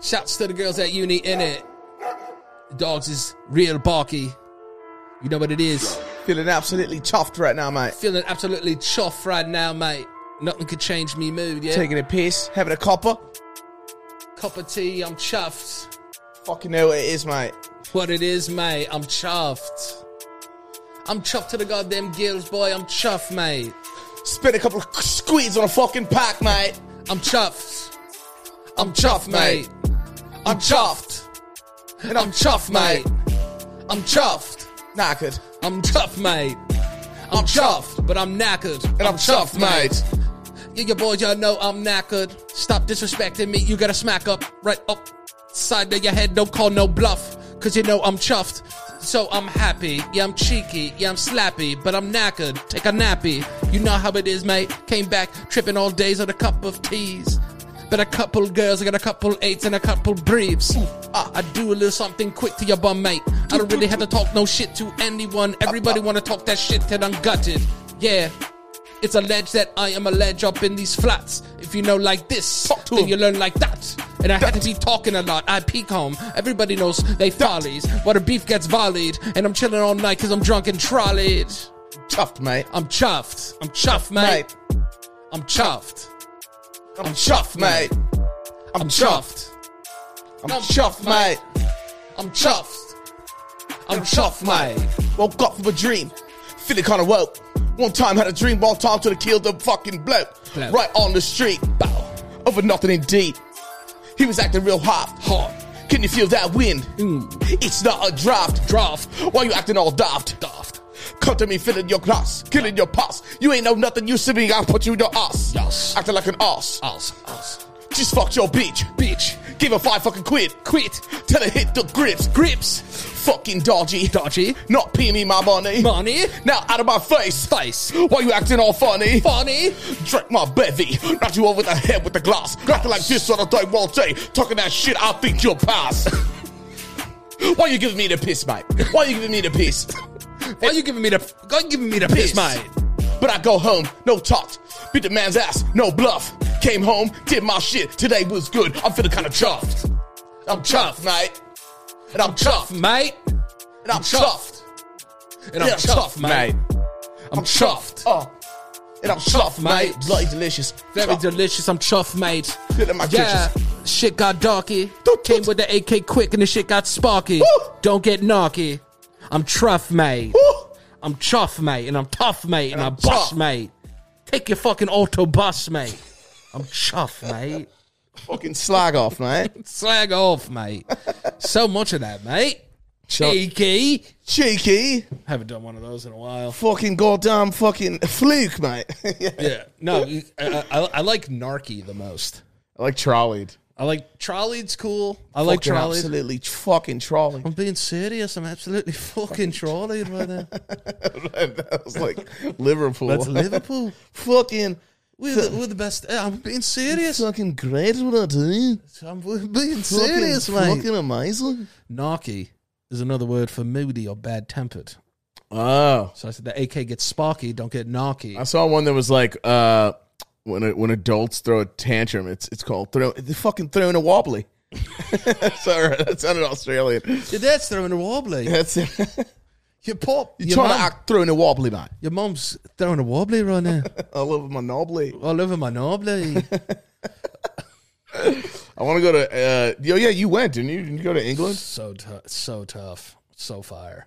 Shouts to the girls at uni in it. Dogs is real barky. You know what it is. Feeling absolutely chuffed right now, mate. Feeling absolutely chuffed right now, mate. Nothing could change me mood, yeah? Taking a piss, having a copper. Cup of tea, I'm chuffed. Fucking know what it is, mate. What it is, mate, I'm chuffed. I'm chuffed to the goddamn gills, boy. I'm chuffed, mate. Spit a couple of squeeze on a fucking pack, mate. I'm chuffed. I'm chuffed, mate. I'm chuffed. And I'm chuffed, mate. I'm chuffed. knackered. I'm tough, mate. I'm chuffed, but I'm knackered. And I'm chuffed, mate. Yeah, your boys, y'all know I'm knackered. Stop disrespecting me. You got to smack up right up side of your head. Don't call no bluff, cause you know I'm chuffed. So I'm happy. Yeah, I'm cheeky. Yeah, I'm slappy, but I'm knackered. Take a nappy. You know how it is, mate. Came back tripping all days on a cup of teas. But a couple girls, I got a couple eights and a couple briefs. Ah, I do a little something quick to your bum, mate. I don't really have to talk no shit to anyone. Everybody wanna talk that shit till I'm gutted. Yeah. It's alleged that I am a ledge up in these flats. If you know like this, Talk to then him. you learn like that. And I had to be talking a lot. I peek home. Everybody knows they follies. What a beef gets volleyed. And I'm chilling all night cause I'm drunk and trolleyed. Chuffed, mate. I'm chuffed. I'm chuffed, mate. Mate. I'm chuffed. I'm chuffed, mate. I'm chuffed. I'm chuffed, mate. I'm chuffed. I'm chuffed, mate. Woke up from a dream. Feeling kinda woke. One time had a dream, one time to the kill the fucking bloke. Bloke. Right on the street. Bow. Over nothing indeed. He was acting real hot. Hot. Can you feel that wind? It's not a draft. Draft. Why you acting all daft? Daft. Come to me, filling your glass, killing your pus. You ain't know nothing, you see me, I'll put you in your ass. Yes. Acting like an ass. Us. Us. Just fucked your bitch. Bitch. Give her five fucking quid. Quit. Tell her hit the grips. Grips. Fucking dodgy. Dodgy. Not paying me my money. Money. Now out of my face. Face. Why you acting all funny? Funny. Drink my bevy. Knock you over the head with the glass. Acting like this on a day all day. Talking that shit, I think you'll pass. Why you giving me the piss, mate? Why you giving me the piss? Why you giving me the? Why you giving me the piss, mate? But I go home, no talk. Beat the man's ass, no bluff. Came home, did my shit. Today was good. I'm feeling kind of chuffed. I'm chuffed, mate. And I'm chuffed. Mate. And I'm chuffed. And I'm Yeah, chuffed, mate. I'm chuffed. Oh. And I'm chuffed, mate. mate. Bloody delicious. Very Chuffed. delicious. I'm chuffed, mate. Look at my Yeah. kitchen. Shit got darky. Toot, toot. Came with the AK quick and the shit got sparky. Woo. Don't get narky. I'm truff, mate. Woo. I'm chuff, mate, and I'm tough, mate, and, I'm I'm bus, tough. mate. Take your fucking auto bus, mate. I'm chuff, mate. Fucking slag off, mate. Slag off, mate. So much of that, mate. Chuff. Cheeky. Cheeky. Haven't done one of those in a while. Fucking goddamn fucking fluke, mate. yeah. Yeah. No, I, I, I like narky the most. I like trolleyed. I like trolleyed's cool. I like Fucking trolleyed. Absolutely fucking trolleyed. I'm being serious. I'm absolutely fucking trolleyed right now. that was like Liverpool. That's Liverpool. fucking We're the, we're the best. Eh, I'm being serious. fucking great what I do. I'm being Fucking- serious, mate. Fucking amazing. Narky is another word for moody or bad tempered. Oh. So I said the AK gets sparky, don't get narky. I saw one that was like uh when a, when adults throw a tantrum, it's it's called throw they're fucking throwing a wobbly. Sorry, that sounded Australian. Your dad's throwing a wobbly. That's it. Your pop, You're your, trying mum- to act throwing a wobbly, mate. your mum's throwing a wobbly right now. All over my knobbly. All over my eh? knobbly. I want to go to. Uh, yo, yeah, you went, didn't you? Didn't you go to England? so tough, so tough, so fire.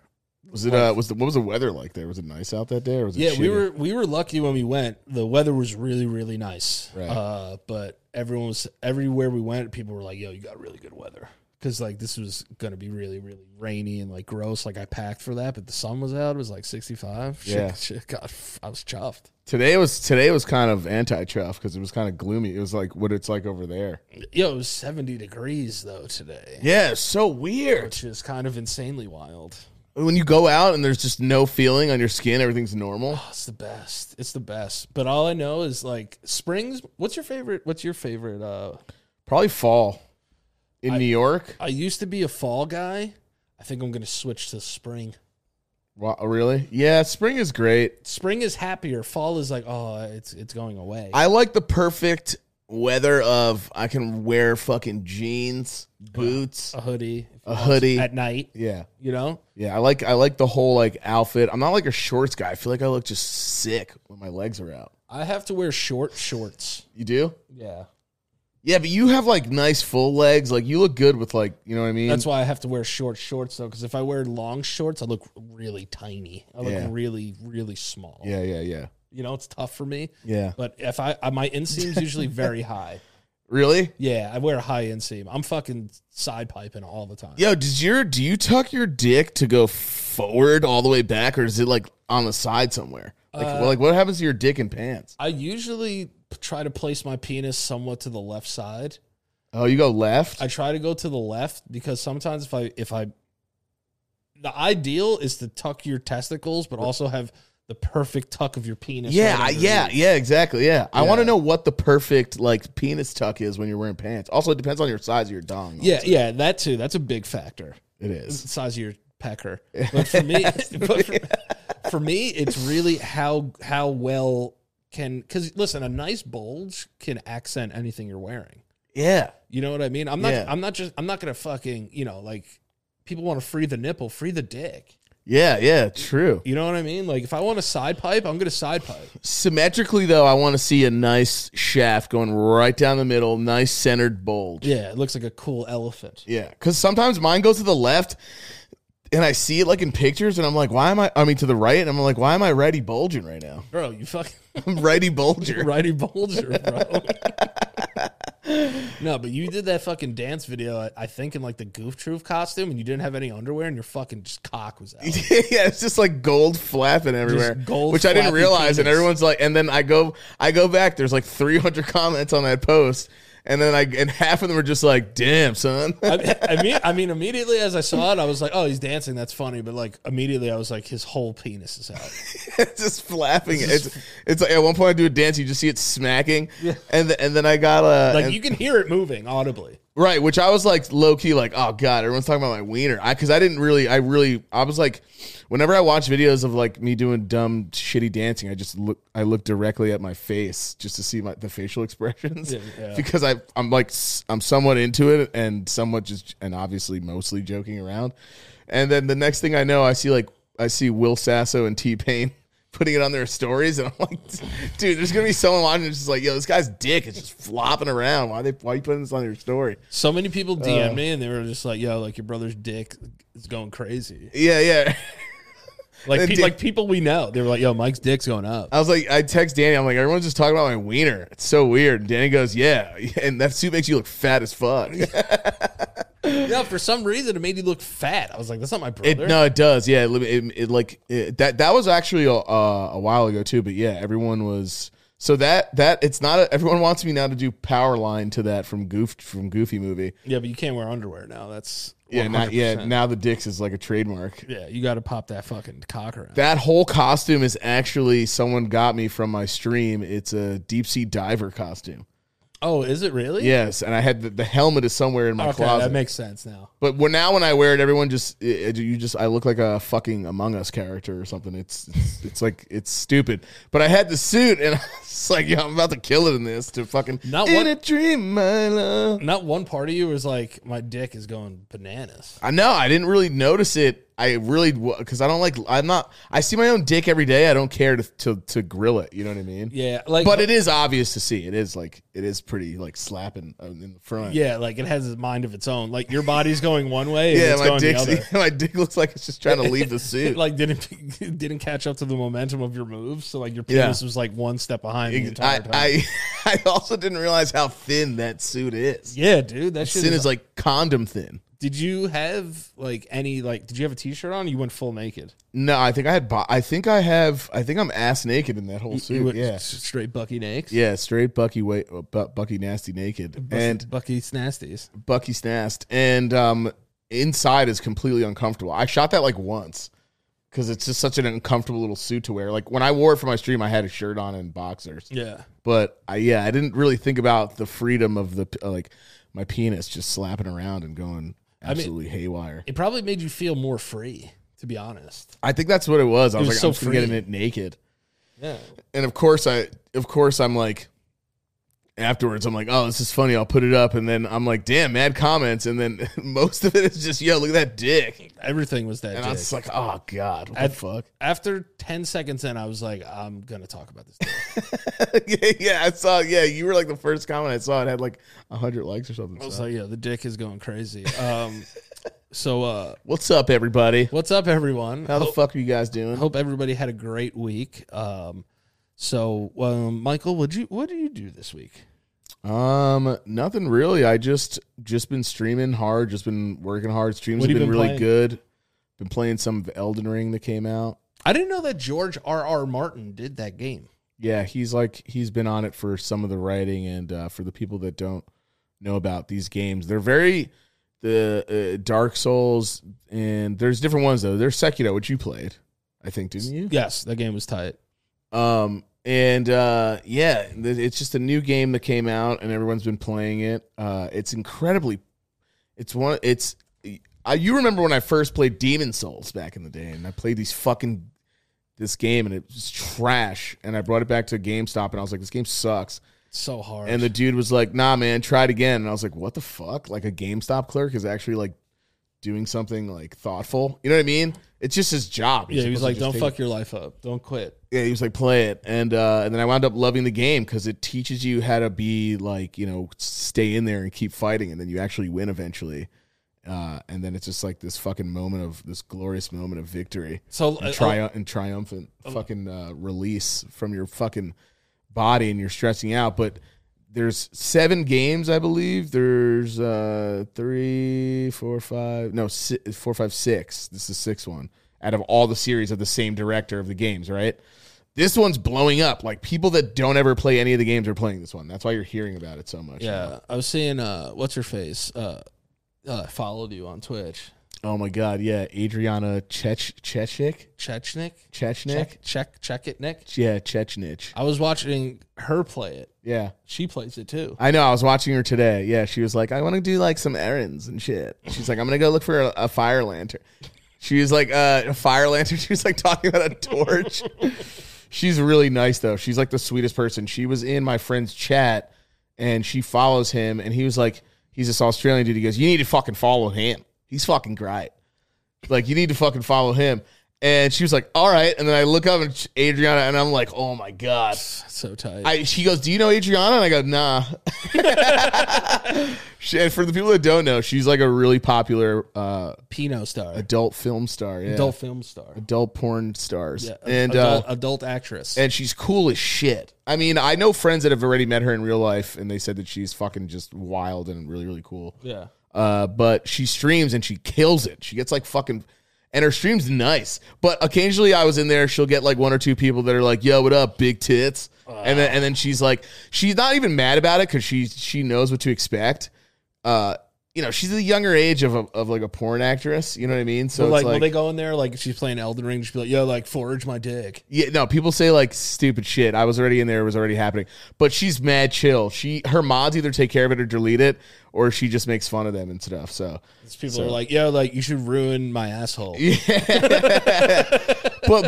Was it? Uh, was the, what was the weather like there? Was it nice out that day? Or was it Yeah, we shitty? were we were lucky when we went. The weather was really really nice. Right. Uh, but everyone was everywhere we went. People were like, "Yo, you got really good weather." Because like this was gonna be really really rainy and like gross. Like I packed for that, but the sun was out. It was like sixty five. Yeah. shit, shit got, I was chuffed. Today was today was kind of anti trough because it was kind of gloomy. It was like what it's like over there. Yo, it was seventy degrees though today, Yeah, it's so weird. which is kind of insanely wild. When you go out and there's just no feeling on your skin, everything's normal. Oh, it's the best. It's the best. But all I know is like springs. What's your favorite? What's your favorite? Uh, Probably fall in New York. I used to be a fall guy. I think I'm gonna switch to spring. Wow, oh, really? Yeah, spring is great. spring is happier. Fall is like, oh, it's it's going away. I like the perfect weather of I can wear fucking jeans, boots, a hoodie, if a you want, hoodie. at night. yeah. You know, Yeah, I like I like the whole like outfit. I'm not like a shorts guy. I feel like I look just sick when my legs are out. I have to wear short shorts. You do? Yeah, Yeah, but you have like nice full legs. Like you look good with like, you know what I mean? that's why I have to wear short shorts though, because if I wear long shorts, I look really tiny. I look Yeah. really, really small. yeah, yeah, yeah. you know, it's tough for me. Yeah. But if I, I my inseam's usually very high. Really? Yeah, I wear a high inseam. I'm fucking side piping all the time. Yo, does your do you tuck your dick to go forward all the way back or is it like on the side somewhere? Like Uh, well, like what happens to your dick and pants? I usually p- try to place my penis somewhat to the left side. Oh, you go left? I try to go to the left because sometimes if I if I the ideal is to tuck your testicles but also have the perfect tuck of your penis. yeah, right I, yeah, underneath. yeah, exactly. Yeah. I want to Yeah. know what the perfect like penis tuck is when you're wearing pants. Also, it depends on your size of your dong. Yeah, yeah, that too. That's a big factor. It is. size of your pecker. But for me, but for, for me, it's really how how well can because listen, a nice bulge can accent anything you're wearing. Yeah. You know what I mean? I'm not. Yeah. I'm not just. I'm not gonna fucking. You know, like people want to free the nipple, free the dick. Yeah, yeah, true. You know what I mean? Like if I want a side pipe, I'm gonna side pipe. Symmetrically though, I want to see a nice shaft going right down the middle, nice centered bulge. Yeah, it looks like a cool elephant. Yeah, because sometimes mine goes to the left, and I see it like in pictures, and I'm like, why am I? I mean, to the right, and I'm like, why am I righty bulging right now? Bro, you fucking I'm righty bulger. righty bulger, bro. no, but you did that fucking dance video, I, I think, in like the Goof Troop costume, and you didn't have any underwear, and your fucking just cock was out. yeah, it's just like gold flapping everywhere, gold which I didn't flappy realize. And penis. everyone's like, and then I go, I go back. There's like 300 comments on that post, and then I and half of them are just like, damn, son. I, I mean, I mean, immediately as I saw it, I was like, "Oh, he's dancing. That's funny." But like, immediately I was like, "His whole penis is out." it's just flapping. It's, it's like at one point I do a dance, you just see it smacking, and th- and then I got a Like, you can hear it moving audibly. Right, which I was like low key, like, oh god, everyone's talking about my wiener. I because I didn't really, I really, I was like, whenever I watch videos of like me doing dumb, shitty dancing, I just look, I look directly at my face just to see my the facial expressions Yeah, yeah. because I, I'm like, s- I'm somewhat into it and somewhat just, and obviously mostly joking around. And then the next thing I know, I see like, I see Will Sasso and T Pain. Putting it on their stories, and I'm like, dude, there's gonna be someone watching. It's just like, yo, this guy's dick is just flopping around. Why they? Why you putting this on your story? So many people Uh. DM me, and they were just like, "Yo, like your brother's dick is going crazy." Yeah, yeah. Like, pe- dick- like people we know, they were like, "Yo, Mike's dick's going up." I was like, I text Danny. I'm like, everyone's just talking about my wiener. It's so weird. And Danny goes, yeah, and that suit makes you look fat as fuck. yeah, for some reason, it made you look fat. I was like, "That's not my brother." It, no, it does. Yeah, it, it, it, like it, that. That was actually a, uh, a while ago too. But yeah, everyone was so that that it's not. A, everyone wants me now to do power line to that from Goof from Goofy movie. Yeah, but you can't wear underwear now. That's Yeah, not, yeah. 100%. Now the dicks is like a trademark. Yeah, you got to pop that fucking cock around. That whole costume is actually someone got me from my stream. It's a deep sea diver costume. oh, is it really? Yes, and I had the, the helmet is somewhere in my Okay, closet. that makes sense now. But when now when I wear it, everyone just it, it- you just I look like a fucking Among Us character or something. It's it's, it's like it's stupid. But I had the suit and I was like, yo, I'm about to kill it in this to fucking Not in one- a dream, my love. Not one part of you was like, my dick is going bananas. I know I didn't really notice it. I really because I don't like I'm not I see my own dick every day. I don't care to to, to grill it. You know what I mean? Yeah, like, But it is obvious to see. It is like it is pretty like slapping um, in the front. yeah, like it has a mind of its own. Like your body's going one way, and yeah. it's My going the dick, other. my dick looks like it's just trying to leave the suit. It like didn't it didn't catch up to the momentum of your moves, so like your penis was like one step behind the entire I, time. I I also didn't realize how thin that suit is. yeah, dude, that shit Thin is, is like condom thin. Did you have like any like? Did you have a t-shirt on? You went full naked. No, I think I had. Bo- I think I have. I think I'm ass naked in that whole You suit. went Yeah, s- straight Bucky Nakes. yeah, straight Bucky wait, uh, Bu- Bucky nasty naked and Bucky Snasties. Bucky snast and um inside is completely uncomfortable. I shot that like once because it's just such an uncomfortable little suit to wear. Like when I wore it for my stream, I had a shirt on and boxers. Yeah. but I yeah, I didn't really think about the freedom of the uh, like my penis just slapping around and going absolutely haywire. It probably made you feel more free, to be honest. I think that's what it was. I was, was like, so I'm just gonna get in free. it naked, Yeah. and of course I, of course I'm like, afterwards I'm like, oh, this is funny. I'll put it up, and then I'm like, damn, mad comments, and then most of it is just, yo, look at that dick, Everything was that. and I dick. was just like, oh god, what I'd- the fuck? After ten seconds in, I was like, I'm gonna talk about this. dick. yeah, yeah, I saw. Yeah, you were like the first comment I saw. It had like hundred likes or something. I was so. like, yeah, the dick is going crazy. Um, so uh, What's up, everybody? what's up, everyone? How the fuck are you guys doing? hope everybody had a great week. Um, so, um, Michael, would you what do you do this week? Um, nothing really. I just just been streaming hard. Just been working hard. Streams What have have been, you been really playing? good. Been playing some of Elden Ring that came out. I didn't know that George R. R. Martin did that game. Yeah, he's like he's been on it for some of the writing and uh, for the people that don't know about these games, they're very the uh, Dark Souls and there's different ones though. There's Sekiro, which you played, I think, didn't you? Yes, that game was tight. Um, and uh, yeah, th- it's just a new game that came out, and everyone's been playing it. Uh, it's incredibly, it's one, it's. I, you remember when I first played Demon Souls back in the day, and I played these fucking this game, and it was trash. And I brought it back to GameStop, and I was like, "This game sucks." It's so hard. And the dude was like, "Nah, man, try it again." And I was like, "What the fuck? Like a GameStop clerk is actually like doing something like thoughtful? You know what I mean? It's just his job." He's yeah, he was supposed like, to just "Don't take- fuck your life up. Don't quit." yeah, he was like, play it, and uh, and then I wound up loving the game because it teaches you how to be like, you know, stay in there and keep fighting, and then you actually win eventually. Uh, and then it's just like this fucking moment of this glorious moment of victory So, and, uh, tri- and triumphant fucking uh, release from your fucking body and you're stressing out. But there's seven games, I believe. There's uh, three, four, five, no, si- four, five, six. This is the sixth one out of all the series of the same director of the games, right? This one's blowing up. Like people that don't ever play any of the games are playing this one. That's why you're hearing about it so much. yeah, I was seeing uh, what's her face uh, uh, followed you on Twitch. Oh my god. Yeah. Adriana Chech Chechik Chechnik, Chechnik. check, check, check it, Nick. Yeah, Chechnich. I was watching her play it. Yeah. She plays it too. I know. I was watching her today. Yeah, she was like, I want to do like some errands and shit. She's like, I'm gonna go look for a, a fire lantern. She was like, uh, a fire lantern. She was like talking about a torch. She's really nice though. She's like the sweetest person. She was in my friend's chat and she follows him and he was like, he's this Australian dude. He goes, you need to fucking follow him. He's fucking great. Like you need to fucking follow him. And she was like, all right. And then I look up and it's Adriana and I'm like, oh my god. So tight. I, she goes, "Do you know Adriana?" And I go, "Nah." she, and for the people that don't know, she's like a really popular uh, Pino star, adult film star, yeah. adult film star, adult porn stars, yeah, and adult, uh, adult actress. and she's cool as shit. I mean, I know friends that have already met her in real life, and they said that she's fucking just wild and really, really cool. yeah. Uh, but she streams and she kills it. She gets like fucking. And her stream's nice, but occasionally I was in there. She'll get like one or two people that are like, "Yo, what up, big tits?" and then and then she's like, she's not even mad about it because she she knows what to expect. Uh, you know, she's the younger age of a, of like a porn actress. You know what I mean? So But, it's like, like, will they go in there like she's playing Elden Ring? She'd be like, "Yo, like forge my dick." Yeah, no, people say like stupid shit. I was already in there, it was already happening. But she's mad chill. She her mods either take care of it or delete it, or she just makes fun of them and stuff. So These people are like, "Yo, like you should ruin my asshole." but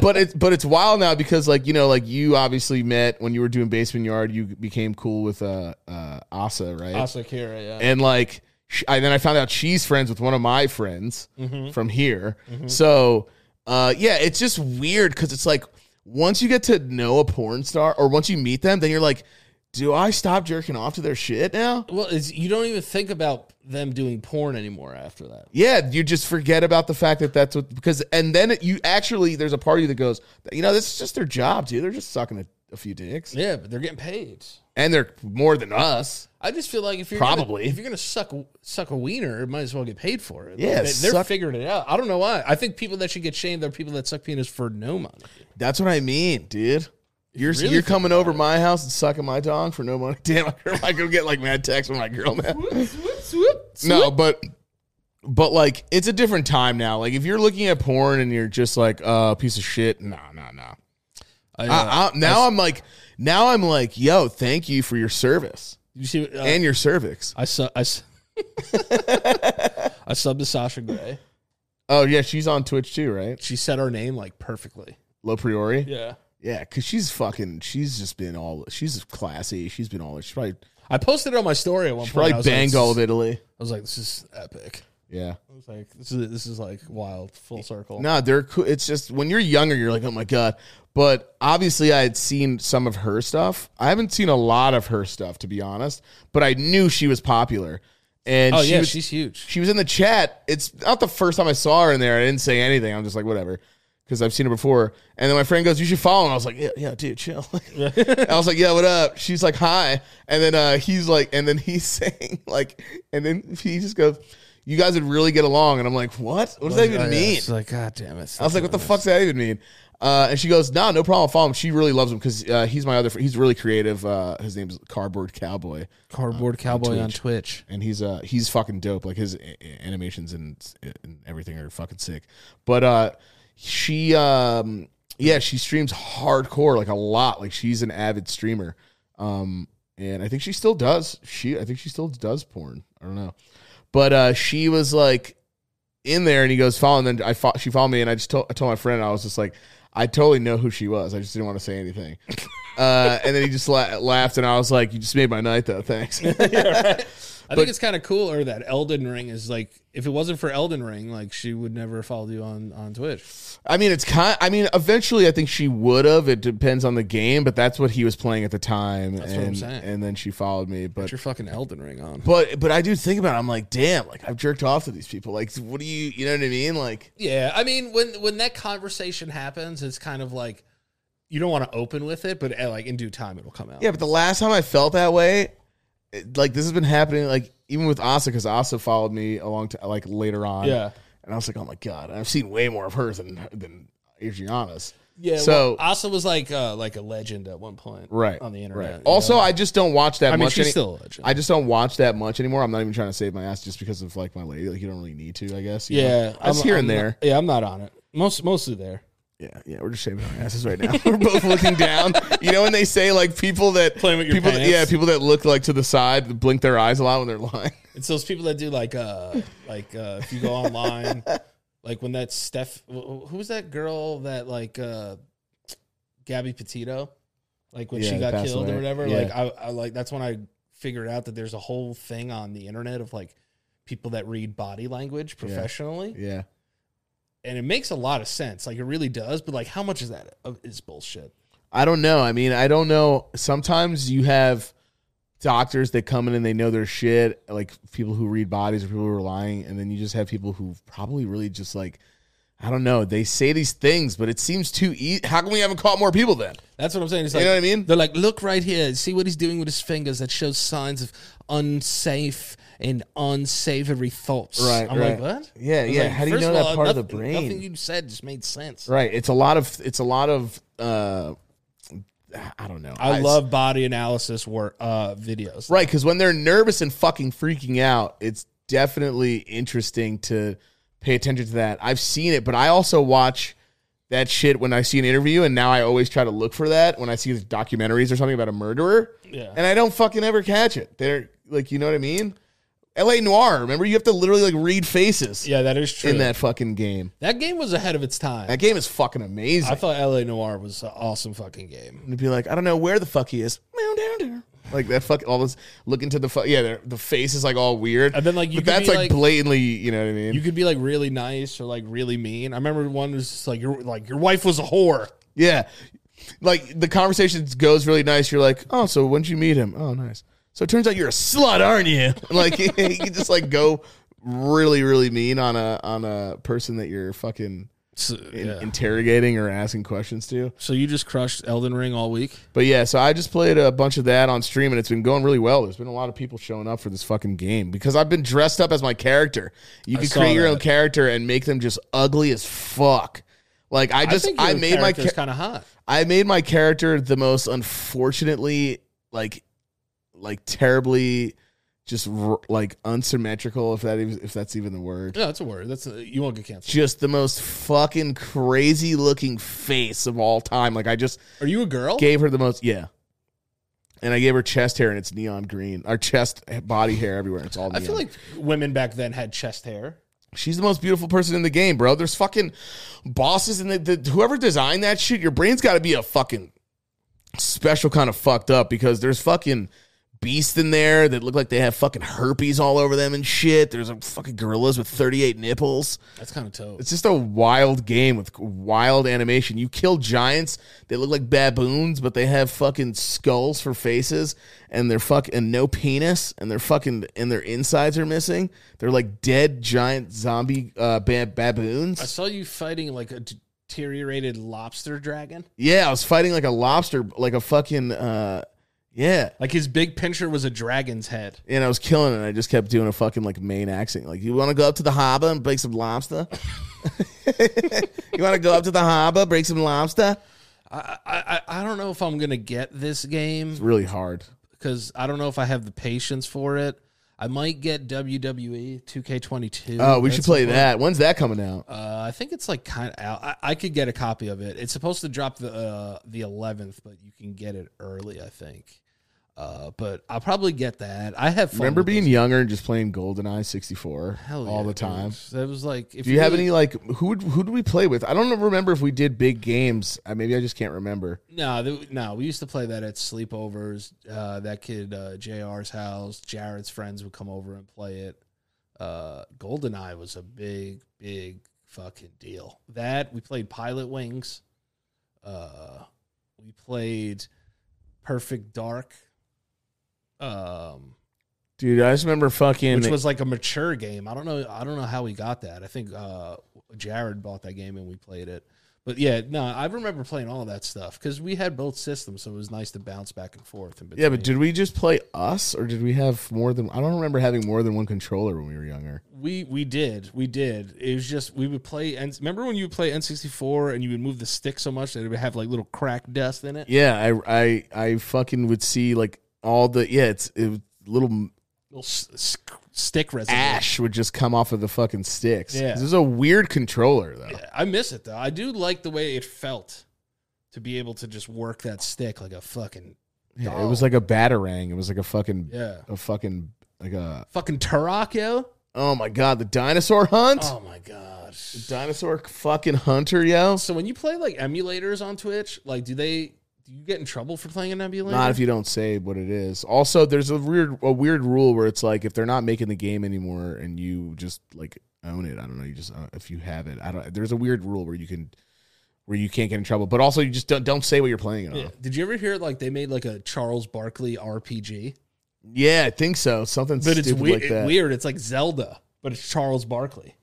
but it's but it's wild now because like you know, like you obviously met when you were doing basement yard, you became cool with uh uh Asa, right? Asakura, yeah. and like sh I, then I found out she's friends with one of my friends from here. So uh, yeah, it's just weird because it's like once you get to know a porn star or once you meet them, then you're like, do I stop jerking off to their shit now? well, it's, you don't even think about them doing porn anymore after that. Yeah, you just forget about the fact that that's what because and then it, you actually there's a part of you that goes, you know, this is just their job, dude. They're just sucking a, a few dicks, Yeah, but they're getting paid. and they're more than us. I just feel like if you're Probably. gonna, if you're gonna suck suck a wiener, it might as well get paid for it. Yeah, Like, they, are suck- figuring it out. I don't know why. I think people that should get shamed are people that suck penis for no money. That's what I mean, dude. You're really you're think coming over my house and sucking my dong for no money. Damn, I go get like mad texts from my girl now. no, but but like it's a different time now. Like if you're looking at porn and you're just like uh piece of shit, nah, nah, nah. I, uh, I, I, now I'm like now I'm like, yo, thank you for your service you see, what, uh, and your cervix. I su- I, su- I subbed to Sasha Grey. Oh yeah, she's on Twitch too, right? She said our name like perfectly. Low priori. Yeah. Yeah, because she's fucking. She's just been all. She's classy. She's been all. She's probably I posted it on my story at one point. I Probably was like, banged this all is- of Italy. I was like, this is epic. Yeah. I was like, this is this is like wild, full circle. No, they're cool. It's just when you're younger, you're like, oh my god. But obviously, I had seen some of her stuff. I haven't seen a lot of her stuff, to be honest. But I knew she was popular, and oh she yeah, was, she's huge. she was in the chat. It's not the first time I saw her in there. I didn't say anything. I'm just like, whatever, because I've seen her before. And then my friend goes, "You should follow." And I was like, "Yeah, yeah, dude, chill." I was like, "Yeah, what up?" She's like, "Hi," and then uh, he's like, and then he's saying like, and then he just goes, "You guys would really get along." And I'm like, "What? What does that even Oh, yeah. mean?" It's like, god damn it. I was like, "What the fuck's that even mean?" Uh, and she goes, "No, no problem. I'll Follow him." She really loves him because uh, he's my other. Fr- he's really creative. Uh, his name's Cardboard Cowboy, cardboard cowboy on Twitch. and he's uh he's fucking dope. Like his a- a- animations and, and everything are fucking sick. But uh, she um yeah she streams hardcore like a lot. Like she's an avid streamer. Um, and I think she still does. She I think she still does porn. I don't know, but uh, she was like in there and he goes follow and then I fo- she followed me and I just told I told my friend I was just like I totally know who she was I just didn't want to say anything uh, and then he just la- laughed and I was like you just made my night though thanks I think it's kind of cool, or that Elden Ring is like, if it wasn't for Elden Ring, like she would never follow you on on Twitch. I mean it's kind I mean eventually I think she would have it depends on the game but that's what he was playing at the time what and I'm saying. and then she followed me Put but your fucking Elden Ring on. but but I do think about it I'm like damn like I've jerked off to these people like what do you you know what I mean like Yeah, I mean, when when that conversation happens, it's kind of like you don't want to open with it, but eh, like in due time, it'll come out. Yeah, but the last time I felt that way, it- like this has been happening, like even with Asa, because Asa followed me along to like later on. Yeah. and I was like, oh my god, and I've seen way more of hers than than Adriana's. yeah. So- So Asa was like uh, like a legend at one point, Right on the internet. Right. you Also, know? I just don't watch that I mean, much. she's Any- still a legend. I just don't watch that much anymore. I'm not even trying to save my ass just because of like my lady. Like you don't really need to, I guess. you know? yeah, that's I'm- here and I'm there. not- yeah, I'm not on it. Most mostly there. Yeah, yeah, we're just shaving our asses right now. we're both looking down. You know when they say like people that Playing with your people, pants. yeah, people that look like to the side blink their eyes a lot when they're lying. It's those people that do like uh like uh if you go online like when that Steph who was that girl that like uh Gabby Petito like when Yeah, she got passed killed away. or whatever Yeah. like I, I like that's when I figured out that there's a whole thing on the internet of like people that read body language professionally Yeah. and it makes a lot of sense like it really does but like how much is that of- is bullshit I don't know. I mean, I don't know. Sometimes you have doctors that come in and they know their shit, like people who read bodies or people who are lying, and then you just have people who probably really just like I don't know. They say these things, but it seems too easy. How come we haven't caught more people then? that's what I'm saying it's You like know what I mean? They're like, look right here. See what he's doing with his fingers that shows signs of unsafe and unsavory thoughts. Right, I'm like, right. what? Yeah, I was yeah. How do you first know that part of the nothing- brain? Nothing you said just made sense. Right. It's a lot of. It's a lot of. uh I don't know. I love body analysis work uh, videos. Right, because when they're nervous and fucking freaking out, it's definitely interesting to pay attention to that. I've seen it, but I also watch that shit when I see an interview, and now I always try to look for that when I see these documentaries or something about a murderer. Yeah. And I don't fucking ever catch it. They're like, you know what I mean? L.A. Noir. Remember, you have to literally like read faces Yeah, that is true. in that fucking game. That game was ahead of its time. That game is fucking amazing. I thought LA Noir was an awesome fucking game. and be like, I don't know where the fuck he is. Meow, down there. Like that fuck all this looking to the fuck yeah, the- the face is like all weird. And then, like, you but could that's be, like, like- blatantly, you know what I mean? You could be like really nice or like really mean. I remember one was just like your like your wife was a whore. yeah. Like the conversation goes really nice. You're like, oh, so when'd you meet him? Oh, nice. So it turns out you're a slut, aren't you? Like you can just like go really, really mean on a on a person that you're fucking So, in- yeah. interrogating or asking questions to. so you just crushed Elden Ring all week. But yeah, so I just played a bunch of that on stream and it's been going really well. There's been a lot of people showing up for this fucking game because I've been dressed up as my character. You can saw create your that. own character and make them just ugly as fuck. Like I just I, made my cha- kind of hot. I made my character the most unfortunately like like terribly just r- like unsymmetrical if that even, if that's even the word. No, that's a word. That's a, you won't get canceled. Just the most fucking crazy looking face of all time. Like I just Are you a girl? gave her the most yeah and i gave her chest hair and it's neon green our chest body hair everywhere it's all I neon. feel like women back then had chest hair. she's the most beautiful person in the game bro there's fucking bosses and the, the whoever designed that shit your brain's got to be a fucking special kind of fucked up because there's fucking beast in there that look like they have fucking herpes all over them and shit. There's um, fucking gorillas with 38 nipples. That's kind of dope. It's just a wild game with wild animation. You kill giants. They look like baboons, but they have fucking skulls for faces, and they're fuck and no penis, and they're fucking and their insides are missing. They're like dead giant zombie uh, ba- I baboons. saw you fighting like a deteriorated lobster dragon. Yeah, I was fighting like a lobster, like a fucking uh, yeah. Like his big pincher was a dragon's head. And I was killing it. And I just kept doing a fucking like main accent. Like, you want to go up to the harbor and break some lobster? you want to go up to the harbor, break some lobster? I, I I I don't know if I'm gonna get this game It's really hard. because I don't know if I have the patience for it. I might get E WWE 2K22. Oh, we should That's- play that. When's that coming out? Uh, I think it's like kind of. I, I could get a copy of it. It's supposed to drop the uh, the 11th, but you can get it early, I think. Uh, but I'll probably get that. I have fun Remember with being those. younger and just playing GoldenEye 64 Hell all yeah, the dude. time? That was like. If Do you have really- any like who would- who do we play with? I don't remember if we did big games. Uh, maybe I just can't remember. No, th- no. We used to play that at sleepovers. Uh, that kid, uh, Jr's house. Jared's friends would come over and play it. Uh, Goldeneye was a big, big fucking deal. That we played Pilot Wings. Uh, we played Perfect Dark. Um, Dude, I just remember fucking which was like a mature game. I don't know. I don't know how we got that. I think uh, Jared bought that game and we played it. But yeah, no, I remember playing all that stuff because we had both systems, so it was nice to bounce back and forth. in Yeah, but between. did we just play us or did we have more than I don't remember having more than one controller when we were younger. we we did we did. It was just we would play and remember when you would play N sixty four and you would move the stick so much that it would have like little crack dust in it. Yeah, I I I fucking would see like all the yeah, it's it was little Little s- s- stick residue. ash would just come off of the fucking sticks. Yeah. This is a weird controller though. I miss it though. I do like the way it felt to be able to just work that stick like a fucking Yeah, it was like a batarang. It was like a fucking yeah a fucking like a fucking Turok yo. oh my god the dinosaur hunt Oh my gosh. dinosaur fucking hunter yo So when you play like emulators on Twitch, like do they do you get in trouble for playing an emulator? not if you don't say what it is also there's a weird a weird rule where it's like if they're not making the game anymore and you just like own it i don't know you just uh, if you have it i don't there's a weird rule where you can where you can't get in trouble but also you just don't don't say what you're playing it on Yeah. Did you ever hear like they made like a Charles Barkley RPG? yeah i think so something But stupid it's weird. like that weird. It's like Zelda, but it's Charles Barkley.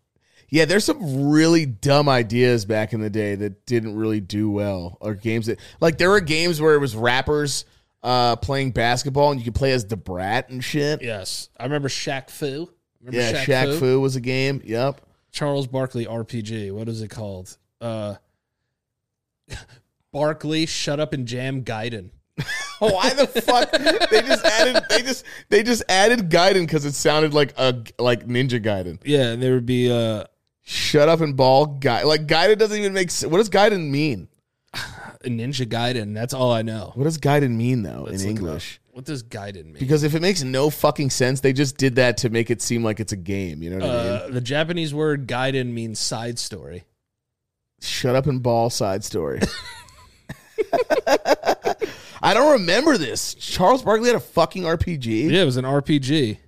Yeah, there's some really dumb ideas back in the day that didn't really do well, or games that like there were games where it was rappers uh, playing basketball and you could play as the brat and shit. Yes, I remember Shaq Fu. Remember yeah, Shaq, Fu. was a game. Yep. Charles Barkley RPG. What is it called? Uh, Barkley, shut up and jam Gaiden. Oh, why the fuck they just added they just they just added Gaiden because it sounded like a like Ninja Gaiden. Yeah, and there would be uh, Shut up and ball guy. Like Gaiden doesn't even make. sense. What does Gaiden mean? Ninja Gaiden. That's all I know. What does Gaiden mean though Let's in look it up. English? What does Gaiden mean? Because if it makes no fucking sense, they just did that to make it seem like it's a game. You know what I mean? Uh, the Japanese word "gaiden" means side story. Shut up and ball side story. I don't remember this. Charles Barkley had a fucking RPG. Yeah, it was an RPG.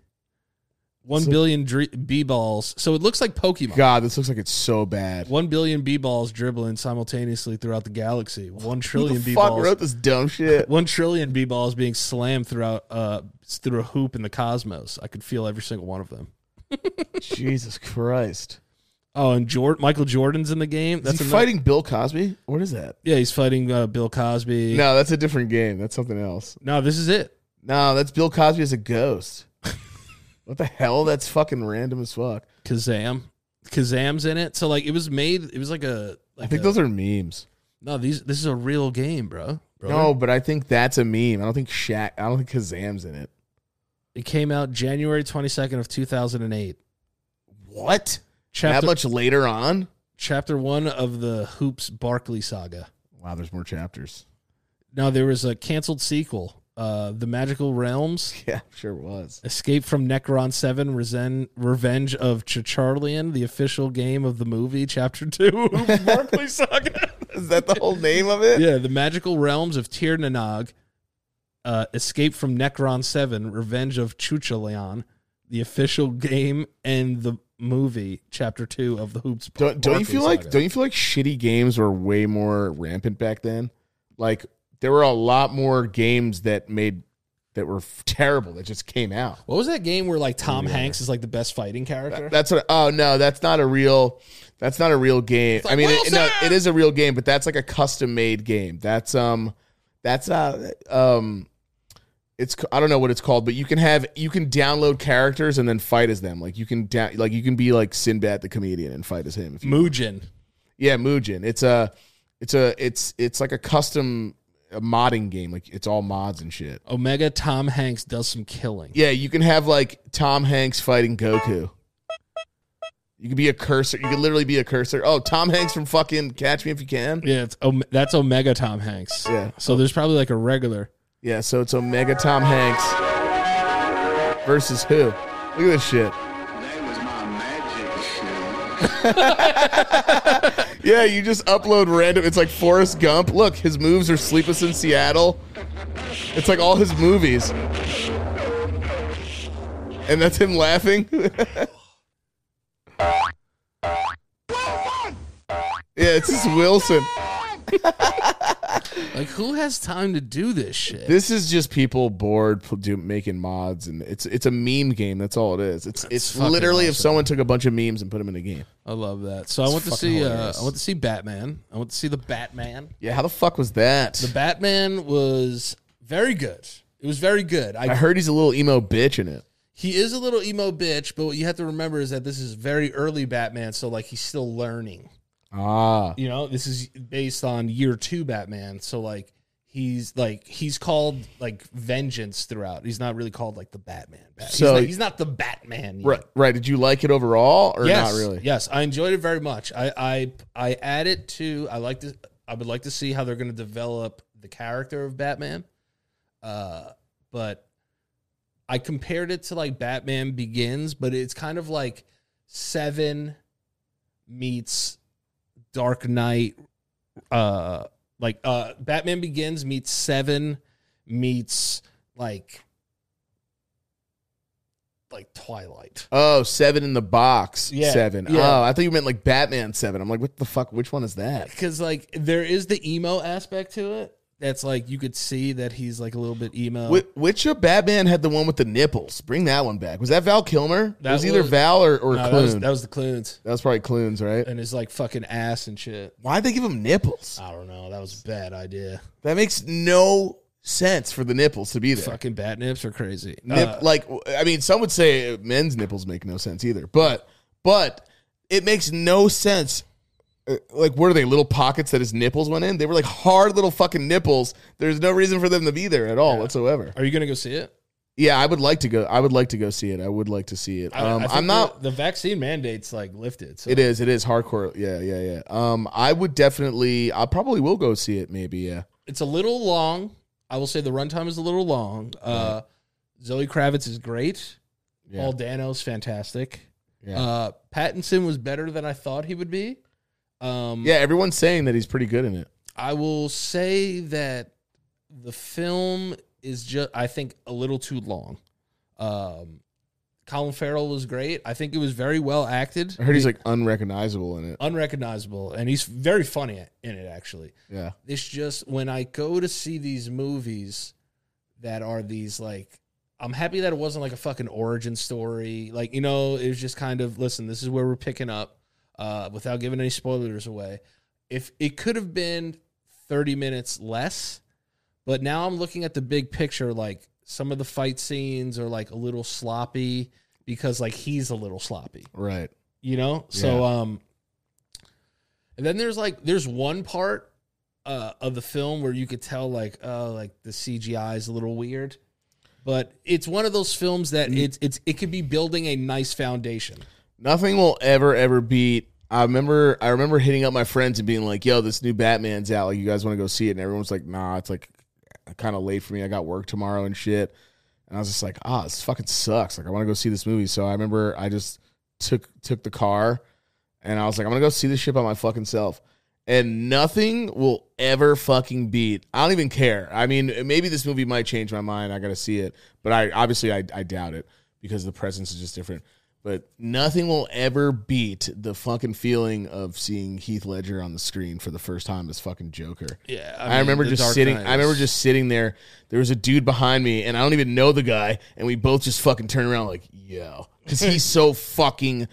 One So- billion dri- b balls. So it looks like Pokemon. God, this looks like it's so bad. One billion b balls dribbling simultaneously throughout the galaxy. One Who trillion the b fuck balls. wrote this dumb shit? One trillion b balls being slammed throughout uh, through a hoop in the cosmos. I could feel every single one of them. Jesus Christ! Oh, and Jord- Michael Jordan's in the game. That's That's is he another- fighting Bill Cosby? What is that? Yeah, he's fighting uh, Bill Cosby. No, that's a different game. That's something else. no, this is it. No, that's Bill Cosby as a ghost. what the hell? That's fucking random as fuck. Kazam. Kazam's in it. So like, it was made. It was like a. Like I think a- those are memes. No, these this is a real game, bro. No, but I think that's a meme. I don't think Shaq. I don't think Kazam's in it. It came out January 22nd of 2008. What? that Chapter much later on? chapter 1 of the Hoops Barkley saga. Wow, there's more chapters. Now there was a canceled sequel, uh The Magical Realms, Yeah, sure was. Escape from Necron 7, Resen- Revenge of Chicharlian, the official game of the movie, chapter 2 Hoops Barkley saga. Is that the whole name of it? yeah, The Magical Realms of Tir Nanag, uh, Escape from Necron 7, Revenge of Chuchaleon, the official game and the movie, Chapter 2 of the Hoops. Don't, don't you Barkley feel like saga. don't you feel like shitty games were way more rampant back then? Like there were a lot more games that made that were f- terrible that just came out. What was that game where like Tom Hanks is like the best fighting character? That's what. Oh no, that's not a real. That's not a real game. like, I mean, it, Wilson! no, it is a real game, but that's like a custom made game. That's um, that's uh, um, it's c- I don't know what it's called, but you can have you can download characters and then fight as them. Like you can down, like you can be like Sinbad the comedian and fight as him. If you, Mugen. yeah, Mugen. It's a, it's a, it's it's like a custom a modding game. Like it's all mods and shit. Omega Tom Hanks does some killing. Yeah, you can have like Tom Hanks fighting Goku. You could be a cursor. You could literally be a cursor. Oh, Tom Hanks from fucking Catch Me If You Can. Yeah, it's, Ome- that's Omega Tom Hanks. Yeah. So there's probably like a regular. Yeah, so it's Omega Tom Hanks versus who? Look at this shit. That was my magic show. Yeah, you just upload random. It's like Forrest Gump. Look, his moves are Sleepless in Seattle. It's like all his movies. And that's him laughing. yeah, it's just Wilson. Like, who has time to do this shit? This is just people bored pl- do, making mods, and it's it's a meme game. That's all it is. It's it's fucking literally if awesome. someone took a bunch of memes and put them in a game. I love that. So I went to fucking see. Uh, hilarious. I went to see Batman. I went to see the Batman. Yeah, how the fuck was that? The Batman was very good. It was very good. I I, heard he's a little emo bitch in it. he is a little emo bitch, but what you have to remember is that this is very early Batman, so like he's still learning. Ah, You know, this is based on year two Batman, so like he's like he's called like vengeance throughout. He's not really called like the Batman. Bat- he's So- not- he's, not the Batman. yet. right, right. Did you like it overall, or yes, not really? Yes, I enjoyed it very much. I I I add it to. I like to. I would like to see how they're going to develop the character of Batman. Uh, but I compared it to like Batman Begins, but it's kind of like Seven meets Dark Knight. Uh, like uh, Batman Begins meets Seven meets like like Twilight. Oh, seven in the box. Yeah, seven. yeah. Oh, I thought you meant like Batman seven. I'm like, what the fuck? Which one is that? because like there is the emo aspect to it that's like you could see that he's like a little bit emo Wh- Which of Batman had the one with the nipples? Bring that one back. Was that Val Kilmer? That it was either was- Val or, or No, that, Clune. was, that was the Clunes that was probably Clunes, right? and his like fucking ass and shit Why'd they give him nipples? i don't know that was a bad idea That makes no sense for the nipples to be there. fucking bat nips are crazy Nip, Uh, like, I mean, some would say men's nipples make no sense either, but but it makes no sense. Uh, Like, what are they? Little pockets that his nipples went in? They were like hard little fucking nipples. There's no reason for them to be there at all whatsoever. are you gonna go see it Yeah, I would like to go. I would like to go see it. I would like to see it. I- Um, I think uh, I'm not. the, the vaccine mandates like lifted so It is. It is hardcore. Yeah, yeah, yeah. Um, I would definitely. I probably will go see it. Maybe. Yeah. it's a little long i will say the runtime is a little long uh zoe kravitz is great Yeah. paul dano's fantastic Yeah. uh pattinson was better than i thought he would be um Yeah. Everyone's saying that he's pretty good in it. I will say that the film is just, I think, a little too long. Um, Colin Farrell was great. I think it was very well acted, I heard he's like unrecognizable in it. unrecognizable, and he's very funny in it, actually. Yeah. It's just when I go to see these movies that are these, like, I'm happy that it wasn't like a fucking origin story. Like, you know, it was just kind of, listen, this is where we're picking up uh, without giving any spoilers away. If it could have been 30 minutes less, but now I'm looking at the big picture. Like some of the fight scenes are like a little sloppy because like he's a little sloppy, Right. you know? So, um, and then there's like, there's one part uh, of the film where you could tell like, oh, like the CGI is a little weird. But it's one of those films that it's it's it could be building a nice foundation. Nothing will ever ever beat. I remember I remember hitting up my friends and being like, "Yo, this new Batman's out. Like, you guys want to go see it?" And everyone's like, "Nah, it's like kind of late for me. I got work tomorrow and shit." And I was just like, "Ah, this fucking sucks. Like, I want to go see this movie." So I remember I just took took the car and I was like, "I'm gonna go see this shit by my fucking self." and nothing will ever fucking beat. I don't even care. I mean, maybe this movie might change my mind. I got to see it, but I obviously I, I doubt it because the presence is just different. But nothing will ever beat the fucking feeling of seeing Heath Ledger on the screen for the first time as fucking Joker. Yeah, I, mean, remember The just Dark sitting. Knight I remember is- just sitting there. There was a dude behind me, and I don't even know the guy. And we both just fucking turned around like, "Yo," because he's so fucking.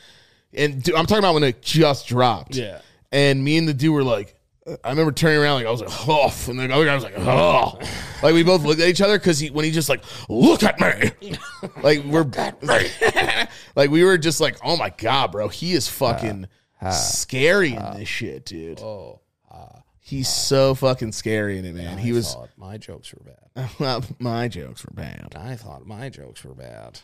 And dude, I'm talking about when it just dropped. Yeah. And me and the dude were like, uh, I remember turning around like I was like, "Oh," and the other guy was like, "Oh," like we both looked at each other because he when he just like, "Look at me," like we're like we were just like, "Oh my god, bro, he is fucking scary in this shit, dude." Oh, He's so fucking scary in it, man. he I was thought my jokes were bad. my jokes were bad. I thought my jokes were bad.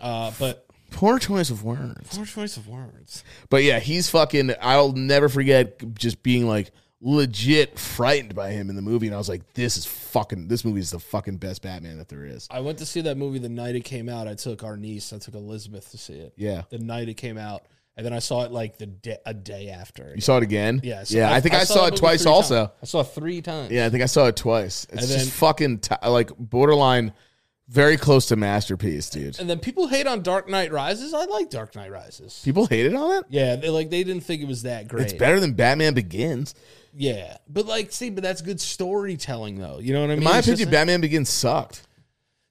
Uh, but Poor choice of words. poor choice of words. But yeah, he's fucking. I'll never forget just being like legit frightened by him in the movie, and I was like, "This is fucking. This movie is the fucking best Batman that there is." I went to see that movie the night it came out. I took our niece, I took Elizabeth to see it. Yeah, The night it came out, and then I saw it like the day, a day after. you saw it again. Yeah, so yeah. I, think I, that saw, it movie twice. three Also, times. I saw it three times. yeah, I think I saw it twice. It's And just then- fucking t- like borderline, very close to masterpiece, dude. And then people hate on Dark Knight Rises. I like Dark Knight Rises. People hated on it. Yeah, they like they didn't think it was that great. It's better than Batman Begins. Yeah, but like, see, but that's good storytelling, though. You know what I mean? In my It's just opinion, like- Batman Begins sucked.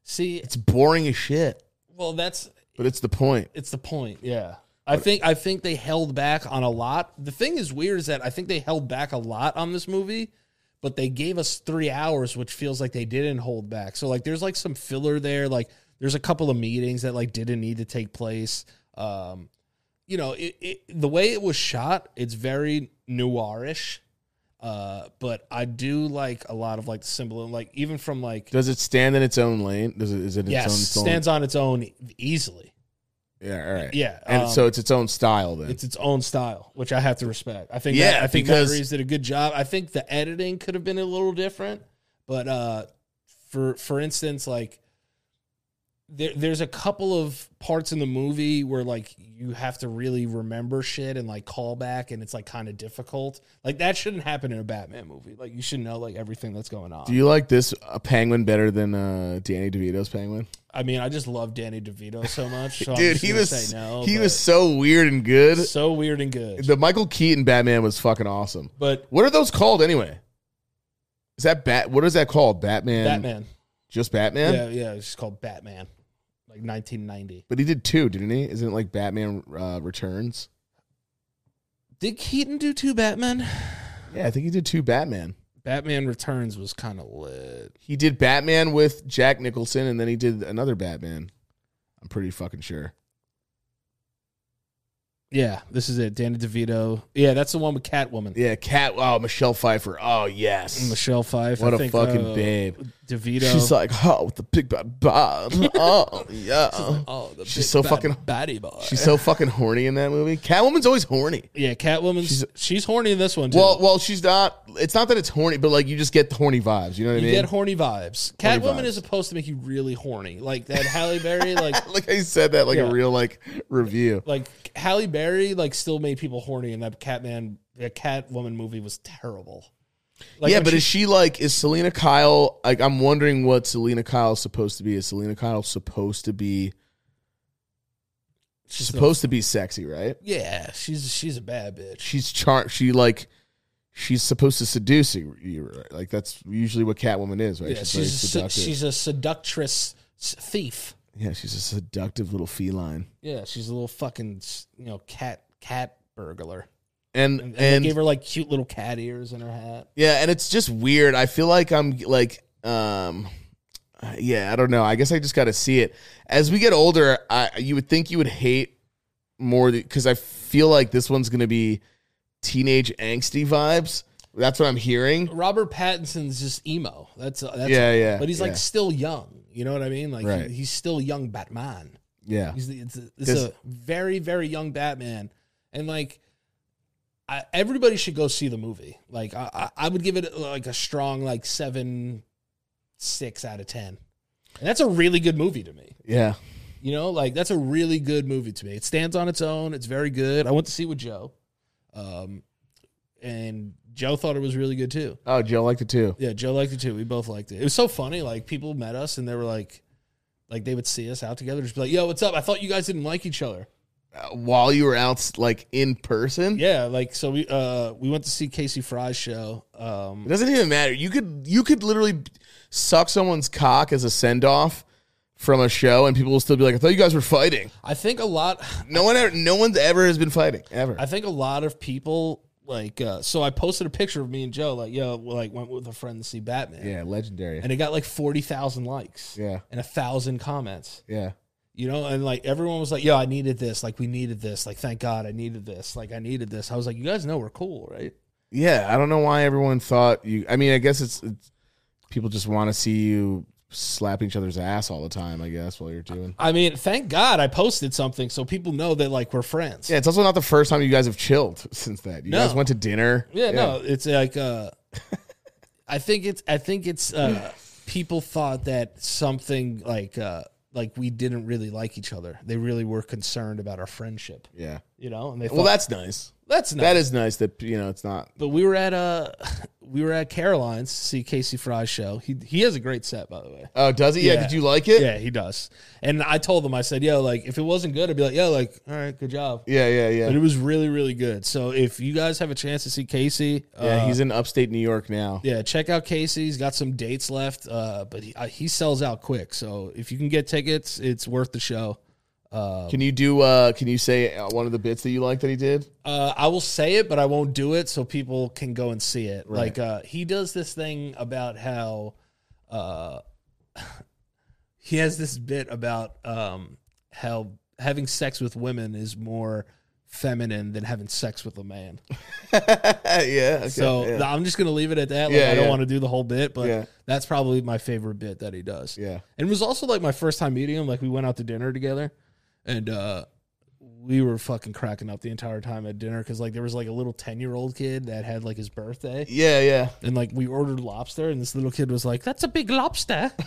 see, It's boring as shit, well, that's but it's the point. it's the point. Yeah, I think I think they held back on a lot. The thing is weird is that I think they held back a lot on this movie, but they gave us three hours, which feels like they didn't hold back. So like, there's like some filler there. Like, there's a couple of meetings that like didn't need to take place. Um, you know, it, it, the way it was shot, it's very noirish. Uh, but I do like a lot of like the symbolism, like even from like Does it stand in its own lane? Does it is it its yes, own stands on its own easily. Yeah, all right. Yeah, and um, so it's its own style then. it's its own style, which I have to respect. I think Yeah, that, I think because- Matt Reeves did a good job. I think the editing could have been a little different, but uh, for for instance, like there, there's a couple of parts in the movie where like you have to really remember shit and like call back, and it's like kind of difficult. Like that shouldn't happen in a Batman movie. Like you should know like everything that's going on. Do you like this uh, penguin better than uh, Danny DeVito's penguin? I mean, I just love Danny DeVito so much. So Oh, I'm Dude, just he gonna was say no, he but was so weird and good. so weird and good, The Michael Keaton Batman was fucking awesome. but. What are those called anyway? Is that bat? What is that called? Batman. Batman. Just Batman. Yeah, yeah, it's just called Batman, like 1990. But he did two, didn't he? Isn't it like Batman uh, Returns? Did Keaton do two Batman? Yeah, I think he did two Batman. Batman Returns was kind of lit. He did Batman with Jack Nicholson, and then he did another Batman. I'm pretty fucking sure. Yeah, this is it. Danny DeVito. Yeah, that's the one with Catwoman. Yeah, Cat. Oh, Michelle Pfeiffer. Oh yes, Mm, Michelle Pfeiffer. What a a fucking babe. uh, DeVito. She's like, oh, with the big bad bod. Oh yeah. oh, the she's big so bad fucking- baddie boy. She's so fucking horny in that movie. Catwoman's always horny. yeah, Catwoman's. She's, She's- horny in this one too. Well, well, she's not. It's not that it's horny, but like you just get the horny vibes. You know what I you mean? get horny vibes. Horny Catwoman vibes. is supposed to make you really horny, like that Halle Berry, like. like I said that like Yeah. a real like review. Like Halle Berry, like still made people horny, and that Catman, that Catwoman movie was terrible. Like, yeah, when but she- is she like is Selena Kyle like I'm wondering what Selena Kyle's supposed to be. Is Selena Kyle supposed to be she's She's a- supposed to be sexy, right? Yeah, she's she's a bad bitch. She's char she like she's supposed to seduce you, you right? like that's usually what Catwoman is, right? Yeah, very she's a, se- she's a seductress s- thief. yeah, she's a seductive little feline. Yeah, she's a little fucking s- you know cat cat burglar. And And, and, and they gave her like cute little cat ears in her hat. yeah, and it's just weird. I feel like I'm like um yeah, I don't know. I guess I just got to see it. As we get older, I you would think you would hate more because I feel like this one's going to be teenage angsty vibes. That's what I'm hearing. Robert Pattinson's just emo. That's that's Yeah, yeah, But he's yeah. like still young. You know what I mean? Like he- Right. he's still young Batman. Yeah. He's the, it's, a, it's Does- a very very young Batman, and like I, everybody should go see the movie. Like I, I, I would give it like a strong like seven, six out of ten, and that's a really good movie to me. Yeah. You know, like that's a really good movie to me. It stands on its own. It's very good. I went to see it with Joe. Um, and Joe thought it was really good too. Oh, Joe liked it too. Yeah, Joe liked it too. We both liked it. It was so funny. Like people met us and they were like, like they would see us out together, just be like, "Yo, what's up?" I thought you guys didn't like each other. Uh, while you were out, like in person, Yeah, like so we uh we went to see Casey Fry's show. Um, it doesn't even matter. You could you could literally suck someone's cock as a send off from a show, and people will still be like, "I thought you guys were fighting." I think a lot. No one, ever, no one's ever has been fighting ever. I think a lot of people like. Uh, so I posted a picture of me and Joe. Like, yo, we, like went with a friend to see Batman. yeah, legendary. and it got like forty thousand likes. Yeah. and a thousand comments. yeah, You know, and like everyone was like, "Yo, I needed this. Like, we needed this. Like, thank God, I needed this. Like, I needed this." I was like, "You guys know we're cool, right?" yeah. I don't know why everyone thought you. I mean, I guess it's, it's people just want to see you slap each other's ass all the time. I guess while you're doing. I mean, thank God I posted something so people know that like we're friends. Yeah, it's also not the first time you guys have chilled since that. You No. guys went to dinner. Yeah, no, it's like uh I think it's I think it's uh people thought that something like uh like we didn't really like each other. They really were concerned about our friendship, Yeah. you know? And they thought Well, that's nice. that's not That is nice that you know it's not. but we were at uh we were at Caroline's to see Casey Fry's show. He he has a great set by the way. Oh, does he? Yeah. Yeah. Did you like it? Yeah, he does. And I told him I said, "Yo, like if it wasn't good, I'd be like, yo, like all right, good job." Yeah. Yeah. Yeah. But it was really really good. So if you guys have a chance to see Casey, yeah. uh, He's in upstate New York now. Yeah, check out Casey. He's got some dates left, uh, but he, uh, he sells out quick. So if you can get tickets, it's worth the show. Can you do? uh Can you say uh, one of the bits that you liked that he did? Uh, I will say it, but I won't do it so people can go and see it. Like uh, he does this thing about how uh, he has this bit about um, how having sex with women is more feminine than having sex with a man. Uh, yeah. Okay. So yeah. th- I'm just gonna leave it at that. Like, Yeah, I don't yeah. want to do the whole bit, but Yeah. that's probably my favorite bit that he does. Yeah. And it was also like my first time meeting him. Like we went out to dinner together, and uh, we were fucking cracking up the entire time at dinner because like there was like a little ten year old kid that had like his birthday, Yeah. Yeah. and like we ordered lobster, and this little kid was like, "That's a big lobster."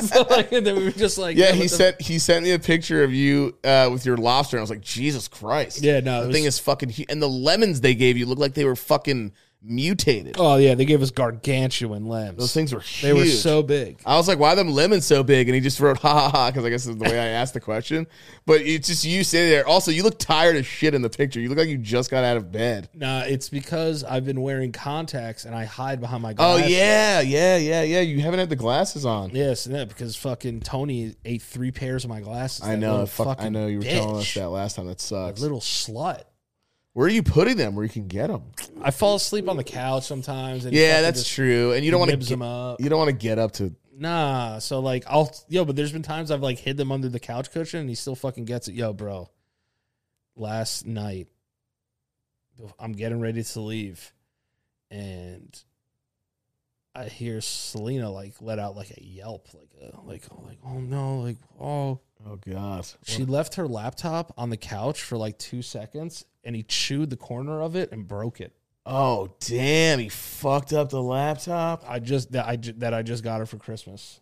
so like, and then we were just like, Yeah, what he the- sent he sent me a picture of you uh, with your lobster, and I was like, Jesus Christ! Yeah, no, the it thing was- is fucking. Hu- and the lemons they gave you looked like they were fucking mutated. Oh yeah, they gave us gargantuan lambs. Those things were huge. they were so big. I was like, "Why are them lemons so big?" And he just wrote, "Ha ha ha," because I guess is the way I asked the question. But it's just you sitting there. Also, you look tired as shit in the picture. You look like you just got out of bed. Nah, it's because I've been wearing contacts and I hide behind my Oh glasses. yeah, yeah, yeah, yeah. You haven't had the glasses on. Yes, yeah, because fucking Tony ate three pairs of my glasses. I That know. little Fuck, I fucking know you were bitch. telling us that last time. That sucks. little slut. Where are you putting them? Where you can get them? I fall asleep on the couch sometimes. And Yeah, fucking that's just true. And you don't want nibs them to. up. You don't want to get up to Nah, so like I'll yo, but there's been times I've like hid them under the couch cushion and he still fucking gets it. Yo, bro. Last night, I'm getting ready to leave, and I hear Selena like let out like a yelp, like a like like oh no, like oh Oh God! She left her laptop on the couch for like two seconds and he chewed the corner of it and broke it. Oh damn! He fucked up the laptop. I just that I ju- that I just got her for Christmas.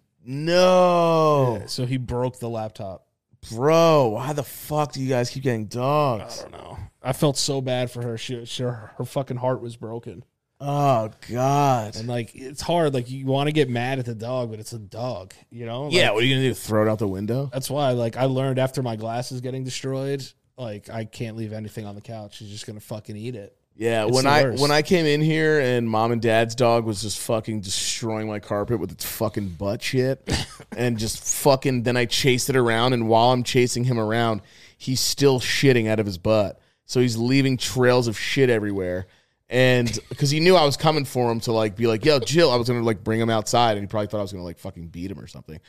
No, So he broke the laptop. bro! Why the fuck do you guys keep getting I dogs? don't know. I felt so bad for her. She, she her fucking heart was broken. Oh God! And like it's hard like you want to get mad at the dog, but it's a dog, you know? Like, yeah, what are you gonna do? Throw it out the window? That's why like I learned after my glasses getting destroyed, like I can't leave anything on the couch. She's just going to fucking eat it. Yeah. It's When the I worst. when I came in here and mom and dad's dog was just fucking destroying my carpet with its fucking butt shit, and just fucking. Then I chased it around, and while I'm chasing him around, he's still shitting out of his butt. So he's leaving trails of shit everywhere. And because he knew I was coming for him to like be like, yo, Jill, I was gonna like bring him outside, and he probably thought I was gonna like fucking beat him or something.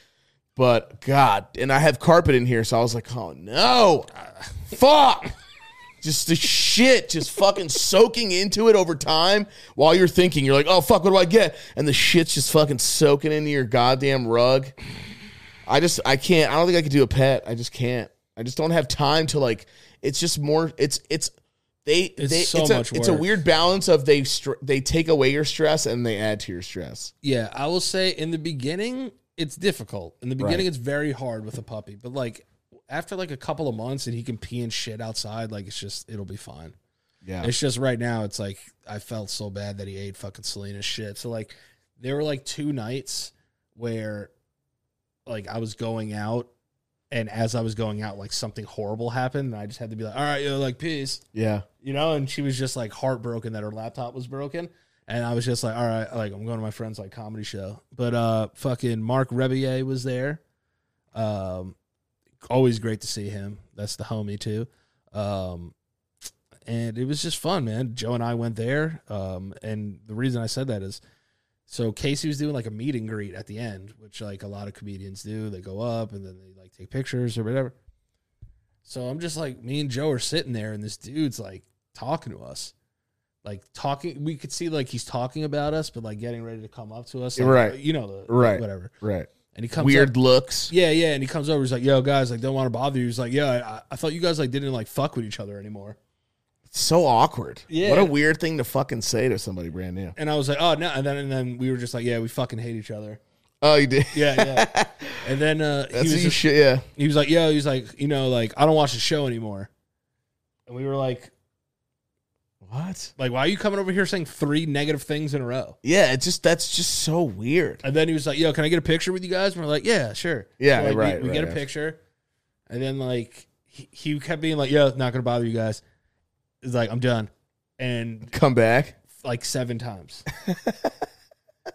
But God, and I have carpet in here, so I was like, oh no, fuck. Just the shit, just fucking soaking into it over time while you're thinking, you're like, oh fuck, what do I get? And the shit's just fucking soaking into your goddamn rug. I just, I can't, I don't think I could do a pet. I just can't. I just don't have time to like, it's just more, it's, it's, they, It's they, so it's, a, much it's a work. weird balance of they, str- they take away your stress and they add to your stress. Yeah, I will say in the beginning it's difficult. In the beginning Right. it's very hard with a puppy, but like after like a couple of months and he can pee and shit outside, like it's just it'll be fine. Yeah. It's just right now, it's like I felt so bad that he ate fucking Selena's shit. So like, there were like two nights where, like, I was going out, and as I was going out, like something horrible happened, and I just had to be like, all right, yo, like peace, Yeah. you know. And she was just like heartbroken that her laptop was broken. And I was just like, all right, like I'm going to my friend's like comedy show. But uh fucking Mark Rebillet was there. Um always great to see him. That's the homie too. Um and it was just fun, man. Joe and I went there. Um and the reason I said that is so Casey was doing like a meet and greet at the end, which like a lot of comedians do. They go up and then they like take pictures or whatever. So I'm just like, me and Joe are sitting there, and this dude's like talking to us, like talking. We could see like he's talking about us, but like getting ready to come up to us, like, Right. You know, the, Right. whatever. Right. And he comes Weird up- looks. yeah, yeah. And he comes over. He's like, "Yo, guys, like, don't want to bother you." He's like, "Yeah, I, I thought you guys like didn't like fuck with each other anymore." So awkward. Yeah. What a weird thing to fucking say to somebody brand new. And I was like, "Oh no!" And then and then we were just like, "Yeah, we fucking hate each other." Oh, you did. Yeah, yeah. and then uh, he That's was what you just- should. Yeah. he was like, "Yo," he's like, "You know, like, I don't watch the show anymore." And we were like, What? "Like, why are you coming over here saying three negative things in a row?" Yeah. It's just that's just so weird. And then he was like, "Yo, can I get a picture with you guys?" And we're like, "Yeah, sure." Yeah, So, like, right, We, we get right. a picture, and then like he, he kept being like, "Yo, not gonna bother you guys." It's like I'm done, and Come back. like seven times,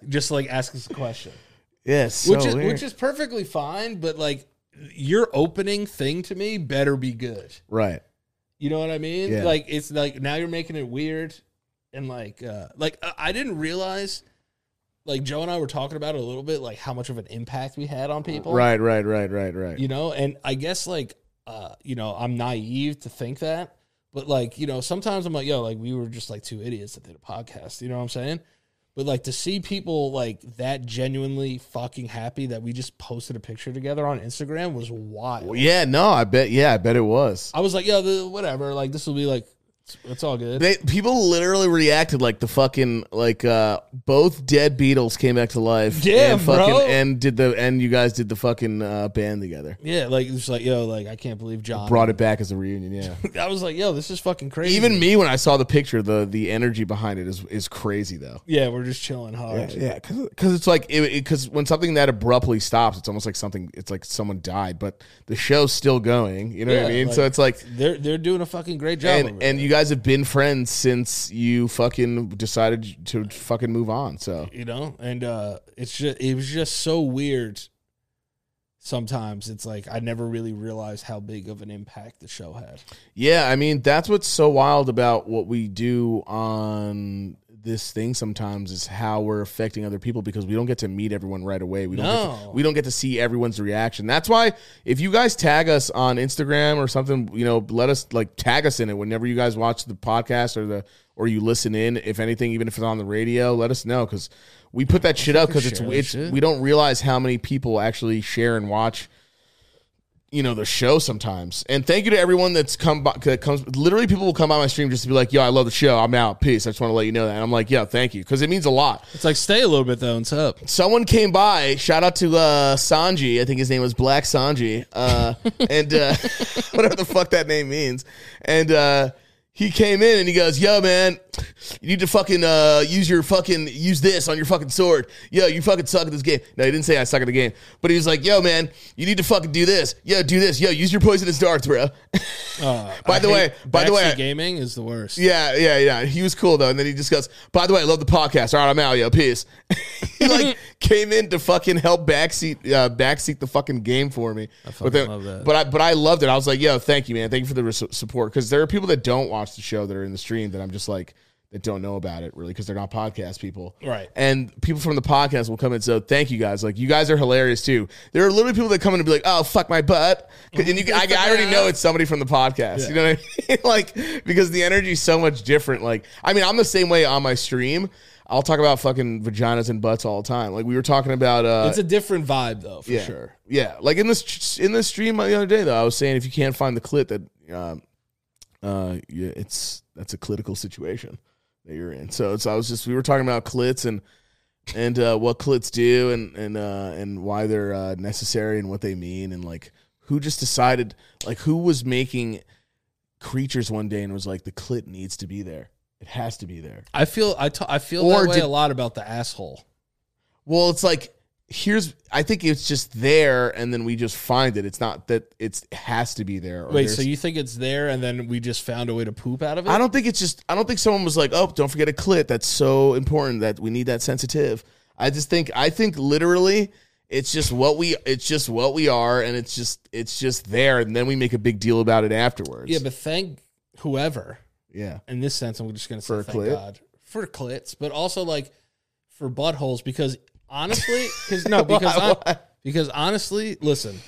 just like ask us a question, Yes. which is which is perfectly fine. But like your opening thing to me better be good. right. You know what I mean? Yeah. Like it's like now you're making it weird, and like uh like I- I didn't realize, like Joe and I were talking about it a little bit, like how much of an impact we had on people, Right. Right. Right. Right. Right. You know, and I guess like uh you know I'm naive to think that, but like you know sometimes I'm like yo like we were just like two idiots that did a podcast. You know what I'm saying? But like to see people like that genuinely fucking happy that we just posted a picture together on Instagram was wild. Well, yeah. No. I bet. Yeah. I bet it was. I was like, yo, the, whatever. Like this will be like, it's, it's all good. They people literally reacted like the fucking like uh both dead Beatles came back to life. Yeah, and fucking bro. and did the and you guys did the fucking uh, band together. Yeah, like it's like yo, like I can't believe John. Brought it back as a reunion, yeah. I was like, yo, this is fucking crazy. Even me when I saw the picture, the the energy behind it is is crazy though. yeah, we're just chilling hard. Yeah, because it's like because when something that abruptly stops, it's almost like something. It's like someone died, but the show's still going. You know what I Yeah, mean? like- so it's like, They're they're doing a fucking great job. and and you guys have been friends since you fucking decided to fucking move on. So you know, and uh, it's just it was just so weird. Sometimes it's like I never really realized how big of an impact the show had. Yeah, I mean that's what's so wild about what we do on this thing sometimes is how we're affecting other people because we don't get to meet everyone right away. We don't get to, No. we don't get to see everyone's reaction. That's why if you guys tag us on Instagram or something, you know, let us like tag us in it whenever you guys watch the podcast or the or you listen in, if anything, even if it's on the radio, let us know cuz we put that shit up cuz it's share that it's shit. we don't realize how many people actually share and watch you know the show sometimes. And thank you to everyone that's come by, that comes. Literally, people will come by my stream just to be like, "Yo, I love the show. I'm out. Peace. I just want to let you know that." And I'm like, "Yeah, thank you," because it means a lot. It's like stay a little bit though and sup. Someone came by. Shout out to uh, Sanji. I think his name was Black Sanji, uh, and uh, whatever the fuck that name means. And uh, he came in and he goes, "Yo, man, you need to fucking uh, use your fucking use this on your fucking sword. Yo, you fucking suck at this game." No, he didn't say I suck at the game, but he was like, "Yo, man, you need to fucking do this. Yo, do this. Yo, use your poisonous darts, bro." Uh, By I the way- hate- by the way, backseat I- gaming is the worst. Yeah, yeah, yeah. He was cool though, and then he just goes, "By the way, I love the podcast. All right, I'm out, yo. Peace." he like came in to fucking help backseat uh, backseat the fucking game for me. I fucking love that. But I but I loved it. I was like, "Yo, thank you, man. Thank you for the res- support." Because there are people that don't watch the show that are in the stream that I'm just like that don't know about it really because they're not podcast people, Right. And people from the podcast will come in. So thank you guys. Like you guys are hilarious too. There are literally people that come in and be like, "Oh, fuck my butt," and you can, I, I already know it's somebody from the podcast. You know what I mean? like because the energy is so much different. Like I mean, I'm the same way on my stream. I'll talk about fucking vaginas and butts all the time. Like we were talking about. Uh, It's a different vibe though, for yeah. sure. Yeah, like in this in this stream the other day though, I was saying if you can't find the clit that um, uh, yeah, it's that's a clinical situation that you're in. So it's I was just we were talking about clits and and uh, what clits do and and uh, and why they're uh, necessary and what they mean and like who just decided like who was making creatures one day and was like, the clit needs to be there. It has to be there. I feel I ta- I feel Or that way did- a lot about the asshole. Well, it's like here's. I think it's just there, and then we just find it. It's not that it's it has to be there. Or Wait, there's- so you think it's there, and then we just found a way to poop out of it? I don't think it's just. I don't think someone was like, "Oh, don't forget a clit. That's so important that we need that sensitive." I just think. I think literally, it's just what we. It's just what we are, and it's just. It's just there, and then we make a big deal about it afterwards. yeah, but thank whoever. yeah, In this sense, I'm just gonna say For a thank clit? God for clits, but also like for buttholes because honestly, because no, because hon- because honestly, listen,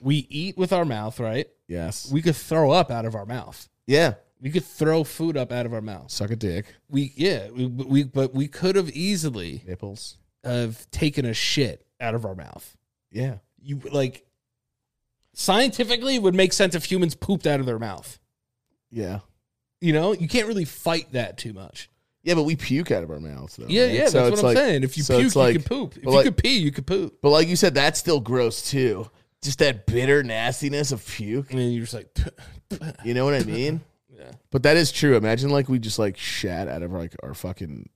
we eat with our mouth, right? yes, We could throw up out of our mouth. yeah. We could throw food up out of our mouth. Suck a dick, We yeah, we, we but we could have easily nipples. have taken a shit out of our mouth. Yeah, you like scientifically it would make sense if humans pooped out of their mouth yeah, you know you can't really fight that too much yeah. But we puke out of our mouths, though. yeah right? yeah So that's it's what i'm like- saying if you so puke it's like- you can poop if but you like- could pee you could poop But like you said, that's still gross too. Just that bitter nastiness of puke. and then you're just like You know what I mean? Yeah. But that is true. Imagine like we just like shat out of like our fucking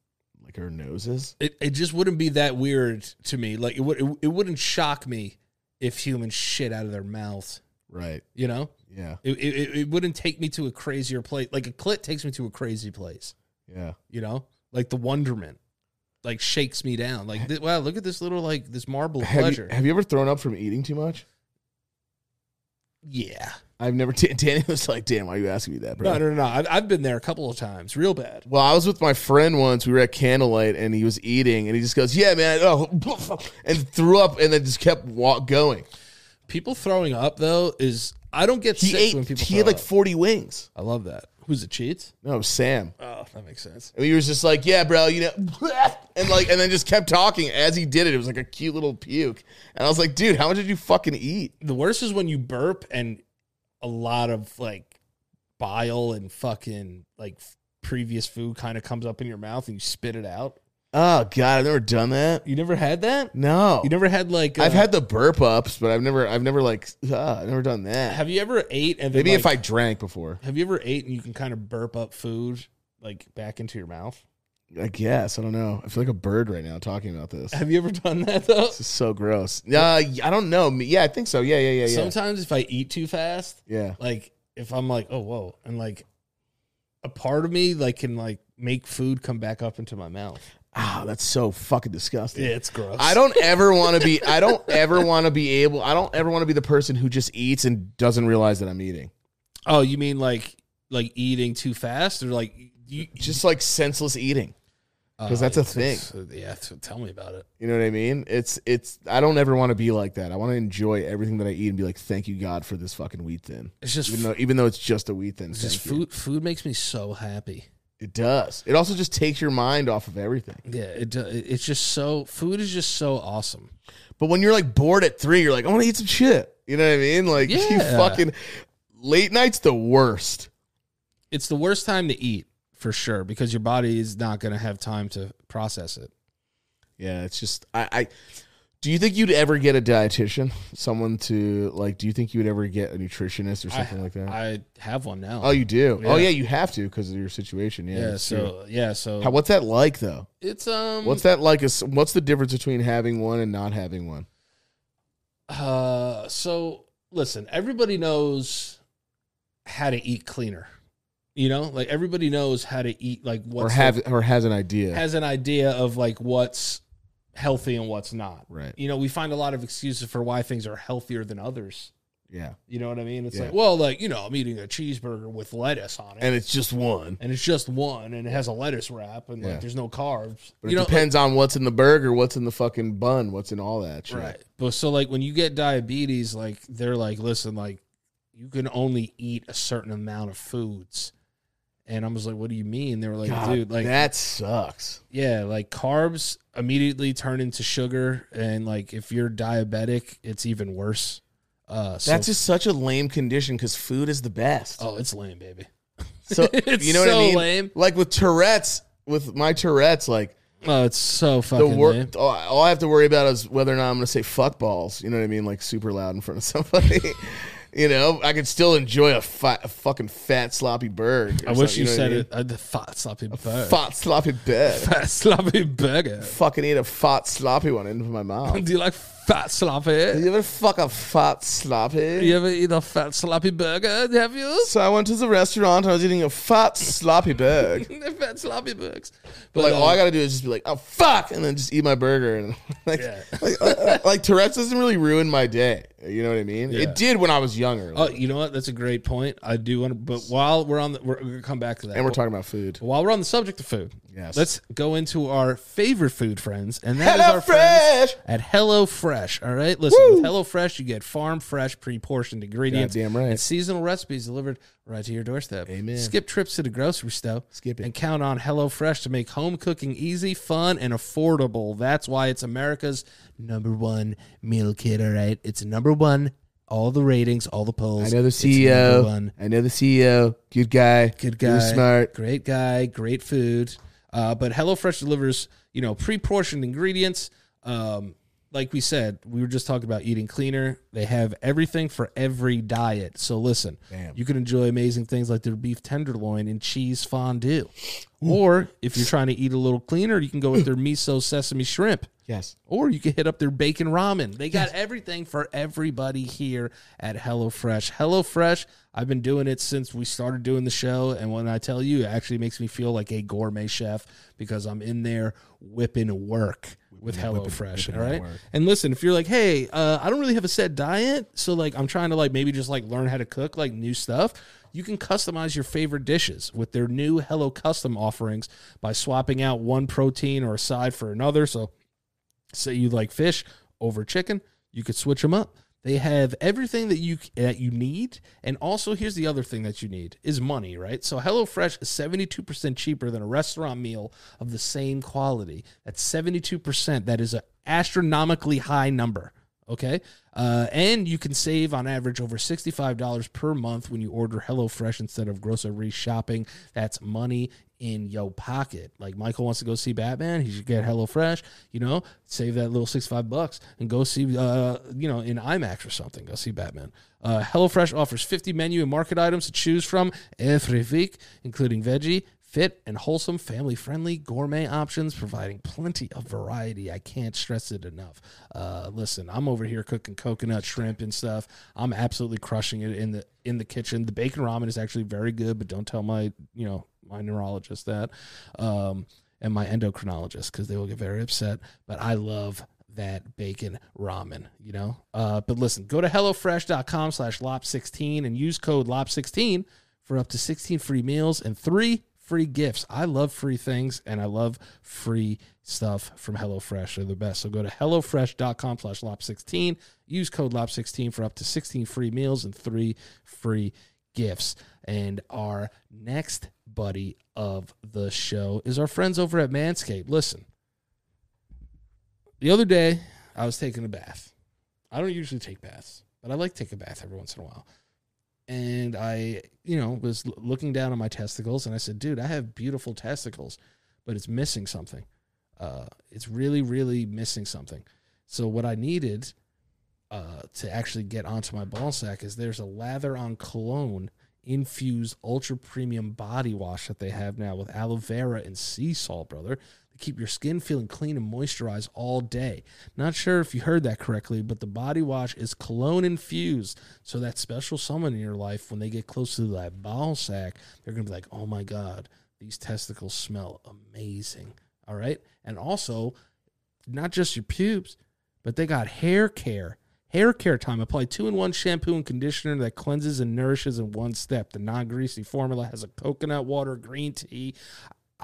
like our noses. it, it just wouldn't be that weird to me like it, would, it, it wouldn't shock me if humans shit out of their mouths Right. you know Yeah. it, it, it- it wouldn't take me to a crazier place like a clit takes me to a crazy place Yeah. you know like the wonderment like shakes me down like th- wow look at this little like this marble of Have you, pleasure have you ever thrown up from eating too much? yeah I've never. Dan Danny was like, "Damn, why are you asking me that, bro?" no no no, no. I've, I've been there a couple of times real bad Well, I was with my friend once. We were at Candlelight, and he was eating, and he just goes, "Yeah, man," oh, and threw up, and then just kept walk going. people throwing up though is i don't get He sick when ate. people He throw had like up. forty wings. i love that who's it cheats No, Sam. oh that makes sense And he was just like, "Yeah, bro, you know," and like, and then just kept talking as he did it. It was like a cute little puke, and I was like, "Dude, how much did you fucking eat?" the worst is when you burp and a lot of like bile and fucking like f- previous food kind of comes up in your mouth and you spit it out Oh god, I've never done that. you never had that No, you never had like I've uh, had the burp ups, but I've never, I've never like, ah, I've never done that. have you ever ate and then, Maybe like, if I drank before, Have you ever ate and you can kind of burp up food like back into your mouth? I guess I don't know. I feel like a bird right now talking about this. Have you ever done that though? This is so gross. Uh, I don't know. Yeah, I think so. Yeah, yeah, yeah, yeah. Sometimes if I eat too fast, yeah. like if I'm like, oh whoa, and like a part of me like can like make food come back up into my mouth. Ah, that's so fucking disgusting. Yeah, it's gross. I don't ever want to be. I don't ever want to be able. I don't ever want to be the person who just eats and doesn't realize that I'm eating. Oh, you mean like like eating too fast or like you Just like senseless eating. because that's a thing. Yeah, so tell me about it. You know what I mean? It's it's. I don't ever want to be like that. I want to enjoy everything that I eat and be like, thank you God for this fucking wheat thin. It's just Even though even though it's just a wheat thin, it's just thank you. food. Food makes me so happy. It does. It also just takes your mind off of everything. Yeah, it do- it's just so food is just so awesome. But when you're like bored at three, you're like, I want to eat some shit. You know what I mean? Like you Yeah. fucking late nights the worst. it's the worst time to eat for sure because your body is not going to have time to process it. Yeah, it's just I, I. Do you think you'd ever get a dietitian? Someone to like? Do you think you would ever get a nutritionist or something like that? I have one now. oh, you do. Oh, Yeah. yeah, you have to because of your situation. Yeah. yeah, that's true. so yeah, so How, what's that like though? it's um What's that like? Is what's the difference between having one and not having one? uh so listen, everybody knows how to eat cleaner. You know, like everybody knows how to eat like Or what's have or has an idea? has an idea of like what's healthy and what's not. right. You know, we find a lot of excuses for why things are healthier than others. Yeah. You know what I mean? It's Yeah. like, well, like, you know, I'm eating a cheeseburger with lettuce on it. And it's just one. and it's just one and it has a lettuce wrap and Yeah. like there's no carbs. But it you know, depends on what's in the burger, what's in the fucking bun, what's in all that shit. like- right. But so like when you get diabetes, like they're like, listen, like you can only eat a certain amount of foods. And I was like, what do you mean? They were like, God, dude, like that sucks. yeah, like carbs immediately turn into sugar and like if you're diabetic, it's even worse. Uh so, That's just such a lame condition because food is the best. oh, it's lame, baby. So It's you know what so I mean? lame. Like with Tourette's, with my Tourette's, like Oh, it's so the fucking wor- lame. all, all I have to worry about is whether or not I'm going to say fuck balls. You know what I mean? Like super loud in front of somebody. You know, I could still enjoy a, fi- a fucking fat sloppy bird. I wish you, said it. Uh, the fat sloppy burger. Fat sloppy bird. fat sloppy burger. fucking eat a fat sloppy one into my mouth. Do you like fat sloppy? you ever fuck a fat sloppy? You ever eat a fat sloppy burger? Have you? So I went to the restaurant. I was eating a fat sloppy burger. The fat sloppy burgers. But Like uh, all I gotta do is just be like, oh fuck, and then just eat my burger. And like, Yeah. like, uh, like Tourette's doesn't really ruin my day. You know what I mean? Yeah. It did when I was younger. oh, like- you know what? That's a great point. I do want to. But while we're on, the, we're, we're gonna come back to that. and we're talking about food. While we're on the subject of food, Yes. let's go into our favorite food friends, and that is Hello our friends Fresh! at Hello Fresh. All right, listen, with Hello Fresh, you get farm fresh, pre-portioned ingredients, Goddamn right. and seasonal recipes delivered right to your doorstep. Amen. Skip trips to the grocery store, Skip it. and count on Hello Fresh to make home cooking easy, fun, and affordable. That's why it's America's number one meal kit. All right, it's number one. All the ratings, all the polls. It's number one. E I know the CEO. Good guy. Good guy. Great guy. Great food. Uh, but HelloFresh delivers, you know, pre-portioned ingredients. Um, like we said, we were just talking about eating cleaner. They have everything for every diet. So listen, you can enjoy amazing things like their beef tenderloin and cheese fondue. Or if you're trying to eat a little cleaner, you can go with their miso sesame shrimp. Yes. Or you can hit up their bacon ramen. They got everything for everybody here at HelloFresh. HelloFresh, I've been doing it since we started doing the show. And when I tell you, it actually makes me feel like a gourmet chef because I'm in there whipping work with HelloFresh. All right. And listen, if you're like, hey, uh, I don't really have a set diet. So, like, I'm trying to, like, maybe just, like, learn how to cook, like, new stuff. You can customize your favorite dishes with their new Hello Custom offerings by swapping out one protein or a side for another. So, say you like fish over chicken, you could switch them up. They have everything that you that you need, and also here's the other thing that you need is money, right? So HelloFresh is 72% cheaper than a restaurant meal of the same quality. That's 72%. That is an astronomically high number. Okay. Uh, and you can save on average over $65 per month when you order HelloFresh instead of grocery shopping. That's money in your pocket. Like Michael wants to go see Batman, he should get HelloFresh, you know, save that little 65 bucks and go see, uh, you know, in IMAX or something, go see Batman. Uh, HelloFresh offers 50 menu and market items to choose from every week, including veggie, fit and wholesome family friendly gourmet options providing plenty of variety i can't stress it enough uh, listen i'm over here cooking coconut shrimp and stuff i'm absolutely crushing it in the in the kitchen the bacon ramen is actually very good but don't tell my you know my neurologist that um, and my endocrinologist because they will get very upset but i love that bacon ramen, you know? Uh, but listen, go to HelloFresh.com slash LOP16 and use code LOP16 for up to 16 free meals and three free gifts. I love free things and I love free stuff from HelloFresh. They're the best. So go to HelloFresh.com slash LOP16, use code LOP16 for up to 16 free meals and three free gifts. And our next buddy of the show is our friends over at Manscaped. Listen, the other day, I was taking a bath. I don't usually take baths, but I like to take a bath every once in a while. And I, you know, was l- looking down on my testicles and I said, dude, I have beautiful testicles, but it's missing something. Uh, it's really, really missing something. So, what I needed uh, to actually get onto my ball sack is there's a lather on cologne infused ultra premium body wash that they have now with aloe vera and sea salt, brother. They keep your skin feeling clean and moisturized all day. Not sure if you heard that correctly, but the body wash is cologne infused. So that special someone in your life, when they get close to that ball sack, they're gonna be like, oh my God, these testicles smell amazing. All right. And also, not just your pubes, but they got hair care. Hair care time. Apply two in one shampoo and conditioner that cleanses and nourishes in one step. The non greasy formula has a coconut water, green tea,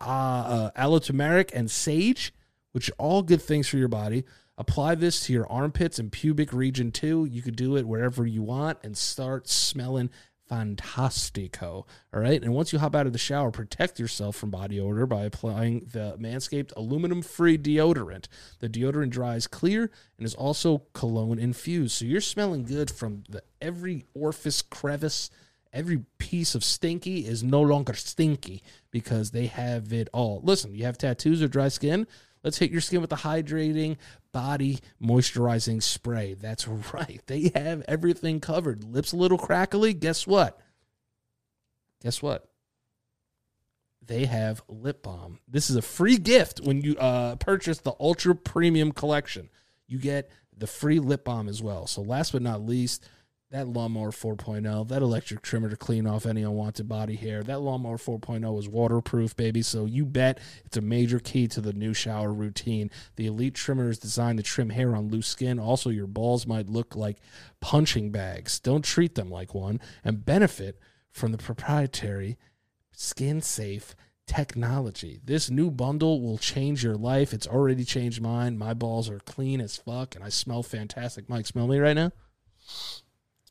uh, uh, aloe turmeric, and sage, which are all good things for your body. Apply this to your armpits and pubic region too. You could do it wherever you want and start smelling fantastico. All right. And once you hop out of the shower, protect yourself from body odor by applying the Manscaped aluminum free deodorant. The deodorant dries clear and is also cologne infused. So you're smelling good from the every orifice crevice. Every piece of stinky is no longer stinky because they have it all. Listen, you have tattoos or dry skin? Let's hit your skin with the hydrating body moisturizing spray. That's right. They have everything covered. Lips a little crackly. Guess what? Guess what? They have lip balm. This is a free gift when you uh, purchase the ultra premium collection. You get the free lip balm as well. So last but not least, that lawnmower 4.0, that electric trimmer to clean off any unwanted body hair. That lawnmower 4.0 is waterproof, baby. So you bet it's a major key to the new shower routine. The elite trimmer is designed to trim hair on loose skin. Also, your balls might look like punching bags. Don't treat them like one and benefit from the proprietary skin safe technology. This new bundle will change your life. It's already changed mine. My balls are clean as fuck and I smell fantastic. Mike, smell me right now?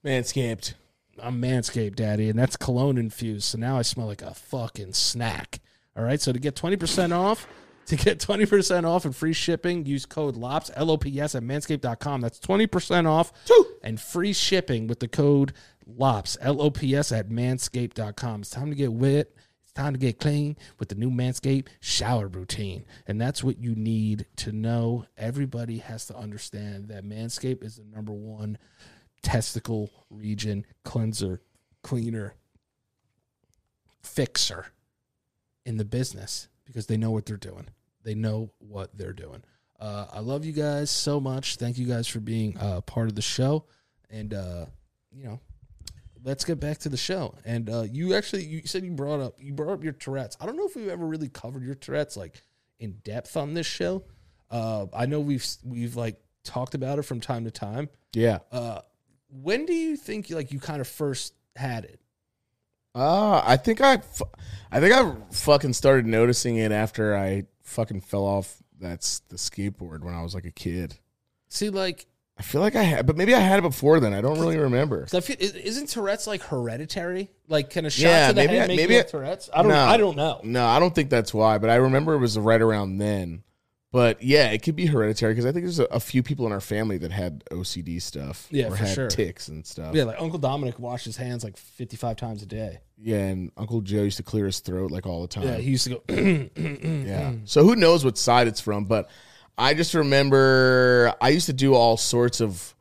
Manscaped. I'm Manscaped Daddy, and that's cologne infused. So now I smell like a fucking snack. All right. So to get 20% off, to get 20% off and free shipping, use code LOPS, L O P S, at manscaped.com. That's 20% off and free shipping with the code LOPS, L O P S, at manscaped.com. It's time to get wet. It's time to get clean with the new Manscaped shower routine. And that's what you need to know. Everybody has to understand that Manscaped is the number one testicle region cleanser, cleaner, fixer in the business because they know what they're doing. They know what they're doing. Uh, I love you guys so much. Thank you guys for being uh, part of the show, and uh, you know, let's get back to the show. And uh, you actually, you said you brought up you brought up your Tourette's. I don't know if we've ever really covered your Tourette's like in depth on this show. Uh, I know we've we've like talked about it from time to time, Yeah. uh, when do you think like you kind of first had it? Uh, I think I, fu- I think I fucking started noticing it after I fucking fell off that's the skateboard when I was like a kid. See, like, I feel like I had, but maybe I had it before then. I don't really remember. 'cause I feel, i- isn't Tourette's like hereditary? Like, can a shot Yeah, to the maybe head I- make maybe you I- have Tourette's? I don't, No. I don't know. No, I don't think that's why, but I remember it was right around then. But yeah, it could be hereditary because I think there's a, a few people in our family that had OCD stuff. Yeah, or for had sure. tics and stuff. Yeah, like Uncle Dominic washed his hands like fifty-five times a day. Yeah, and Uncle Joe used to clear his throat like all the time. Yeah, he mm-hmm. used to go. Yeah. So who knows what side it's from, but I just remember I used to do all sorts of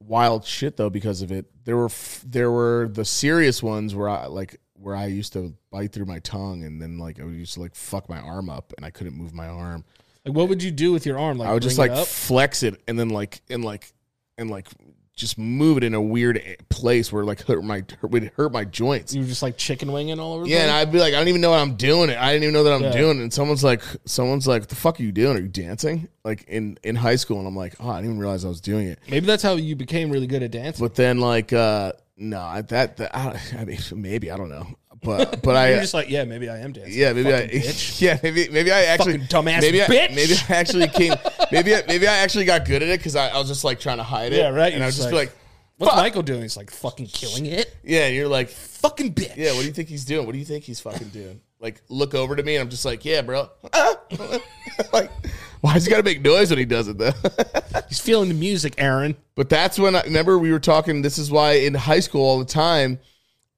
wild shit though because of it. There were f- there were the serious ones where I like where I used to bite through my tongue and then like I used to like fuck my arm up and I couldn't move my arm. like, what would you do with your arm? Like, I would just bring like it up? flex it and then like and like and like just move it in a weird eh, place where like hurt my would hurt my joints. you were just like chicken winging all over. the Yeah, and place? I'd be like, I don't even know what I'm doing. It. I didn't even know that I'm Yeah. doing it. And someone's like, someone's like, the fuck are you doing? Are you dancing? Like in in high school, and I'm like, oh, I didn't even realize I was doing it. maybe that's how you became really good at dancing. But then like, uh no, I- that, that I, I mean, maybe I don't know, but but You're I. just like, yeah, maybe I am dancing. Yeah, maybe I. Fucking bitch. Yeah, maybe maybe I actually Fucking dumbass maybe bitch. I, maybe I actually came. Maybe I, maybe I actually got good at it because I, I was just like trying to hide it. Yeah, right, And you're I was just just like- like, What's Fuck. Michael doing? He's like fucking killing it. yeah. And you're like, Fucking bitch. yeah. What do you think he's doing? What do you think he's fucking doing? Like, look over to me, and I'm just like, yeah, bro. like, why's he got to make noise when he does it though? He's feeling the music, Aaron. But that's when I remember we were talking. This is why in high school all the time,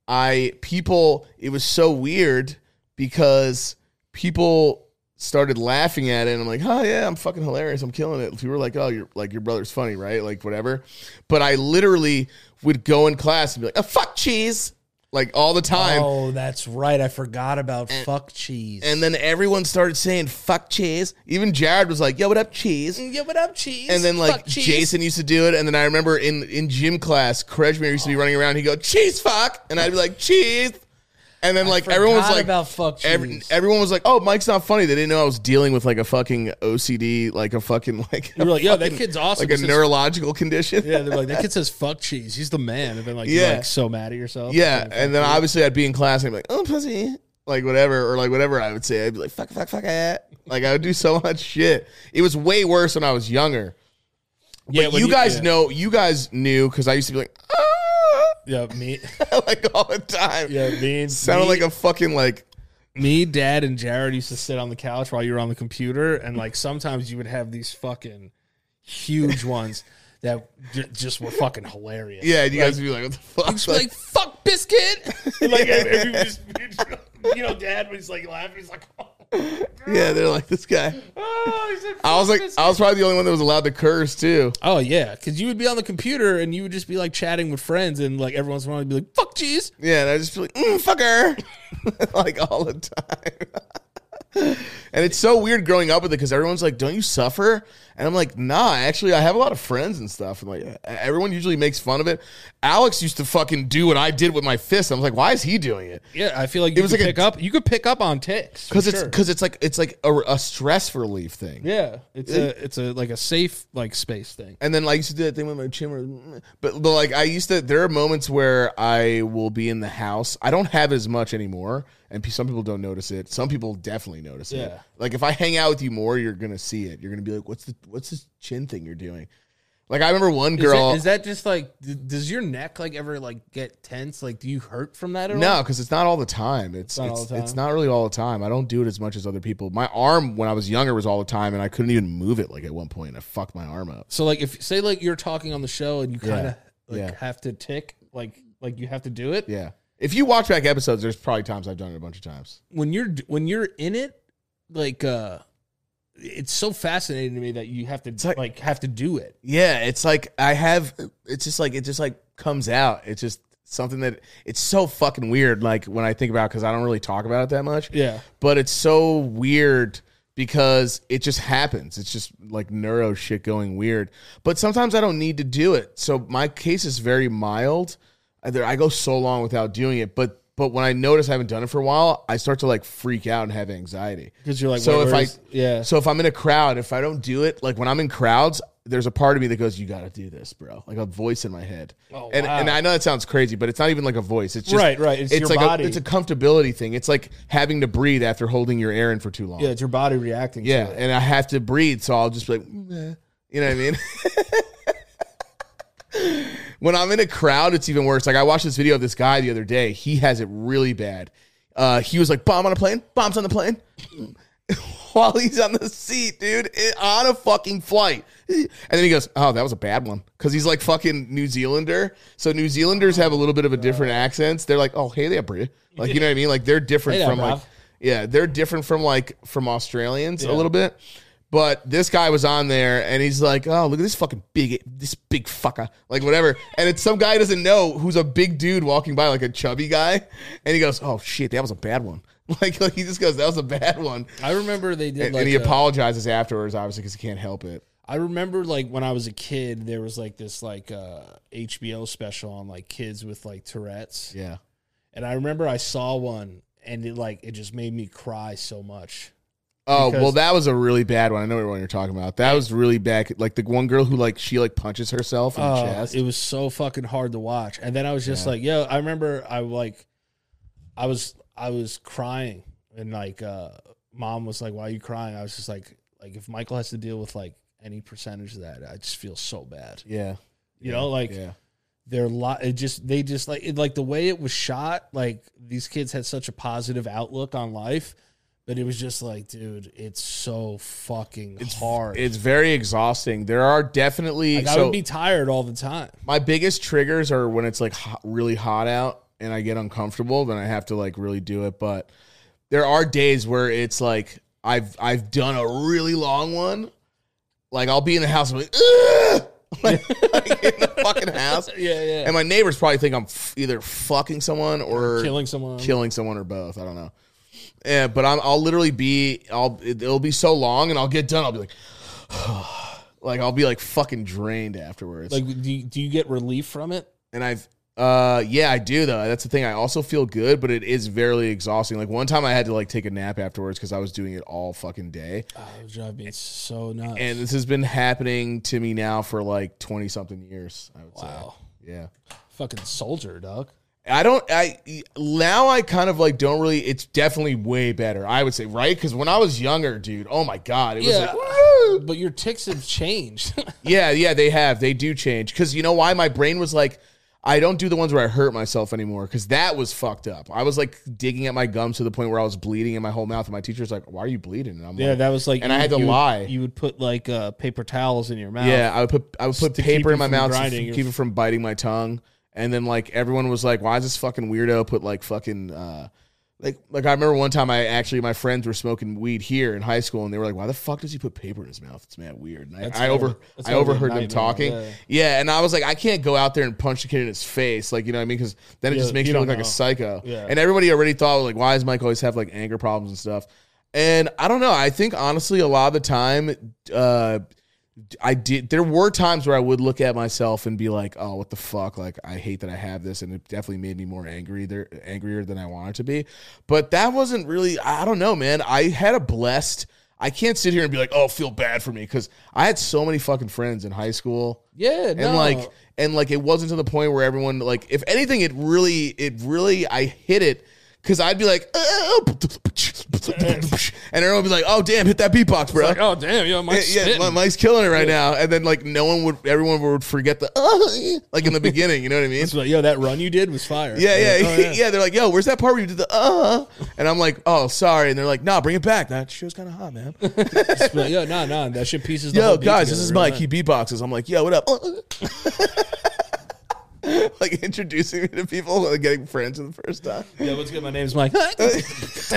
I people it was so weird because people started laughing at it and I'm like, "Oh yeah, I'm fucking hilarious. I'm killing it." People were like, "Oh, you're like your brother's funny, right?" Like whatever. But I literally would go in class and be like, "A fuck cheese." Like all the time. Oh, that's right. I forgot about fuck cheese. And then everyone started saying "fuck cheese." Even Jared was like, "Yo, what up, cheese?" Mm, Yeah, what up, cheese? And then Fuck like cheese. Jason used to do it, and then I remember in in gym class, Kreshmir used to Oh. be running around. He'd go cheese fuck, and I'd be like cheese, and then like everyone was Forgot like about fuck cheese. every- everyone was like, oh Mike's not funny. They didn't know I was dealing with like a fucking OCD, like a fucking like you were like, yo, that kid's awesome. like a He says- neurological condition. yeah, they're like, that kid says fuck cheese. He's the man. And then like, you're Yeah. like so mad at yourself. Yeah, and then obviously I'd be in class and I'd be like, oh pussy, like whatever, or like whatever I would say. I'd be like, fuck, fuck, fuck, eh. like I would do so much shit. It was way worse when I was younger. Yeah, but when you guys yeah. know, you guys knew because I used to be like, ah, Yeah, me, like all the time. yeah, me and sounded me, like a fucking like me, dad, and Jared used to sit on the couch while you were on the computer, and like sometimes you would have these fucking huge ones that j- just were fucking hilarious. yeah. You guys would be like, what the fuck? Just like, fuck biscuit. like "Oh, and- and you just- you know, dad was like laughing. He's like, Yeah, they're like this guy. Oh, he said, I was like, I was probably the only one that was allowed to curse too. uh, Oh yeah, because you would be on the computer and you would just be like chatting with friends, and like every once in a while you'd be like, "Fuck, jeez." Yeah, and I just feel like, mm, fucker, like all the time. and it's so weird growing up with it because everyone's like, don't you suffer? And I'm like, nah, actually, I have a lot of friends and stuff. And like, e-, everyone usually makes fun of it. Alex used to fucking do what I did with my fist. I was like, why is he doing it? Yeah, I feel like you was could like a- pick up. You could pick up on ticks for Because it's sure. because it's like it's like a, a stress relief thing. yeah, it's a it's a like a safe like space thing. And then like I used to do that thing with my chin, where- but, but like I used to. There are moments where I will be in the house. I don't have as much anymore, and pe- some people don't notice it. Some people definitely notice it. Yeah. Like if I hang out with you more, you're gonna see it. You're gonna be like, "What's the what's this chin thing you're doing?" Like I remember one Is girl. that, is that just like d- does your neck like ever like get tense? Like, do you hurt from that at all? no, because it's not all the time. It's it's not all it's, the time. not really all the time. I don't do it as much as other people. My arm when I was younger was all the time, and I couldn't even move it. Like at one point, I fucked my arm up. So like if say like you're talking on the show and you kind of like Yeah. have to tick like like you have to do it Yeah. If you watch back episodes, there's probably times I've done it a bunch of times. when you're d- when you're in it like uh it's so fascinating to me that you have to like, like- have to do it. Yeah, it's like I have. It's just like it just like comes out. It's just something that it's so fucking weird. Like when I think about because I don't really talk about it that much. Yeah. but it's so weird because it just happens. It's just like neuro shit going weird. But sometimes I don't need to do it. So my case is very mild. Either I go so long without doing it, but but when I notice I haven't done it for a while, I start to like freak out and have anxiety. 'Cause you're like, so wait, if I where's- yeah. so if I'm in a crowd, if I don't do it, like when I'm in crowds, there's a part of me that goes, "You got to do this, bro." Like a voice in my head, Oh, and wow. and I know that sounds crazy, but it's not even like a voice. It's just Right, right. It's your like body. A, it's a comfortability thing. It's like having to breathe after holding your air in for too long. Yeah, it's your body reacting. Yeah, to it. and I have to breathe, so I'll just be like, "Meh." you know what I mean? when I'm in a crowd, it's even worse. Like I watched this video of this guy the other day. He has it really bad. Uh, he was like, "Bomb on a plane, bombs on the plane," while he's on the seat, dude, i- on a fucking flight. And then he goes, "Oh, that was a bad one," because he's like fucking New Zealander. So New Zealanders have a little bit of a different accents. They're like, "Oh, hey there, bro," like you know what I mean? Like they're Hey different there, from like. bruv. Yeah, they're different from like from Australians a little bit. But this guy was on there and he's like, "Oh, look at this fucking big this big fucker." Like whatever. And it's some guy he doesn't know who's a big dude walking by like a chubby guy and he goes, "Oh shit, that was a bad one." Like, like he just goes, "That was a bad one." I remember they did And, like uh, and he a- apologizes afterwards obviously cuz he can't help it. I remember like when I was a kid there was like this like uh HBO special on like kids with like Tourette's. Yeah. And I remember I saw one and it like it just made me cry so much. Oh Because- well, that was a really bad one. I know what one you're talking about. That was really bad. Like the one girl who like she like punches herself in the Oh, chest. it was so fucking hard to watch. And then I was just like, yo, I remember I like I was I was crying and like uh mom was like, Why are you crying? I was just like like if Michael has to deal with like any percentage of that, I just feel so bad. yeah. You know, like Yeah. their lot it just they just like it, like the way it was shot like these kids had such a positive outlook on life but it was just like dude it's so fucking hard It's very exhausting. There are definitely like, i so would be tired all the time my biggest triggers are when it's like hot, really hot out and I get uncomfortable, then I have to like really do it. But there are days where it's like I've I've done a really long one. Like I'll be in the house and be like, "Ugh!" like, like, in the fucking house. yeah yeah And my neighbors probably think I'm f- either fucking someone or killing someone killing someone or both. I don't know. Yeah, but I'm, I'll literally be, I'll, it, it'll be so long and I'll get done. I'll be like, like, I'll be like fucking drained afterwards. like do you, do you get relief from it and I've, uh, yeah, I do though. That's the thing. I also feel good, but it is very exhausting. Like one time I had to like take a nap afterwards cause I was doing it all fucking day. oh, it would drive me so nuts And this has been happening to me now for like 20 something years. I would wow say. Yeah. fucking soldier dog I don't. I now I kind of like don't really. It's definitely way better. I would say right because when I was younger, dude. Oh my god, it was like but your ticks have changed yeah, yeah. They have. They do change because you know why my brain was like. I don't do the ones where I hurt myself anymore because that was fucked up. I was like digging at my gums to the point where I was bleeding in my whole mouth, and my teacher's like, "Why are you bleeding?" And I'm yeah like, that was like and you- I had to you would- lie. you would put like uh paper towels in your mouth Yeah, I would put I would put to keep paper you in my from mouth to grinding f- your- keep it from biting my tongue. And then like everyone was like, "Why is this fucking weirdo put like fucking uh, like like I remember one time I actually my friends were smoking weed here in high school and they were like, "Why the fuck does he put paper in his mouth? It's mad weird." And That's I, I over horrible. That's I horrible. overheard them Nightmare. talking, Yeah. yeah. and I was like, I can't go out there and punch the kid in his face, like you know what I mean? Because then it Yeah, just makes you you look don't like a know. psycho. Yeah. And everybody already thought like, why does Mike always have like anger problems and stuff? And I don't know. I think honestly, a lot of the time, uh, I did. There were times where I would look at myself and be like, "Oh, what the fuck! Like, I hate that I have this," and it definitely made me more angry there, angrier than I wanted to be. But that wasn't really. I don't know, man. I had a blessed. I can't sit here and be like, "Oh, feel bad for me," because I had so many fucking friends in high school Yeah, and like and like it wasn't to the point where everyone like if anything it really it really i hit it because i'd be like "Oh," and everyone would be like oh damn hit that beatbox bro like, oh damn, yo, Mike's yeah, spitting. Mi- Mike's killing it right now, and then like no one would, everyone would forget the uh, like in the beginning. You know what I mean? It's like, yo, that run you did was fire. Yeah, yeah, Like, oh, yeah. They're like, "Yo, where's that part where you did the uh?" And I'm like, "Oh, sorry." And they're like, "Nah, bring it back. That shit was kind of hot, man." It's like, yo, nah, nah, that shit pieces. The whole yo beat guys together this is real mike nice. he beatboxes i'm like yo what up like introducing me to people like getting friends for the first time Yeah, what's good? My name's Mike. it's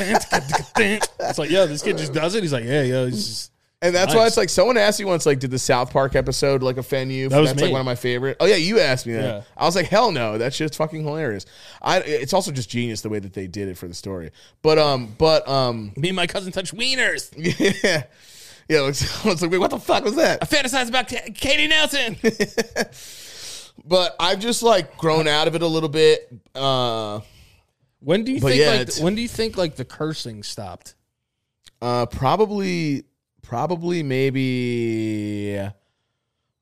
like, yo, this kid just does it. He's like, yeah, yo, he's just. and that's why Nice. it's like someone asked me once like did the south park episode like offend you That was that's me. like one of my favorite oh yeah you asked me that Yeah. i was like hell no that shit's fucking hilarious i it's also just genius the way that they did it for the story but um but um Me and my cousin touch wieners. yeah yeah, it's, it's like, wait, what the fuck was that? Fantasize about Ka- Katie Nelson. But I've just like grown out of it a little bit. Uh, when do you But think? yeah, like, it's- when do you think like the cursing stopped? Uh, probably, probably, maybe.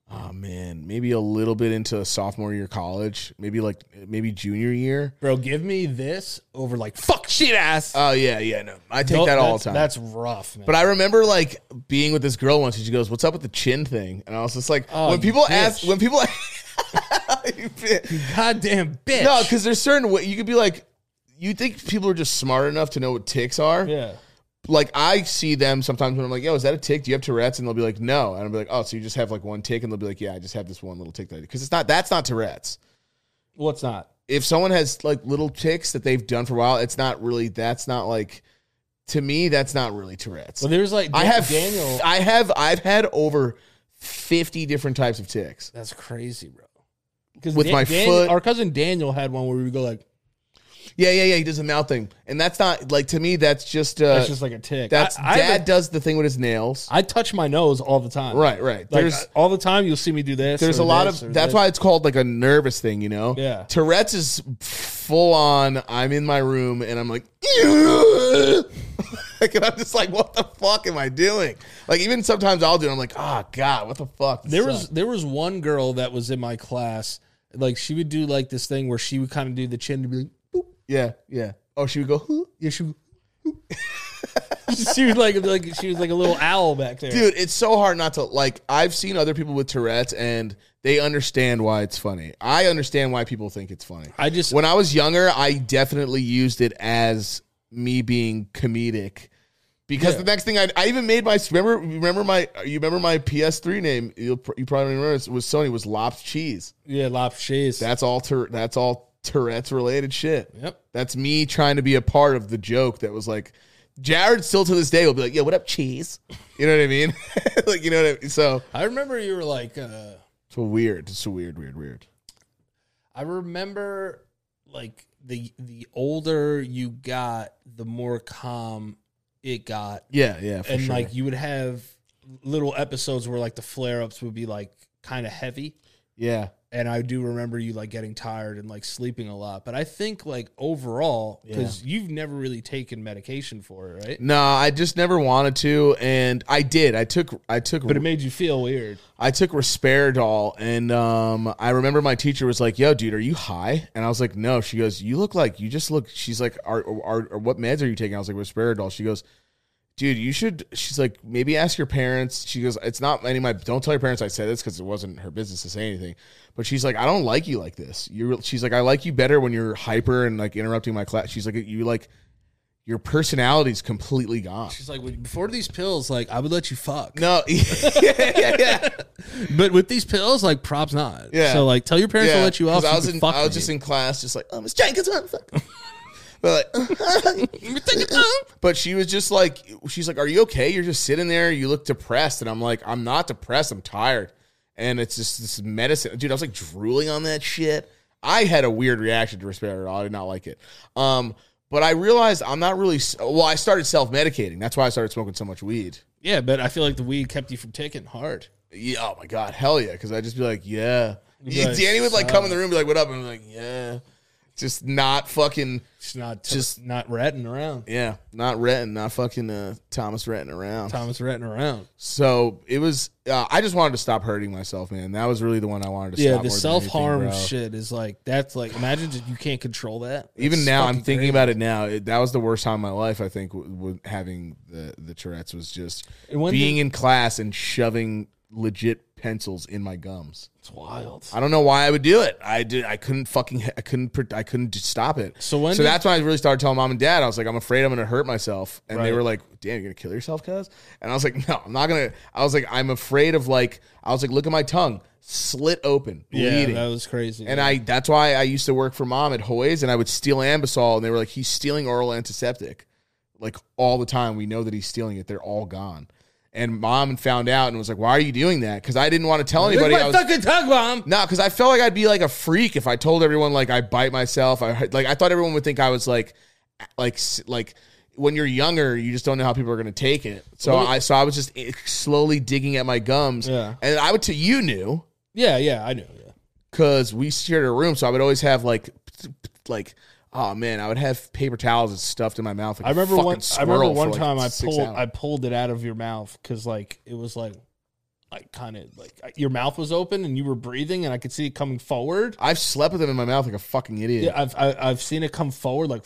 Oh man, maybe a little bit into sophomore year college, maybe like maybe junior year. Bro, give me this over like fuck shit ass. Oh yeah, yeah, no, I take Don't- that all that's- the time. That's rough, man. but I remember like being with this girl once, and she goes, "What's up with the chin thing?" And I was just like, Oh, when you people ask, bitch. when people, You bitch. goddamn bitch. no, because there's certain way you could be like, you think people are just smart enough to know what ticks are, yeah, like I see them sometimes when I'm like, "Yo, is that a tick? Do you have Tourette's?" And they'll be like, "No," and I'll be like, "Oh, so you just have like one tick?" And they'll be like, "Yeah, I just have this one little tick that because it's not that's not Tourette's. well, it's not. If someone has like little ticks that they've done for a while, it's not really that's not like to me that's not really Tourette's. Well, there's like I have Daniel. I have I've had over fifty different types of ticks. that's crazy, bro. Because With my foot- our cousin Daniel had one where we would go like, Yeah, yeah, yeah. He does a mouth thing, and that's not like to me. That's just uh, that's that's, just like a tick. I, I, dad have a- does the thing with his nails. I touch my nose all the time. right, right. Like, There's uh, all the time you'll see me do this. there's or a lot this of or that's this. why it's called like a nervous thing, you know. Yeah. Tourette's is full on. I'm in my room and I'm like, like, and I'm just like, what the fuck am I doing? Like even sometimes I'll do. it. I'm like, ah, god, what the fuck? This there sucks." was there was one girl that was in my class. Like she would do like this thing where she would kind of do the chin to be like, boop. yeah, yeah. Oh, she would go, "Huh?" Yeah, she. would- she was like like she was like a little owl back there. dude. It's so hard not to like. I've seen other people with Tourette's and they understand why it's funny. I understand why people think it's funny. I just when I was younger, I definitely used it as me being comedic. Because Yeah. the next thing I, I even made my remember remember my you remember my PS3 name you you probably remember this was Sony was Lops Cheese. yeah, lop cheese. That's all tur- that's all Tourette's related shit. Yep. That's me trying to be a part of the joke that was like Jared still to this day will be like, "Yo, what up, cheese?" You know what I mean? like you know what I mean? So I remember you were like uh it's weird. It's weird, weird, weird. I remember like the the older you got, the more calm it got. Yeah, yeah, for and sure. like you would have little episodes where like the flare ups would be like kind of heavy. yeah. And I do remember you like getting tired and like sleeping a lot. But I think like overall, because you've never really taken medication for it, right? No, I just never wanted to, and I did. I took I took But it made you feel weird. I took Risperidol, and um, I remember my teacher was like, "Yo, dude, are you high?" And I was like, "No." She goes, "You look like you just look." She's like, "Are are, are what meds are you taking?" I was like, "Risperidol." She goes, "Dude, you should." She's like, "Maybe ask your parents." She goes, "It's not any of my. Don't tell your parents I said this because it wasn't her business to say anything." But she's like, "I don't like you like this. You." She's like, "I like you better when you're hyper and like interrupting my class." She's like, "You like." Your personality's completely gone. She's like, well, before these pills, like I would let you fuck. No, yeah, yeah, yeah. But with these pills, like props not. Yeah. So like tell your parents to Yeah, let you off. 'cause I so was you can in, fuck I was me. just in class, just like, oh, Miss Jenkins, motherfucker. But like, but she was just like, she's like, "Are you okay? You're just sitting there. You look depressed." And I'm like, "I'm not depressed. I'm tired." And it's just this medicine, dude. I was like drooling on that shit. I had a weird reaction to risperidone. I did not like it. Um, but I realized I'm not really. s- Well, I started self medicating. That's why I started smoking so much weed. Yeah, but I feel like the weed kept you from taking it hard. Yeah, oh my god, hell yeah! Because I'd just be like, yeah. be like, Danny would like come in the room, be like, "What up?" And I'm like, "Yeah." Just not fucking It's not Just- just not ratting around. Yeah, not Renton, not fucking uh, Thomas Renton around. Thomas ratting around. So it was. Uh, I just wanted to stop hurting myself, man. That was really the one I wanted to. Yeah, stop the more than self harm anything, bro. shit is like that's like imagine that you can't control that. Even That's now, I'm fucking thinking crazy. about it now. It, that was the worst time of my life. I think w- w- having the the Tourette's was just And when being in class and shoving legit pencils in my gums. it's wild. I don't know why I would do it. I did. I couldn't fucking. I couldn't. pr- I couldn't just stop it. So when So did- that's when I really started telling mom and dad. I was like, I'm afraid I'm gonna hurt myself, and they Right. were like, Damn, you're gonna kill yourself, cuz? And I was like, No, I'm not gonna. I was like, I'm afraid of like. I was like, Look at my tongue, slit open, Yeah, bleeding. that was crazy. and I. That's why I used to work for mom at Hoy's, and I would steal Ambisol, and they were like, He's stealing oral antiseptic, like all the time. We know that he's stealing it. They're all gone. And mom found out and was like, "Why are you doing that?" Because I didn't want to tell anybody. I was, fucking tug bomb. no, because I felt like I'd be like a freak if I told everyone like I bite myself. I like I thought everyone would think I was like, like s- like when you're younger, you just don't know how people are gonna take it. So I so I was just eh, slowly digging at my gums. Yeah. and I would to you knew Yeah, yeah, I knew. Yeah. because we shared a room, so I would always have like like. Oh man, I would have paper towels stuffed in my mouth. Like I a remember fucking one. I remember squirrel one for, like, time I six pulled. hours. I pulled it out of your mouth because like it was like, like kind of like your mouth was open and you were breathing and I could see it coming forward. I've slept with them in my mouth like a fucking idiot. Yeah, I've I, I've seen it come forward like.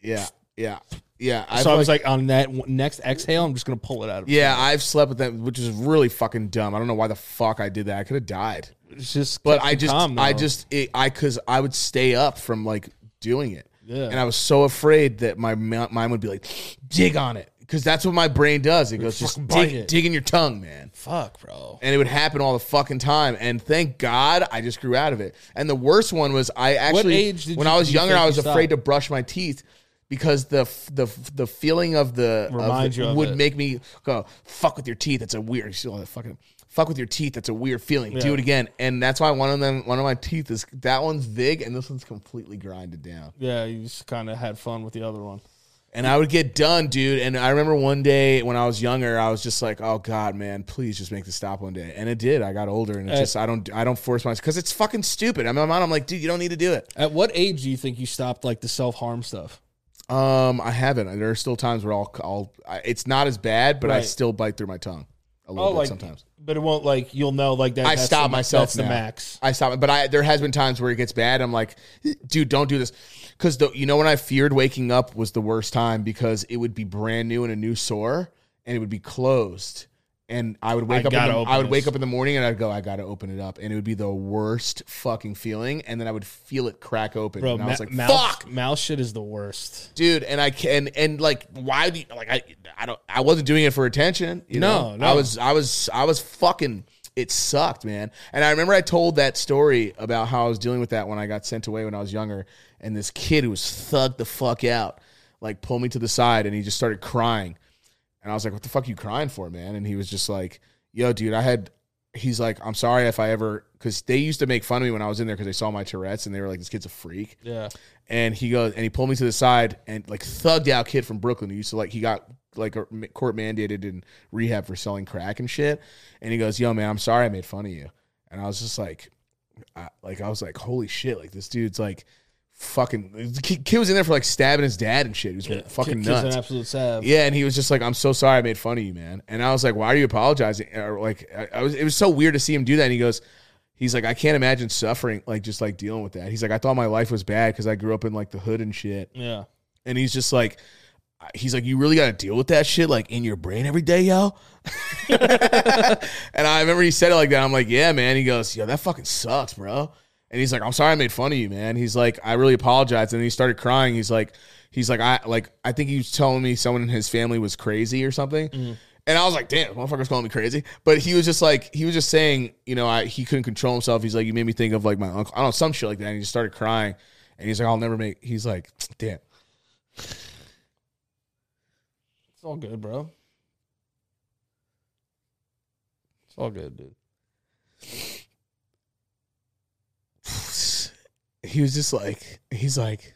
yeah, yeah, yeah. I've, so I was like on that w- next exhale, I'm just gonna pull it out. Of Yeah, I've slept with them, which is really fucking dumb. I don't know why the fuck I did that. I could have died, It's just. but kept I you just, calm, I though. just, it, I because I would stay up from like doing it, Yeah. and I was so afraid that my ma- mind would be like, dig on it, because that's what my brain does. It goes just fucking bite dig, it. dig in your tongue, man. fuck, bro. And it would happen all the fucking time, and thank God I just grew out of it. And the worst one was I actually, age did when you- I was do you younger, think I you was stopped? afraid to brush my teeth because the f- the f- the feeling of the of Remind it you of would it. make me go fuck with your teeth. That's a weird. You see all that fucking fuck with your teeth. That's a weird feeling. Do Yeah. it again, and that's why one of them, one of my teeth is that one's big, and this one's completely grinded down. Yeah, you just kind of had fun with the other one. And I would get done, dude. And I remember one day when I was younger, I was just like, "Oh God, man, please just make this stop one day." And it did. I got older, and it's Uh, just I don't I don't force myself because it's fucking stupid. I'm in my mind, I'm like, dude, you don't need to do it. At what age do you think you stopped like the self harm stuff? Um, I haven't. There are still times where I'll I'll I, it's not as bad, but I Right. still bite through my tongue a little bit sometimes. Oh, but it won't like you'll know like that. I that's stop the, myself. That's the now. max. I stop, but I there has been times where it gets bad. I'm like, dude, don't do this, because the you know when I feared waking up was the worst time because it would be brand new and a new sore, and it would be closed, and I would wake I up. In gotta the, open I would this. wake up in the morning and I'd go, I gotta open it up, and it would be the worst fucking feeling, and then I would feel it crack open, Bro, and I was like, mouth, fuck, mouth shit is the worst. dude and i can and like why do you like i i don't i wasn't doing it for attention you No, know? no. i was i was i was fucking it sucked man and i remember i told that story about how i was dealing with that when i got sent away when i was younger and this kid who was thugged the fuck out like pulled me to the side and he just started crying and I was like, "What the fuck you crying for, man?" And he was just like, "Yo, dude, I had." He's like, "I'm sorry if I ever," because they used to make fun of me when I was in there because they saw my Tourette's and they were like, "This kid's a freak." Yeah. And he goes, and he pulled me to the side and like thugged out kid from Brooklyn who used to like he got like a- court mandated in rehab for selling crack and shit. And he goes, "Yo, man, I'm sorry I made fun of you." And I was just like, I, like I was like, "Holy shit!" Like this dude's like. Fucking the kid kid was in there for like stabbing his dad and shit. He was fucking Kid- kid's nuts. an absolute sav. Yeah, and he was just like, "I'm so sorry, I made fun of you, man." And I was like, "Why are you apologizing?" Or like, I, I was. It was so weird to see him do that. And he goes, "He's like, I can't imagine suffering, like just like dealing with that." He's like, "I thought my life was bad because I grew up in like the hood and shit." Yeah. And he's just like, he's like, "You really got to deal with that shit like in your brain every day, yo." and I remember he said it like that. I'm like, "Yeah, man." He goes, "Yo, that fucking sucks, bro." And he's like, "I'm sorry, I made fun of you, man." He's like, "I really apologize." And he started crying. He's like, "He's like, I like, I think he was telling me someone in his family was crazy or something." And I was like, "Damn, motherfucker's calling me crazy." But he was just like, he was just saying, you know, I, he couldn't control himself. He's like, "You made me think of like my uncle." I don't know, some shit like that. And he just started crying. And he's like, "I'll never make." He's like, "Damn." It's all good, bro. It's all good, dude. he was just like he's like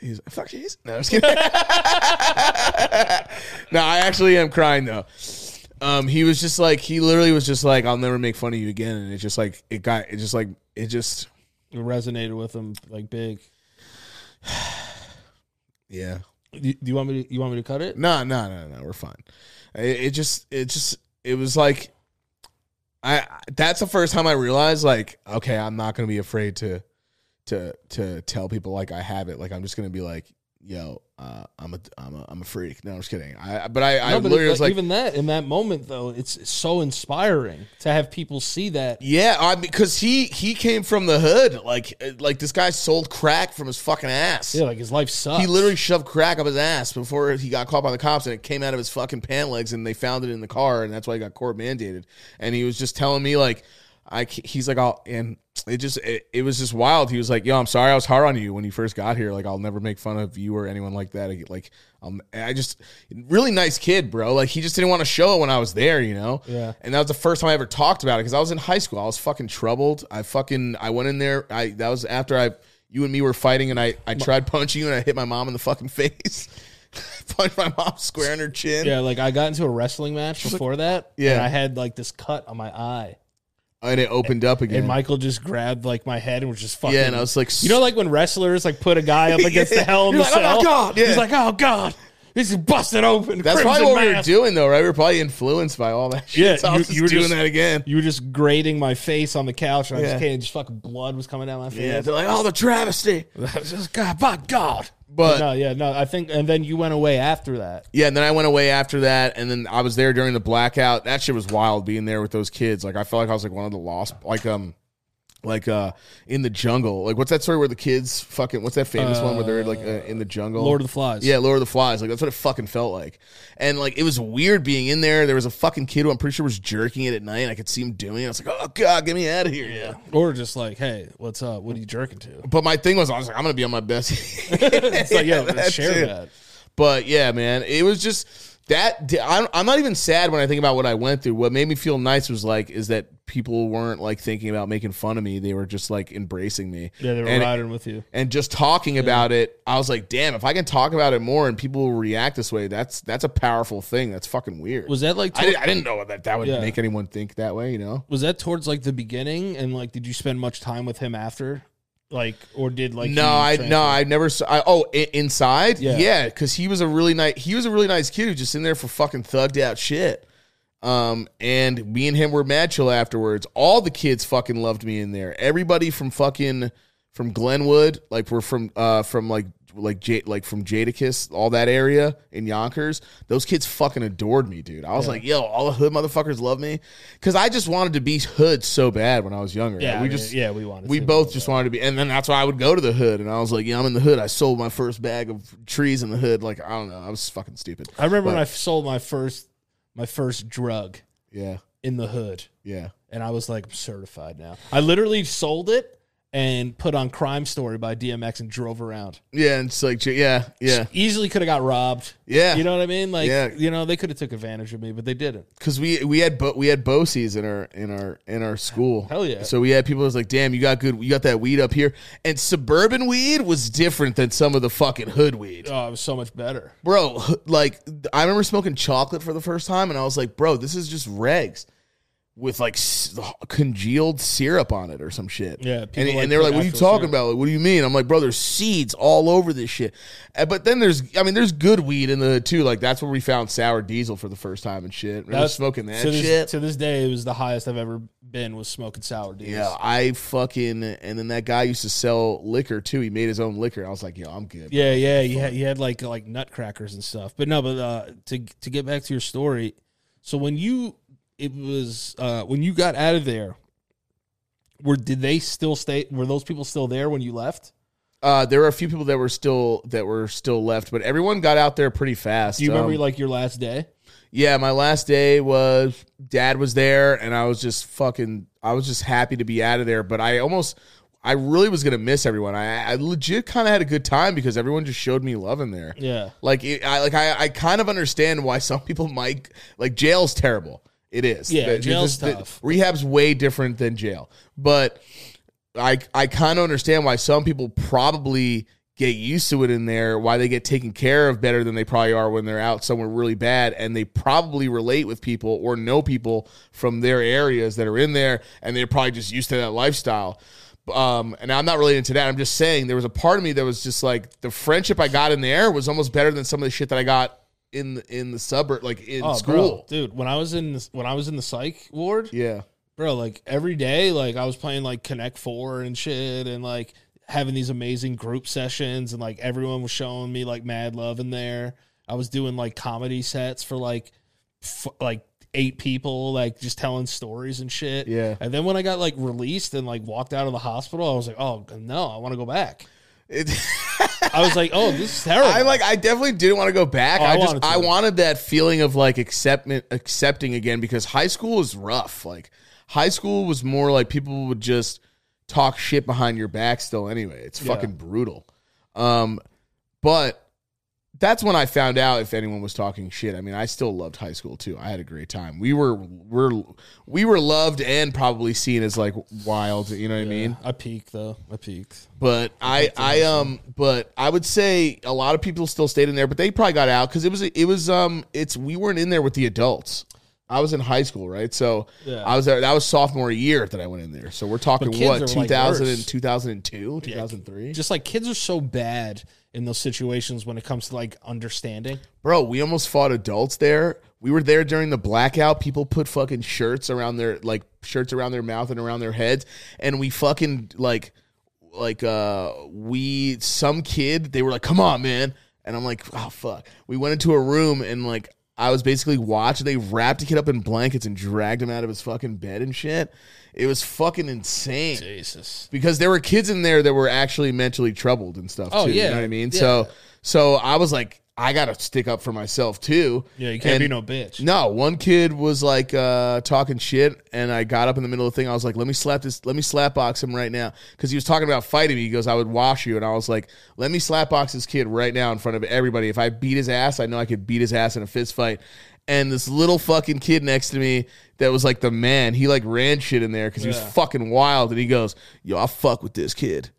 he's like, fuck she's no I'm just kidding. no I actually am crying though um he was just like he literally was just like I'll never make fun of you again and it just like it got it just like it just It resonated with him like big. yeah Do do you want me to? You want me to cut it? No, no, no, no. We're fine. It, it just, it just, it was like, I. That's the first time I realized, like, okay, I'm not gonna be afraid to, to, to tell people like I have it. Like, I'm just gonna be like, yo, uh, I'm a, I'm a, I'm a freak. No, I'm just kidding. I, but I, I No, but literally it- was like, even that in that moment though, it's so inspiring to have people see that. yeah, I because he, he came from the hood. Like, uh, like this guy sold crack from his fucking ass. Yeah, like his life sucks. He literally shoved crack up his ass before he got caught by the cops, and it came out of his fucking pant legs, and they found it in the car, and that's why he got court mandated. And he was just telling me like, I ca- he's like, I'll and it just it, it was just wild. He was like, Yo, I'm sorry, I was hard on you when you first got here. Like, I'll never make fun of you or anyone like that. I- Like, um, I just really nice kid, bro. Like, he just didn't want to show it when I was there, you know. Yeah. And that was the first time I ever talked about it because I was in high school. I was fucking troubled. I fucking I went in there. I that was after I you and me were fighting and I I tried punching you and I hit my mom in the fucking face. Punched my mom square in her chin. Yeah, like I got into a wrestling match before that. Yeah. and I had like this cut on my eye, And it opened up again. and Michael just grabbed like my head and was just fucking. yeah, and I was like, you know, like when wrestlers like put a guy up against the hell in You're the like, "Oh my cell. God, yeah. He's like, oh god, he's busted open. that's crimson probably what we were mask." doing though, right? We were probably influenced by all that shit. Yeah, so I you- was just you were doing just- that again. You were just grating my face on the couch, and I Yeah. just can't. Just fucking blood was coming down my face. Yeah, they're like, oh, the travesty. I was just God, by God. But no, yeah, no. I think, and then you went away after that. Yeah, and then I went away after that, and then I was there during the blackout. That shit was wild being there with those kids. Like I felt like I was like one of the lost, like um, like uh, in the jungle. Like what's that story where the kids fucking? What's that famous one where they're like uh, in the jungle? Lord of the Flies. Yeah, Lord of the Flies. Like that's what it fucking felt like. And like it was weird being in there. There was a fucking kid who I'm pretty sure was jerking it at night. And I could see him doing it. I was like, oh god, get me out of here. Yeah. Or just like, hey, what's up? What are you jerking to? But my thing was, I was like, I'm gonna be on my best. It's like, yo, That's share it. that. But yeah, man, it was just that. I'm, I'm not even sad when I think about what I went through. What made me feel nice was like, is that people weren't like thinking about making fun of me. They were just like embracing me. Yeah, they were and, riding with you. And just talking about it, I was like, damn, if I can talk about it more and people will react this way, that's that's a powerful thing. That's fucking weird. Was that like I, did, I didn't know that that would Yeah. make anyone think that way, you know? was that towards like the beginning and like did you spend much time with him after like or did like no, he I transfer- no, I never. Saw, I, oh, i- inside, Yeah. yeah, because he was a really nice. He was a really nice kid who just in there for fucking thugged out shit. Um, and me and him were mad chill afterwards. All the kids fucking loved me in there. Everybody from fucking from Glenwood, like we're from uh from like like J like from Jadakiss, all that area in Yonkers. Those kids fucking adored me, dude. I was like, yo, all the hood motherfuckers love me because I just wanted to be hood so bad when I was younger. yeah we just yeah we wanted we to. both just wanted to be, and then that's why I would go to the hood, and I was like, "Yeah, I'm in the hood. I sold my first bag of trees in the hood. Like, I don't know, I was fucking stupid. I remember when But- I sold my first my first drug Yeah, in the hood yeah, and I was like I'm certified now I literally sold it and put on crime story by DMX and drove around yeah. And it's like, yeah, yeah, easily could have got robbed yeah. you know what I mean like Yeah. you know they could have took advantage of me but they didn't because we we had bo- we had BOCES in our in our in our school. Hell yeah. So we had people that was like, "Damn, you got good, you got that weed up here." And suburban weed was different than some of the fucking hood weed. oh it was so much better bro like i remember smoking chocolate for the first time and i was like bro this is just regs with like s- congealed syrup on it or some shit Yeah, and, people and like they were put like what are you actual talking syrup. about like what do you mean i'm like bro there's seeds all over this shit Uh, but then there's i mean there's good weed in the too like that's where we found sour diesel for the first time and shit remember That's- smoking that to this, shit to this day it was the highest I've ever been was smoking sour dudes yeah, I fucking and then that guy used to sell liquor too. He made his own liquor. I was like, yo, I'm good. Yeah, yeah, you had, you had like like nutcrackers and stuff. But no, but uh, to to get back to your story, so when you it was uh, when you got out of there, were did they still stay? Were those people still there when you left? Uh, there were a few people that were still that were still left, but everyone got out there pretty fast. Do you Um, remember like your last day? yeah, my last day was dad was there and I was just fucking I was just happy to be out of there, but I almost I really was gonna miss everyone. I, I legit kind of had a good time because everyone just showed me love in there. Yeah. Like it, I like I, I kind of understand why some people might like jail's terrible. It is. Yeah, That- jail's that- tough. rehab's way different than jail, but I I kind of understand why some people probably get used to it in there. Why they get taken care of better than they probably are when they're out somewhere really bad, and they probably relate with people or know people from their areas that are in there, and they're probably just used to that lifestyle um, and I'm not relating to that. I'm just saying there was a part of me that was just like the friendship I got in there was almost better than some of the shit that I got in the, in the suburb, like in Oh, school. bro, dude. When I was in this, when I was in the psych ward, Yeah, bro, like every day, like I was playing like Connect Four and shit, and like having these amazing group sessions, and like everyone was showing me like mad love in there. I was doing like comedy sets for like f- like eight people, like just telling stories and shit. Yeah. And then when I got like released and like walked out of the hospital, I was like, oh no, I want to go back. it, I was like, oh, this is terrible. I like I definitely didn't want to go back. Oh, I I, just wanted to. I wanted that feeling of like acceptment accepting again because high school is rough. Like high school was more like people would just talk shit behind your back. Still, anyway, it's Yeah. fucking brutal. Um, but that's when I found out if anyone was talking shit. I mean, I still loved high school too. I had a great time. We were we're we were loved and probably seen as like wild. You know what I mean? I peaked though. I peaked. But I, I um, but I would say a lot of people still stayed in there, but they probably got out because it was, it was um, it's we weren't in there with the adults. I was in high school, right? So Yeah. I was there. That was sophomore year that I went in there. So we're talking kids are, what like, 2000 worse. and 2002, 2003. Just like kids are so bad in those situations when it comes to like understanding. Bro, we almost fought adults there. We were there during the blackout. People put fucking shirts around their like shirts around their mouth and around their heads, and we fucking like like uh we some kid they were like, "Come on, man," and I'm like, "Oh fuck." We went into a room and like I was basically watching. They wrapped a kid up in blankets and dragged him out of his fucking bed and shit. It was fucking insane Jesus. because there were kids in there that were actually mentally troubled and stuff. Oh, too, yeah. you know what I mean. Yeah. So so I was like, I gotta stick up for myself too. Yeah, you can't And be no bitch. No, one kid was like uh, talking shit, and I got up in the middle of the thing. I was like, "Let me slap this. Let me slap box him right now," because he was talking about fighting me. He goes, "I would wash you," and I was like, "Let me slap box this kid right now in front of everybody. If I beat his ass, I know I could beat his ass in a fist fight." And this little fucking kid next to me that was like the man, he like ran shit in there because he Yeah. was fucking wild. And he goes, "Yo, I fuck with this kid."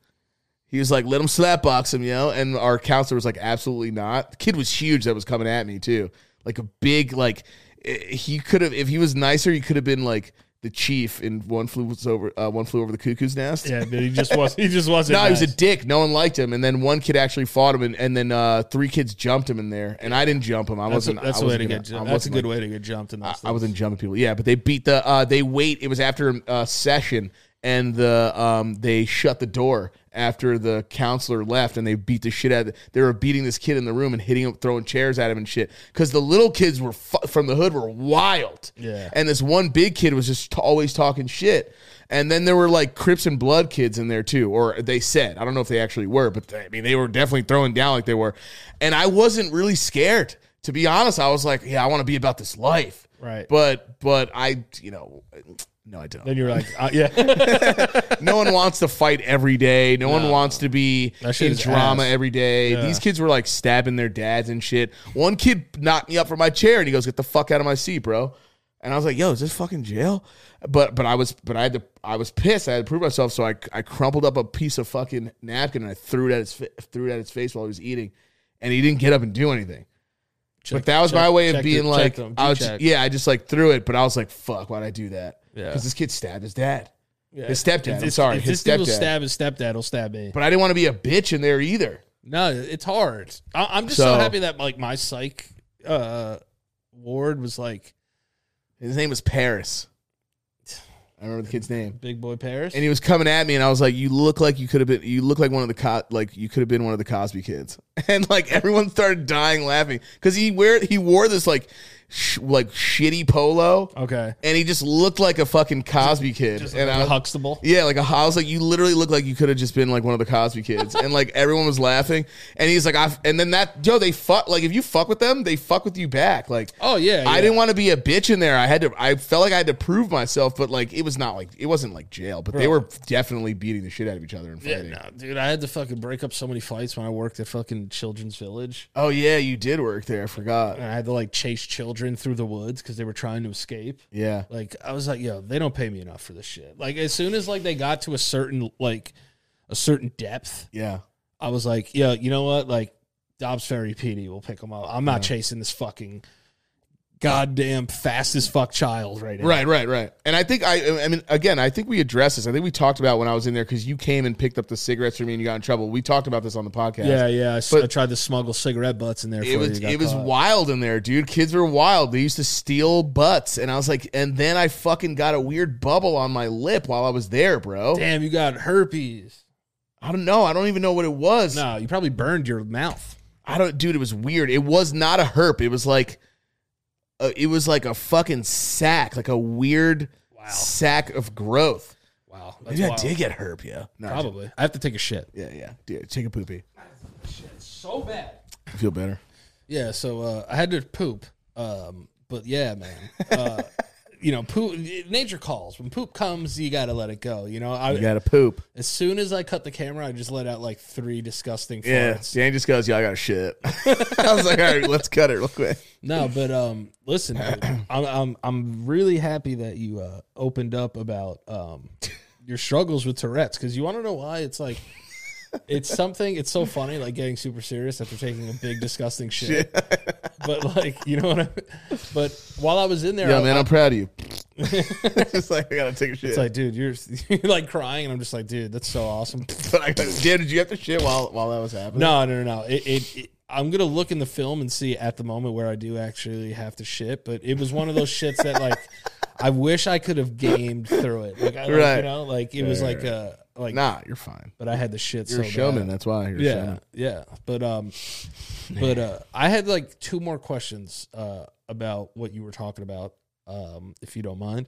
He was like, let him slap box him, yo. And our counselor was like, absolutely not. The kid was huge that was coming at me, too. Like a big, like, eh, he could have, if he was nicer, he could have been like the chief in One Flew Was Over, uh, One Flew Over the Cuckoo's Nest. Yeah, but he just was. He just wasn't. No, he was a nice. dick. No one liked him. And then one kid actually fought him, and, and then uh, three kids jumped him in there. And I didn't jump him. I That's a, wasn't. that's I a way wasn't to gonna- get. I Jumped. That's a wasn't good gonna- way to get jumped in those I things. wasn't jumping people. Yeah, but they beat the. Uh, they wait. It was after uh, session, and the um, they shut the door after the counselor left, and they beat the shit out. Of, they were beating this kid in the room and hitting him, throwing chairs at him and shit. Because the little kids were fu- from the hood were wild. Yeah. and this one big kid was just t- always talking shit. And then there were like Crips and Blood kids in there too, or they said. I don't know if they actually were, but they, I mean, they were definitely throwing down like they were. And I wasn't really scared, to be honest. I was like, yeah, I want to be about this life. Right. But but I you know no I don't. Then you're like, uh, yeah, No one wants to fight every day. No, one wants to be That shit in is drama ass. every day. Yeah. These kids were like stabbing their dads and shit. One kid knocked me up from my chair and he goes, "Get the fuck out of my seat, bro." And I was like, "Yo, is this fucking jail?" But but I was but I had to I was pissed. I had to prove myself, so I I crumpled up a piece of fucking napkin and I threw it at his fa- threw it at his face while he was eating, and he didn't get up and do anything but that was my way of check being them- check like, them, I was, check. yeah, I just like threw it, but I was like, fuck, why'd I do that? Yeah. because this kid stabbed his dad, Yeah. his stepdad. I'm If- sorry, if his this dude will stepdad. stab his stepdad, will stab me. but I didn't want to be a bitch in there either. No, it's hard. I, I'm just so, So- happy that like my psych uh, ward was like His name was Paris. I remember the kid's name, big boy Paris. and he was coming at me, and I was like, "You look like you could have been. You look like one of the co- like you could have been one of the Cosby kids." And like everyone started dying laughing because he wear he wore this like sh- like shitty polo, Okay. and he just looked like a fucking Cosby kid. and I, Huxtable. yeah, like a, I was like, you literally look like you could have just been like one of the Cosby kids, and like everyone was laughing. And he's like, I, and then that yo, they fuck like if you fuck with them, they fuck with you back. Like, Oh, yeah, I yeah. didn't want to be a bitch in there. I had to, I felt like I had to prove myself, but like it was not like it wasn't like jail, but they were definitely beating the shit out of each other and Yeah, fighting. no, dude, I had to fucking break up so many fights when I worked at fucking Children's Village. Oh yeah, you did work there. I forgot. And I had to like chase children through the woods because they were trying to escape. Yeah, Like I was like, yo, they don't pay me enough for this shit. Like as soon as like they got to a certain like a certain depth, yeah. I was like, yo, you know what? Like Dobbs Ferry PD will pick them up. I'm not chasing this fucking goddamn fast as fuck child right now. Right, right, right. And I think I, I mean, again, I think we addressed this. I think we talked about when I was in there because you came and picked up the cigarettes for me and you got in trouble. We talked about this on the podcast. Yeah, yeah. I, s- But- I tried to smuggle cigarette butts in there. It for was you, got it was caught. wild in there, dude. Kids were wild. They used to steal butts, and I was like, and then I fucking got a weird bubble on my lip while I was there, bro. Damn, you got herpes. I don't know. I don't even know what it was. No, you probably burned your mouth. I don't, dude. It was weird. It was not a herp. It was like, uh, it was like a fucking sack, like a weird sack of growth. Wow. Maybe I did get herp, yeah. No, I didn't. Probably. I have to take a shit. Yeah, yeah. Dude, take a poopy. So bad. I feel better. Yeah, so uh, I had to poop. Um, but yeah, man. Uh, you know, poop nature calls. When poop comes, you got to let it go. You know, I You gotta poop. as soon as I cut the camera, I just let out like three disgusting Yeah. farts. Dan just goes, Yeah, I got shit. I was like, all right, let's cut it real quick. No, but um, listen, dude, I'm I'm I'm really happy that you uh, opened up about um your struggles with Tourette's because you want to know why it's like it's something it's so funny like getting super serious after taking a big disgusting shit, but like you know what I mean? but while I was in there, Yeah, I- man, I'm proud of you. just like I gotta take a shit. it's like dude, you're you're like crying, and I'm just like dude, that's so awesome. but I gotta, Dan, did you have to shit while while that was happening? No, no, no, no. It, it, it- I'm gonna look in the film and see at the moment where I do actually have to shit, but it was one of those shits that like I wish I could have gamed through it. Like, I, like, Right. you know, like it was like uh like Nah, you're fine. but I had the shit You're so a showman, bad. that's why. You're Yeah, a showman. yeah. But um but uh I had like two more questions uh about what you were talking about, um, if you don't mind.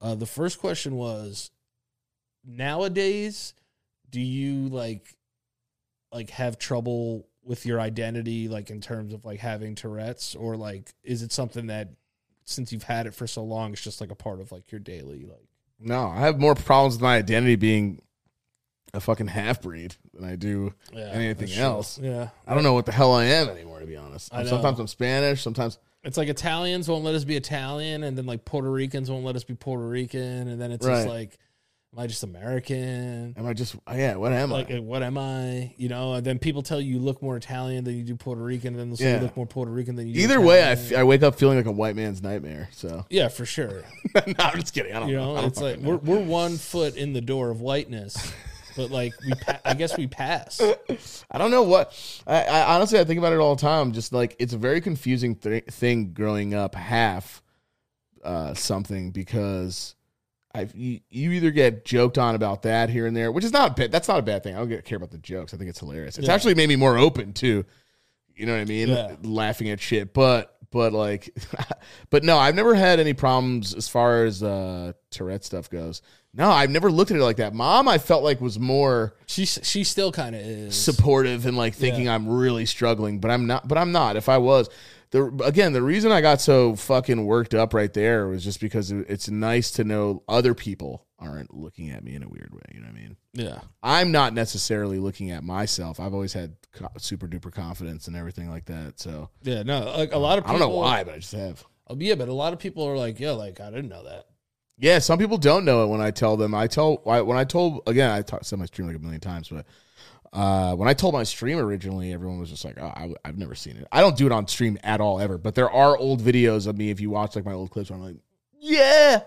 Uh the first question was nowadays do you like like have trouble with your identity like in terms of like having tourette's or like is it something that since you've had it for so long it's just like a part of like your daily like No, I have more problems with my identity being a fucking half breed than I do anything else. yeah I don't know what the hell I am anymore, to be honest. I know. Sometimes I'm Spanish, sometimes it's like italians won't let us be italian and then like puerto ricans won't let us be puerto rican and then it's just Right. like am i just american am I just oh, yeah, what am like I? uh, what am i you know and then people tell you you look more italian than you do puerto rican and then they'll say Yeah. you look more puerto rican than you do Either way, I, Italian. f- I wake up feeling like a white man's nightmare. So yeah for sure no, I'm just kidding. I don't you know. know I don't it's like fucking we're, know. we're one foot in the door of whiteness but like we pa- i guess we pass I don't know what. I, I honestly, I think about it all the time. Just like it's a very confusing th- thing growing up half uh, something because I you, you either get joked on about that here and there, which is not a bit. That's not a bad thing. I don't get- care about the jokes. I think it's hilarious. It's Yeah. actually made me more open too. You know what I mean? Yeah. Laughing at shit, but but like, but no, I've never had any problems as far as uh, Tourette stuff goes. No, I've never looked at it like that. Mom, I felt like was more she she still kind of is supportive and like thinking I'm really struggling, but I'm not. But I'm not. If I was, the again, the reason I got so fucking worked up right there was just because it- it's nice to know other people aren't looking at me in a weird way. You know what I mean? yeah I'm not necessarily looking at myself. I've always had co- super duper confidence and everything like that. So yeah no like a lot of I people Oh, don't know why, but I just have. yeah but a lot of people are like yeah like i didn't know that Yeah, some people don't know it when I tell them. I tell I, when I told again. I talk, said my stream like a million times, but uh, when I told my stream originally, everyone was just like, "Oh, I, have never seen it." I don't do it on stream at all ever. But there are old videos of me. If you watch like my old clips, where I'm like, "Yeah,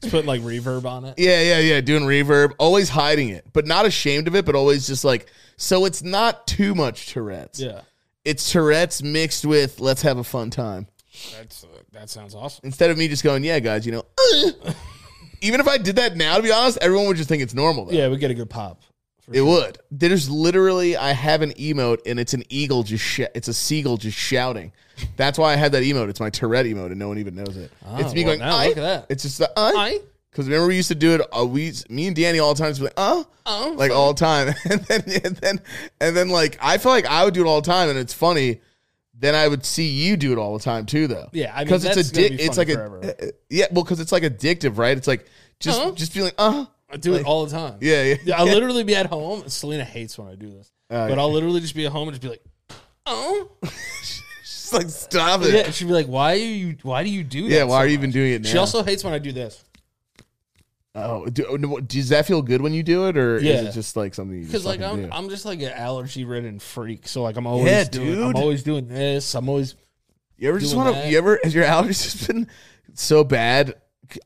Just put like reverb on it yeah, yeah, yeah," doing reverb, always hiding it, but not ashamed of it, but always just like, so it's not too much Tourette's. yeah It's Tourette's mixed with let's have a fun time. That's uh, that sounds awesome. instead of me just going, yeah, guys, you know, "Uh." even if I did that now, to be honest, everyone would just think it's normal. Though. Yeah, we get a good pop. it would. There's literally, I have an emote, and it's an eagle just, sh- it's a seagull just shouting. That's why I had that emote. It's my Tourette emote, and no one even knows it. it's me Oh, well, going, now I. look at that. It's just the I. Because remember we used to do it. Uh, we, me and Danny, all the time. Just be like, uh, Uh-huh. Oh. like all the time, and then and then and then like I feel like I would do it all the time, and it's funny. Then I would see you do it all the time too, though. Yeah, I mean, because it's that's gonna addic- be It's like funny a uh, forever. yeah, well, because it's like addictive, right? It's like just just feeling uh, I do it all the time. yeah, yeah, Yeah, I'll literally be at home. Selena hates when I do this, Uh, but I'll literally just be at home and just be like, "Oh, Just like stop it. yeah." She'd be like, "Why are you? Why do you do that?" Yeah, why so are you much?" even doing it now? She also hates when I do this oh, do, oh, no, does that feel good when you do it, or Yeah. is it just like something you just because like fucking I'm, do? I'm just like an allergy ridden freak. So like I'm always Yeah, doing, dude. I'm always doing this. I'm always you ever just doing want to? that. You ever has your allergies just been so bad?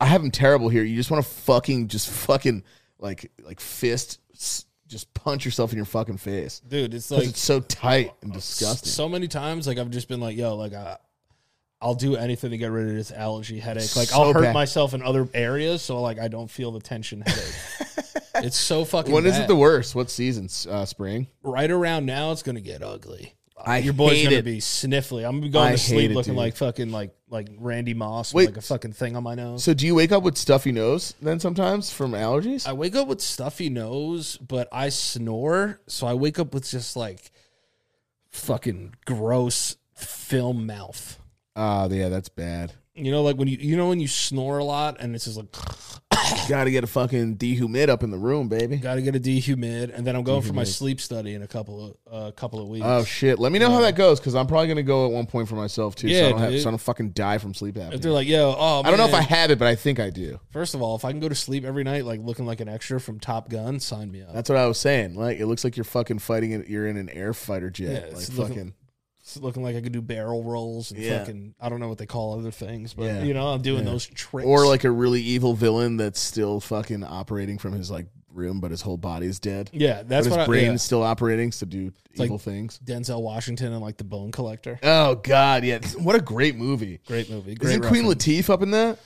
I have them terrible here. You just want to fucking just fucking like like fist s- just punch yourself in your fucking face dude. It's because like it's so tight and disgusting. so many times like I've just been like, yo, like I, I'll do anything to get rid of this allergy headache. Like So I'll hurt bad. myself in other areas, so like I don't feel the tension headache. it's so fucking. when bad. is it the worst? What season? Uh, spring. right around now? It's gonna get ugly. I Your boy's hate gonna it. be sniffly. I'm gonna be going I to hate sleep it, looking dude. like fucking like like Randy Moss Wait. with like a fucking thing on my nose. So do you wake up with stuffy nose then sometimes from allergies? I wake up with stuffy nose, but I snore, so I wake up with just like fucking gross film mouth. Ah, yeah, that's bad. You know, like when you you know when you snore a lot and it's just like Gotta get a fucking dehumid up in the room, baby. got to get a dehumid, and then I'm going for my sleep study in a couple of a couple of weeks. Oh shit! Let me know how that goes because I'm probably gonna go at one point for myself too. so Yeah, I don't have, dude. so I don't fucking die from sleep apnea. if they're like, yo, oh, I don't know if I man. have it, but I think I do. First of all, if I can go to sleep every night like looking like an extra from Top Gun, sign me up. That's what I was saying. Like it looks like you're fucking fighting. In, you're in an air fighter Yeah, jet. like it's looking- fucking. It's looking like I could do barrel rolls and Yeah. fucking I don't know what they call other things, but Yeah. you know I'm doing those tricks. Or like a really evil villain that's still fucking operating from his like room, but his whole body's dead. yeah, But that's his what I, brain's yeah. still operating to do like- evil things. Denzel Washington and like the Bone Collector. Oh god, yeah! What a great movie. Great movie. Great Isn't Queen reference. Latifah up in that?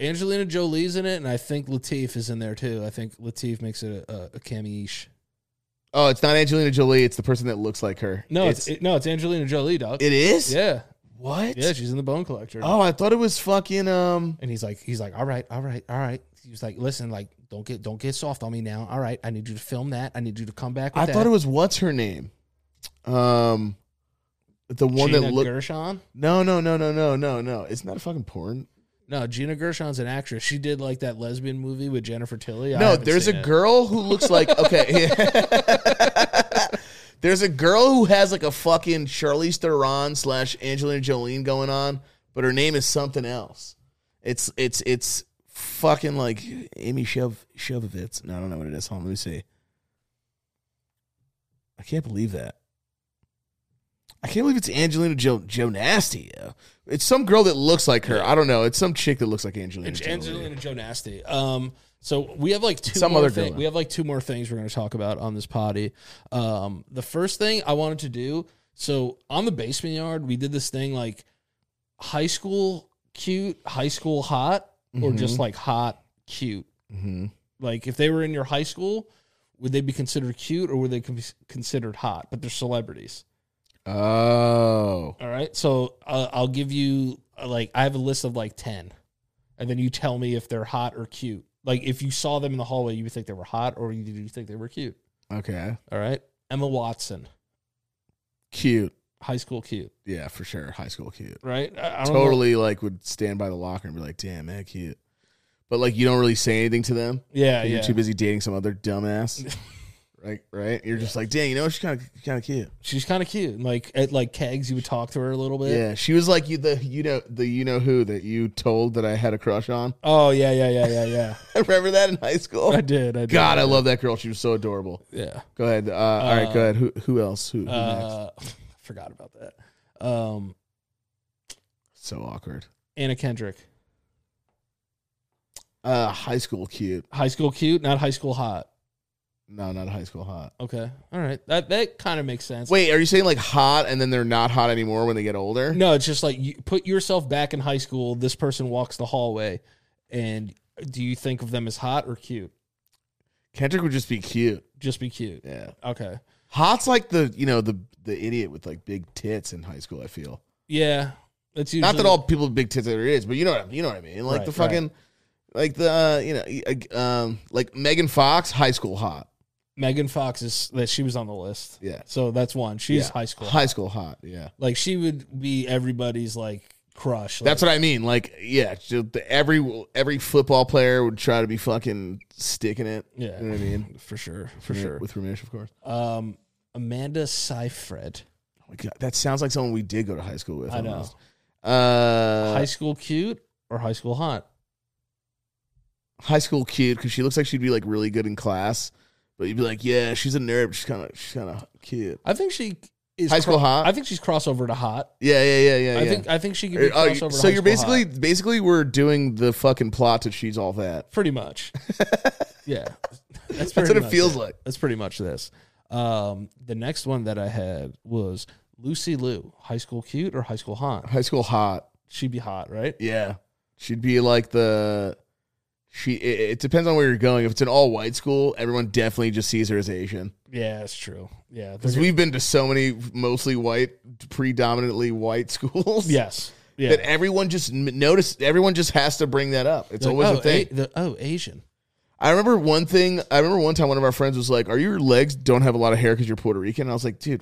Angelina Jolie's in it, and I think Latif is in there too. I think Latif makes it a, a, a cameo-ish. Oh, it's not Angelina Jolie. It's the person that looks like her. No, it's, it, no, it's Angelina Jolie, dog. it is. yeah, What? yeah, she's in the Bone Collector. Oh, I thought it was fucking um. And he's like, he's like, all right, all right, all right. He was like, listen, like, don't get, don't get soft on me now. All right, I need you to film that. I need you to come back. With I that. thought it was what's her name? Um, the one Gina that looked. Gershon. No, no, no, no, no, no, no. It's not a fucking porn. No, Gina Gershon's an actress. She did like that lesbian movie with Jennifer Tilly. I no, haven't there's a seen it. girl who looks like okay. there's a girl who has like a fucking Charlize Theron slash Angelina Jolene going on, but her name is something else. It's it's it's fucking like Amy Shov Shovovitz. No, I don't know what it is. Hold on, let me see. I can't believe that. I can't believe it's Angelina jo- Joe Nasty. yo. It's some girl that looks like her. I don't know. It's some chick that looks like Angelina. It's Jolie. Angelina Joe Nasty. Um, so we have like two Some more other girl. thing, we have like two more things we're going to talk about on this potty. Um, the first thing I wanted to do. So on the basement yard, we did this thing like high school cute, high school hot, Mm-hmm. or just like hot cute. Mhm. Like if they were in your high school, would they be considered cute or were they con- considered hot? But they're celebrities. Oh. All right. So uh, I'll give you uh, like I have a list of like ten, and then you tell me if they're hot or cute. Like if you saw them in the hallway, you would think they were hot, or you do think they were cute. Okay. All right. Emma Watson, Cute. high school cute, Yeah, for sure. High school cute. right? I, I don't know- Totally like would stand by the locker and be like, damn, man, cute. But like you don't really say anything to them. Yeah, Uh, 'cause yeah. You're too busy dating some other dumbass. right, right. You're just like, dang, you know, she's kind of kind of cute. She's kind of cute. And, Like at like kegs, you would talk to her a little bit. Yeah, she was like you the you know the you know who that you told that I had a crush on. Oh yeah, yeah, yeah, yeah, yeah. I remember that in high school. I did. I did. Oh God, I love that girl. She was so adorable. Yeah. Go ahead. Uh, all right, go ahead. Who who else? Who, who next? Uh, forgot about that. Um, So awkward. Anna Kendrick, Uh, high school cute. high school cute, not high school hot. No, not high school hot. Okay. All right. That that kind of makes sense. Wait, are you saying like hot and then they're not hot anymore when they get older? No, it's just like you put yourself back in high school. This person walks the hallway, and do you think of them as hot or cute? Kendrick would just be cute. Just be cute. Yeah. Okay. Hot's like the, you know, the the idiot with like big tits in high school, I feel. Yeah, that's usually Not that all people with big tits are is, but you know what I mean. You know what I mean. Like Right, the fucking, like the uh, you know, y- uh, um, like Megan Fox, high school hot. Megan Fox is that she was on the list. Yeah. so that's one. She's Yeah. high school. High school hot. Yeah. Like she would be everybody's like crush. Like, That's what I mean. Like, yeah, just the- every every football player would try to be fucking sticking it. Yeah. you know what I mean. for sure, for Yeah, sure. with Ramesh, of course. Um, Amanda Seyfried, Oh my God, that sounds like someone we did go to high school with. I know. almost. Uh, high school cute or high school hot? high school kid because she looks like she'd be like really good in class, but you'd be like, yeah, she's a nerd. But she's kind of she's kind of cute. I think she is High school hot? I think she's crossover to hot. Yeah, yeah, yeah, yeah. I yeah. think I think she could be Oh, crossover. to high so you're school basically hot. basically we're doing the fucking plot to she's all that. pretty much. yeah, that's, That's pretty what it much feels like. That's pretty much this. Um, the next one that I had was Lucy Liu, high school cute or high school hot? High school hot. She'd be hot, right? Yeah, she'd be like the she. It, it depends on where you're going. If it's an all white school, everyone definitely just sees her as Asian Yeah, it's true. Yeah, they're because good- we've been to so many mostly white, predominantly white schools. yes, yeah. That everyone just n- notice. Everyone just has to bring that up. It's Like, always oh, a thing. A- the- oh, Asian. I remember one thing. I remember one time one of our friends was like, "Are your legs don't have a lot of hair because you're Puerto Rican?" And I was like, "Dude,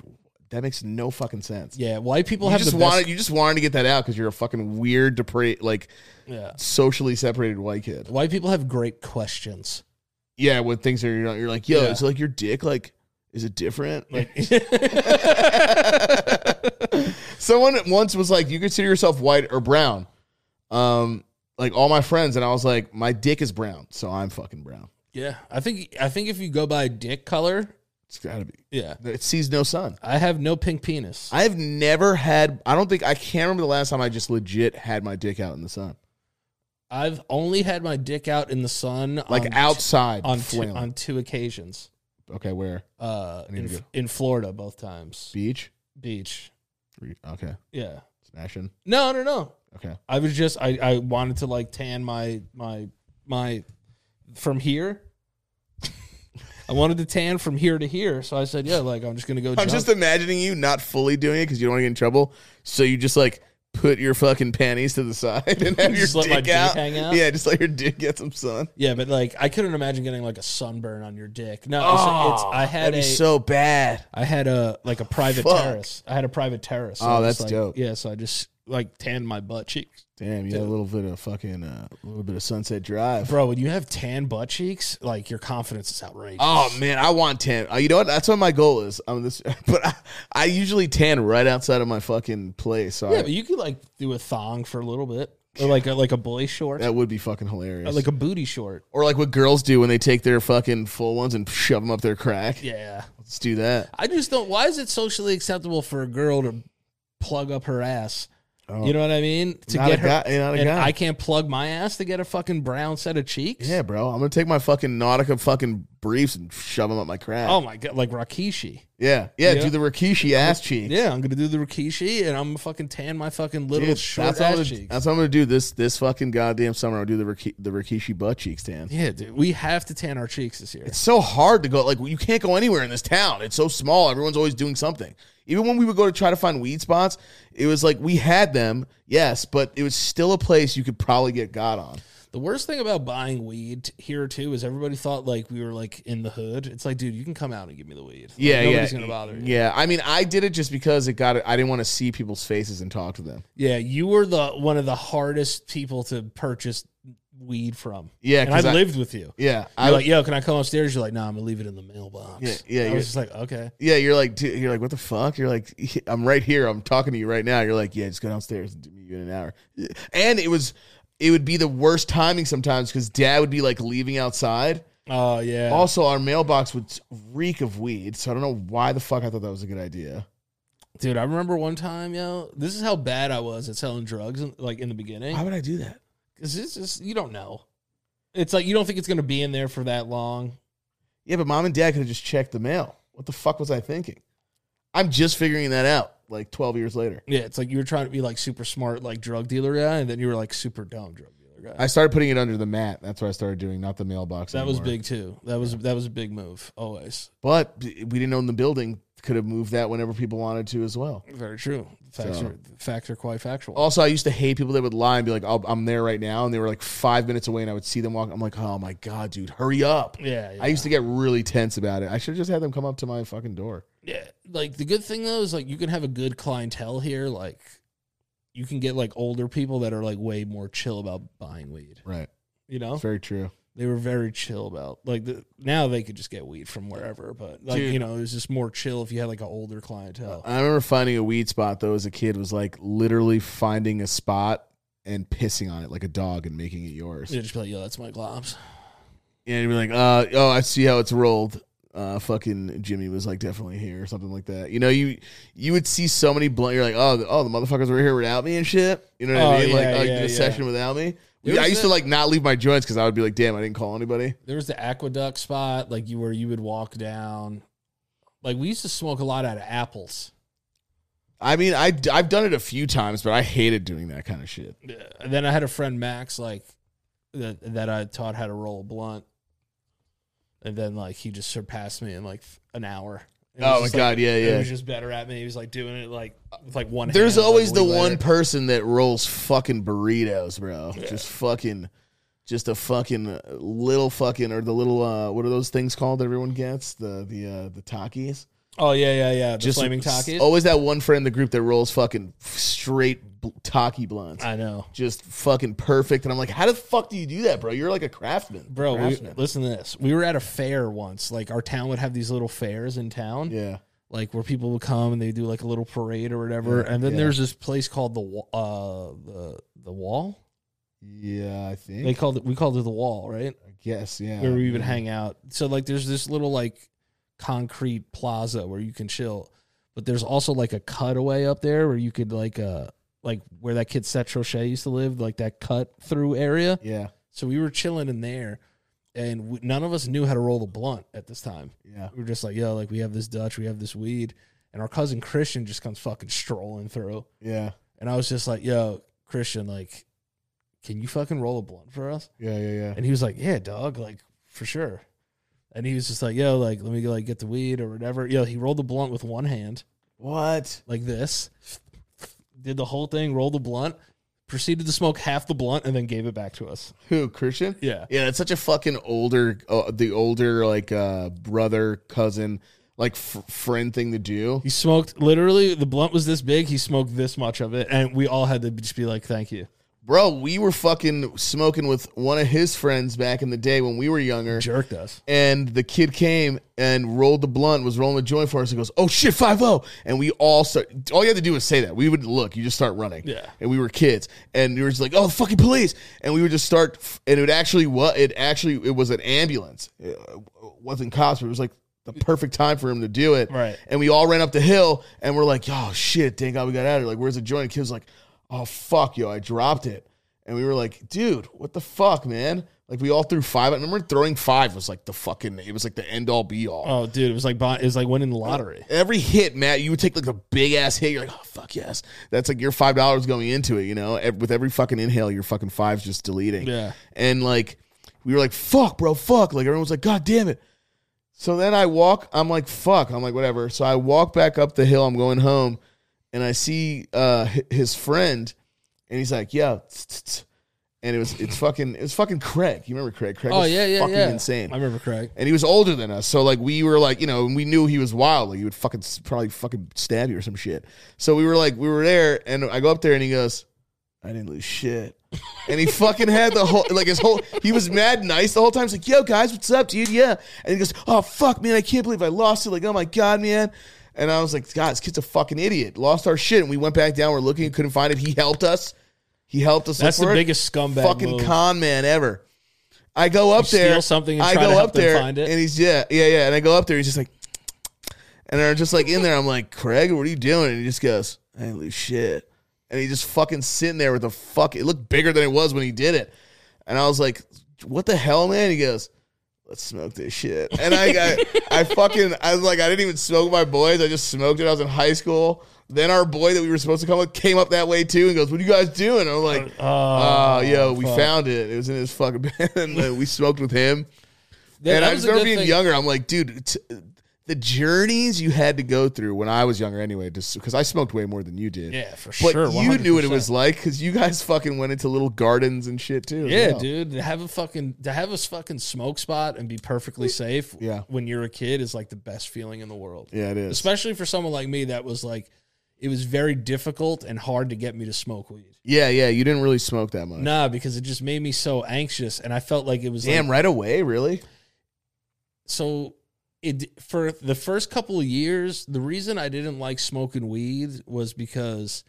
that makes no fucking sense." Yeah, white people You have just the best- wanted you just wanted to get that out because you're a fucking weird, depraved, like yeah. socially separated white kid. White people have great questions. yeah, when things are you're, not, you're like, yo, Yeah. it's like your dick, like, is it different? Like, someone once was like, you consider yourself white or brown, um, like all my friends, and I was like, my dick is brown, so I'm fucking brown. Yeah, I think I think if you go by dick color, It's gotta be. yeah, It sees no sun. I have no pink penis. I've never had. I don't think I can't remember the last time I just legit had my dick out in the sun, I've only had my dick out in the sun like on, outside, on two, flailing. on two occasions. okay, where Uh, need to in, go. in Florida, both times beach? beach. Okay, Yeah, smashing. no, no, no. Okay, I was just I I wanted to like tan my my my from here. I wanted to tan from here to here, so I said, yeah, like I'm just gonna go. I'm jump. just imagining you not fully doing it because you don't want to get in trouble. So you just like put your fucking panties to the side and have Just your let my dick, dick out. hang out? Yeah, just let your dick get some sun. Yeah, but like I couldn't imagine getting like a sunburn on your dick. No, it's, it's I had Oh, That'd a I be so bad. had a like a private Fuck. terrace. I had a private terrace. Oh, I was, that's like- dope. Yeah, so I just like tanned my butt cheeks. Damn, you had a little bit of fucking uh, a little bit of Sunset Drive. Bro, when you have tan butt cheeks, like your confidence is outrageous. Oh man, I want tan. Uh, you know what? That's what my goal is. I'm this, but I, I usually tan right outside of my fucking place. So yeah, I- but you could like do a thong for a little bit, or like a, like a boy short, that would be fucking hilarious. or like a booty short. or like what girls do when they take their fucking full ones and shove them up their crack. Yeah, Let's do that. I just don't. Why is it socially acceptable for a girl to plug up her ass? You know what I mean? To Not a get her, guy- not a and guy. I can't plug my ass to get a fucking brown set of cheeks. Yeah, bro. I'm gonna take my fucking Nautica fucking briefs and shove them up my crack. Oh my god, like Rakishi. yeah, yeah. Yeah. Do the Rikishi ass cheek. Yeah, I'm gonna do the Rakishi, and I'm gonna fucking tan my fucking little Dude, short that's, what I'm ass gonna, cheeks. that's what I'm gonna do this this fucking goddamn summer. I'll do the Riki, the Rikishi butt cheeks, Dan. yeah, dude, we have to tan our cheeks this year. It's so hard to go. Like you can't go anywhere in this town. It's so small. Everyone's always doing something. Even when we would go to try to find weed spots, it was like we had them, yes, but it was still a place you could probably get got on. the worst thing about buying weed here too is everybody thought like we were like in the hood. It's like, dude, you can come out and give me the weed. Like, Yeah, nobody's yeah, gonna bother you. yeah. I mean, I did it just because it got. I didn't want to see people's faces and talk to them. Yeah, you were the one of the hardest people to purchase weed from. Yeah, and 'cause I, I- lived with you. Yeah, You're like, yo, can I come upstairs? You're like, nah, I'm gonna leave it in the mailbox. Yeah, yeah, I you're- was just like, okay. Yeah, you're like, dude, you're like, what the fuck? You're like, I'm right here. I'm talking to you right now. You're like, yeah, just go downstairs and meet you in an hour. And it was, it would be the worst timing sometimes because dad would be like leaving outside. Oh yeah. Also, our mailbox would reek of weed, so I don't know why the fuck I thought that was a good idea. Dude, I remember one time, yo. This is how bad I was at selling drugs, in- like in the Why beginning, would I do that? because it's just you don't know. It's like you don't think it's gonna be in there for that long. Yeah, but mom and dad could have just checked the mail. What the fuck was I thinking? I'm just figuring that out like 12 years later. Yeah, it's like you were trying to be like super smart, like drug dealer guy, and then you were like super dumb drug dealer guy. I started putting it under the mat. That's what I started doing, not the mailbox. that was anymore. big too. That was that was a big move. Always. But we didn't own the building could have moved that whenever people wanted to as well. Very true. Facts, So- Oh, are, facts are quite factual. Also, I used to hate people that would lie and be like, "I'll- "I'm there right now," and they were like five minutes away, and I would see them walk. I'm like, "Oh my god, dude, hurry up!" yeah, yeah. I used to get really tense about it. I should have just had them come up to my fucking door. yeah. Like the good thing though is like you can have a good clientele here. Like you can get like older people that are like way more chill about buying weed. Right. You know, That's very true. they were very chill about like the, now they could just get weed from wherever, but like Dude. you know it was just more chill if you had like an older clientele. I remember finding a weed spot though as a kid was like literally finding a spot and pissing on it like a dog and making it yours. They'd just be like, yo, that's my globs. And you'd be like, uh, oh, I see how it's rolled. Uh, fucking Jimmy was like definitely here or something like that. You know, you you would see so many blunt. You're like, oh, the, oh, the motherfuckers were here without me and shit. You know what Oh, I mean? like, yeah, oh, you yeah, did a yeah. session without me. There Yeah, I was used that- to like not leave my joints because I would be like, damn, I didn't call anybody. There was the aqueduct spot, like you where you would walk down. Like we used to smoke a lot out of apples. I mean, I have done it a few times, but I hated doing that kind of shit. And then I had a friend Max, like that that I taught how to roll a blunt, and then like he just surpassed me in like an hour. It was Oh my just, god, like, yeah, He yeah. was just better at me. He was like doing it like with like one. There's hand, like, always the way one later. person that rolls fucking burritos, bro. Just fucking, just a fucking little fucking or the little uh, what are those things called that everyone gets the the uh, the takis? Oh yeah, yeah, yeah. The Just oh. flaming takis. Always that one friend in the group that rolls fucking straight bl- taki blunts. I know, just fucking perfect, and I'm like, how the fuck do you do that, bro? You're like a craftsman, bro. We, Craftsman. listen to this. We were at a fair once. Like our town would have these little fairs in town. yeah, like where people would come and they do like a little parade or whatever. Yeah, and then yeah. there's this place called the Wa- uh the the wall. yeah, I think. They called it we called it the wall, right? I guess, yeah. where we would Yeah. hang out. So like there's this little like concrete plaza where you can chill, but there's also like a cutaway up there where you could like uh like where that kid Seth Trochet used to live, like that cut through area. Yeah, So we were chilling in there, and we, none of us knew how to roll the blunt at this time. yeah. we were just like, yo, like we have this Dutch, we have this weed, and our cousin Christian just comes fucking strolling through, Yeah. and I was just like, yo, Christian, like, can you fucking roll a blunt for us? Yeah, yeah, yeah. And he was like, yeah, dog, like for sure. And he was just like, yo, like let me go like get the weed or whatever. Yo, he rolled the blunt with one hand What? like this, did the whole thing, rolled the blunt, proceeded to smoke half the blunt, and then gave it back to us. Who, Christian? Yeah. Yeah, that's such a fucking older uh, the older like uh brother, cousin, like f- friend thing to do. He smoked literally the blunt was this big. He smoked this much of it, and we all had to just be like, "Thank you." Bro, we were fucking smoking with one of his friends back in the day when we were younger. Jerked us. And the kid came and rolled the blunt, was rolling the joint for us, and goes, "Oh shit, 5-0. And we all start. All you had to do was say that. We would look. You just start running. Yeah. And we were kids, and we were just like, "Oh, the fucking police!" And we would just start. f- And it would actually what it actually it was an ambulance. It uh, wasn't cops, but it was like the perfect time for him to do it. Right. And we all ran up the hill, and we're like, "Oh shit, thank God we got out of here." Like, where's the joint? And the kid was like, "Oh fuck, yo, I dropped it." And we were like, dude, what the fuck, man? Like we all threw five. I remember throwing five was like the fucking. It was like the end all be all. Oh, dude, it was like buy- it was like winning the lottery. Every hit, Matt, you would take like the big ass hit. You're like, oh fuck yes, that's like your five dollars going into it. You know, Ev- with every fucking inhale, your fucking fives just deleting. Yeah. and like we were like, fuck, bro, fuck. Like everyone was like, god damn it. So then I walk. I'm like, fuck. I'm like, whatever. So I walk back up the hill. I'm going home, and I see uh hi- his friend, and he's like, yeah. tss, tss, tss. And it was it's fucking it was fucking Craig. You remember Craig? Craig Oh was yeah, yeah, fucking yeah. insane I remember Craig. and he was older than us. So like we were like, you know, and we knew he was wild. Like he would fucking s- probably fucking stab you or some shit. So we were like, we were there, and I go up there, and he goes, "I didn't lose shit," and he fucking had the whole like his whole. He was mad nice the whole time. He's like, "Yo guys, what's up, dude? Yeah," and he goes, "Oh fuck, man, I can't believe I lost it. Like, oh my god, man." And I was like, God, this kid's a fucking idiot. Lost our shit. And we went back down. We're looking, couldn't find it. He helped us. He helped us. That's look the for it biggest scumbag. fucking move. con man ever. I go up steal there, something and I try go to help up them there, find it? and he's yeah, yeah, yeah. And I go up there, he's just like, and I'm just like in there. I'm like, Craig, what are you doing? And he just goes, I didn't lose shit. And he just fucking sitting there with a fuck. It looked bigger than it was when he did it. And I was like, what the hell, man? He goes, let's smoke this shit. And I, I, I fucking, I was like, I didn't even smoke my boys. I just smoked it. I was in high school. Then our boy that we were supposed to come with came up that way too and goes, what are you guys doing? And I'm like, Uh, Oh, yo, we found it. It was in his fucking band. and we smoked with him. Yeah, and that I was just a remember good being thing. younger. I'm like, dude, t- the journeys you had to go through when I was younger, anyway, just because I smoked way more than you did. Yeah, for But sure. you knew what 100%. it was like because you guys fucking went into little gardens and shit too. as Yeah, well. dude, to have a fucking to have a fucking smoke spot and be perfectly safe Yeah. when you're a kid is like the best feeling in the world. Yeah, it is. Especially for someone like me that was like it was very difficult and hard to get me to smoke weed. Yeah, yeah. You didn't really smoke that much. Nah, because it just made me so anxious and I felt like it was like, Damn, right away, really? so it for the first couple of years the reason i didn't like smoking weed was because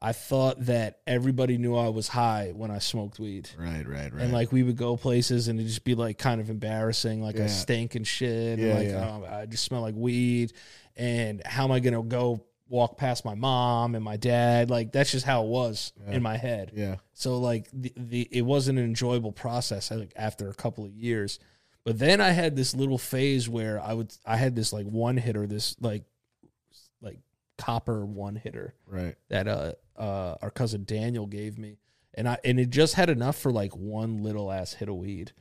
i thought that everybody knew i was high when i smoked weed Right, right, right. and like we would go places and it'd just be like kind of embarrassing like Yeah. i stink and shit and Yeah, like yeah. oh, i just smell like weed and how am i gonna go walk past my mom and my dad like that's just how it was Yeah. in my head yeah, so like the, the it wasn't an enjoyable process I think after a couple of years. But then I had this little phase where I would I had this like one hitter, this like like copper one hitter right. that uh uh our cousin Daniel gave me. And I and it just had enough for like one little ass hit of weed.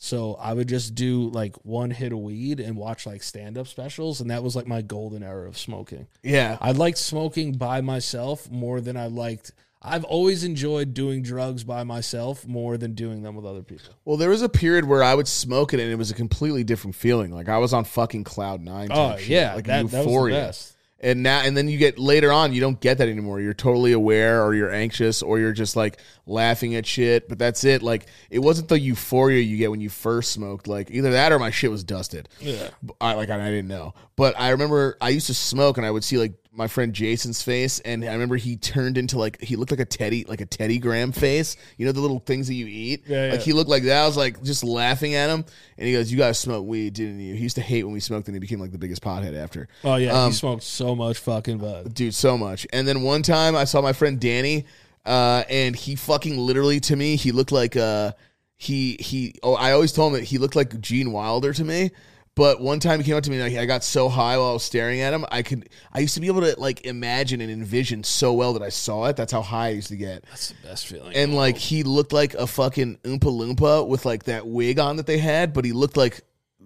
So I would just do like one hit of weed and watch like stand up specials and that was like my golden era of smoking. Yeah, I liked smoking by myself more than I liked. I've always enjoyed doing drugs by myself more than doing them with other people. Well, there was a period where I would smoke it and it was a completely different feeling. Like I was on fucking cloud nine. type Oh shit, yeah, like that, that was the euphoria. best. And now and then you get later on, you don't get that anymore. You're totally aware, or you're anxious, or you're just like laughing at shit. But that's it. Like it wasn't the euphoria you get when you first smoked. Like either that or my shit was dusted. Yeah. I like I didn't know, but I remember I used to smoke and I would see like my friend Jason's face, and I remember he turned into like he looked like a teddy, like a teddy Graham face. You know the little things that you eat. Yeah, Like yeah. he looked like that. I was like just laughing at him, and he goes, "You guys smoked weed, didn't you?" He used to hate when we smoked, and he became like the biggest pothead after. Oh yeah, he smoked so much fucking bud. Dude, so much. And then one time I saw my friend Danny, uh, and he fucking literally to me, he looked like uh he he oh I always told him that he looked like Gene Wilder to me. But one time he came up to me and I I got so high while I was staring at him, I could I used to be able to like imagine and envision so well that I saw it. That's how high I used to get. That's the best feeling. And like he looked like a fucking Oompa Loompa with like that wig on that they had, but he looked like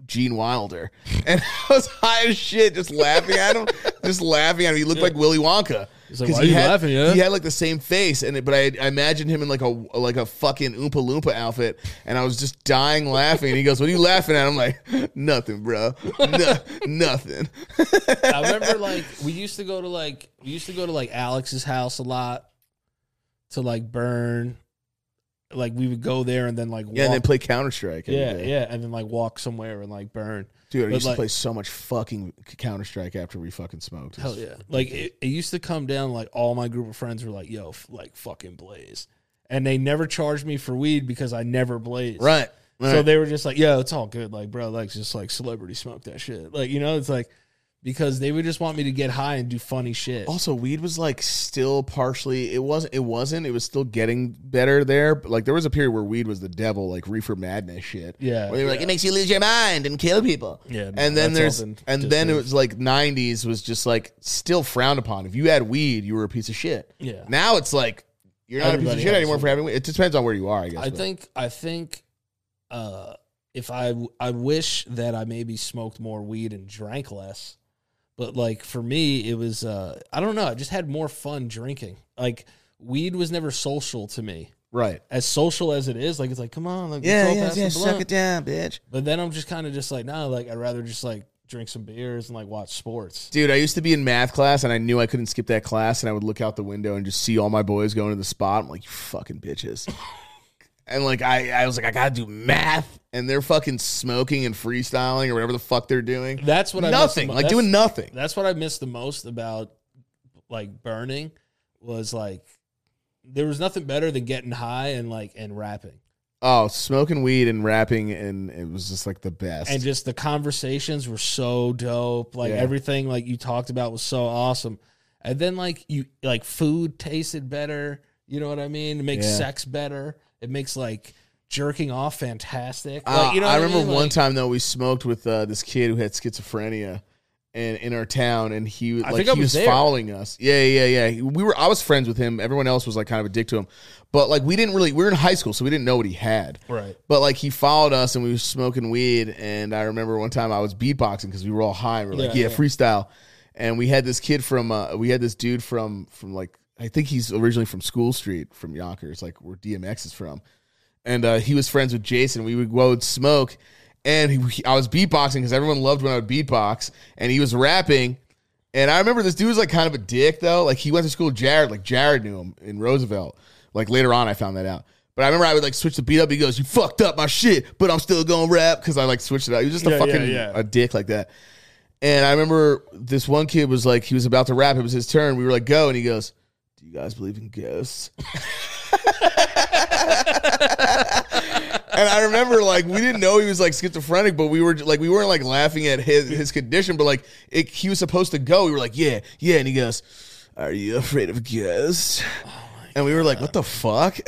Gene Wilder. And I was high as shit, just laughing at him, just laughing at him. He looked like Willy Wonka. He's like, 'Cause "Why he are you had, laughing, yeah?" He had like the same face, and it, but I, I imagined him in like a like a fucking Oompa Loompa outfit, and I was just dying laughing. And he goes, "What are you laughing at?" I'm like, "Nothing, bro, no, nothing." I remember like we used to go to like we used to go to like Alex's house a lot to like burn. Like we would go there and then like Yeah, and walk, then play Counter Strike. yeah, yeah, and then like walk somewhere and like burn. Dude, I But, used like- to play so much fucking Counter Strike after we fucking smoked. Hell yeah! Like it, it used to come down. Like all my group of friends were like, "Yo, f- like fucking blaze," and they never charged me for weed because I never blazed. Right. right. So they were just like, "Yo, it's all good." Like, bro, like just like celebrity smoke that shit. Like, you know, it's like because they would just want me to get high and do funny shit. Also, weed was like still partially. It wasn't. It wasn't. It was still getting better there. But like there was a period where weed was the devil, like reefer madness shit. Yeah, where they were like, yeah. it makes you lose your mind and kill people. Yeah, no, and then that's there's all and been then it disproved. was like '90s was just like still frowned upon. If you had weed, you were a piece of shit. Yeah. Now it's like you're not a piece Everybody of shit has anymore it. for having weed. It just depends on where you are, I guess. I but- think I think uh if I I wish that I maybe smoked more weed and drank less. But like for me it was uh I don't know, I just had more fun drinking. Like weed was never social to me. right. As social as it is, like it's like come on, like Yeah, let's all yeah, pass the yeah. Suck blunt. it down, bitch. But then I'm just kind of just like, nah, like I'd rather just like drink some beers and like watch sports. Dude, I used to be in math class and I knew I couldn't skip that class and I would look out the window and just see all my boys going to the spot. I'm like, you fucking bitches. and like I, I was like, I gotta do math. And they're fucking smoking and freestyling or whatever the fuck they're doing. That's what I miss the nothing. mo- Like that's- doing nothing. That's what I missed the most about like burning was like there was nothing better than getting high and like and rapping Oh, smoking weed and rapping and it was just like the best. and just the conversations were so dope like Yeah. everything like you talked about was so awesome and then like you like food tasted better you know what i mean it makes Yeah. sex better it makes like jerking off fantastic Uh, like, you know I what remember mean? one Like- time though we smoked with uh, this kid who had schizophrenia, and in our town, and he was I like think he I was was there. following us. Yeah, yeah, yeah. He- We were I was friends with him. Everyone else was like kind of a dick to him, but like we didn't really we were in high school, so we didn't know what he had. Right. But like he followed us, and we were smoking weed. And I remember one time I was beatboxing because we were all high. And we are like, Yeah, yeah, yeah. freestyle. And we had this kid from uh, we had this dude from from like I think he's originally from School Street from Yonkers, like where DMX is from and uh, he was friends with Jason. We would go and smoke, and he, he- I was beatboxing because everyone loved when I would beatbox, and he was rapping. And I remember this dude was like kind of a dick though. Like he went to school with Jared, like Jared knew him in Roosevelt. Like later on, I found that out. But I remember I would like switch the beat up. He goes, "You fucked up my shit, but I'm still gonna rap" because I like switched it out. He was just a Yeah, yeah, fucking yeah. a dick like that. And I remember this one kid was like, he was about to rap. It was his turn. We were like, "Go!" And he goes, "Do you guys believe in ghosts?" And I remember like we didn't know he was like schizophrenic, but we were like we weren't like laughing at his his condition, but like it, he was supposed to go. We were like, yeah, yeah, and he goes, "Are you afraid of ghosts?" and we were like, "What the fuck?"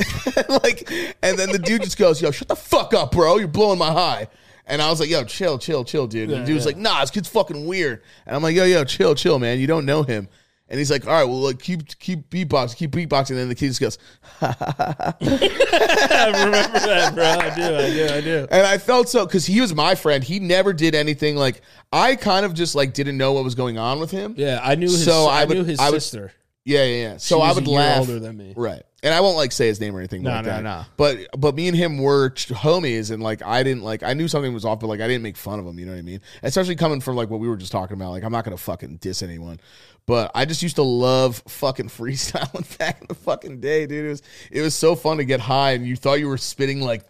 like, and then the dude just goes, "Yo, shut the fuck up, bro! You're blowing my high." And I was like, "Yo, chill, chill, chill, dude." And the Yeah, dude's yeah. like, "Nah, this kid's fucking weird." And I'm like, "Yo, yo, chill, chill, man. You don't know him." And he's like, "All right, well, like keep keep beatboxing, keep beatboxing." And then the kid just goes, I remember that, bro. I do, I do, I do. And I felt so because he was my friend. He never did anything like I kind of just like didn't know what was going on with him. Yeah, I knew his. So I, I would- knew his I would- sister. yeah, yeah. yeah. So She I was would a year laugh. older than me. right? And I won't like say his name or anything. No, like no, that. no. But but me and him were ch- homies, and like I didn't like I knew something was off, but like I didn't make fun of him. You know what I mean? Especially coming from like what we were just talking about. Like I'm not gonna fucking diss anyone, but I just used to love fucking freestyling back in the fucking day, dude. It was it was so fun to get high, and you thought you were spitting like.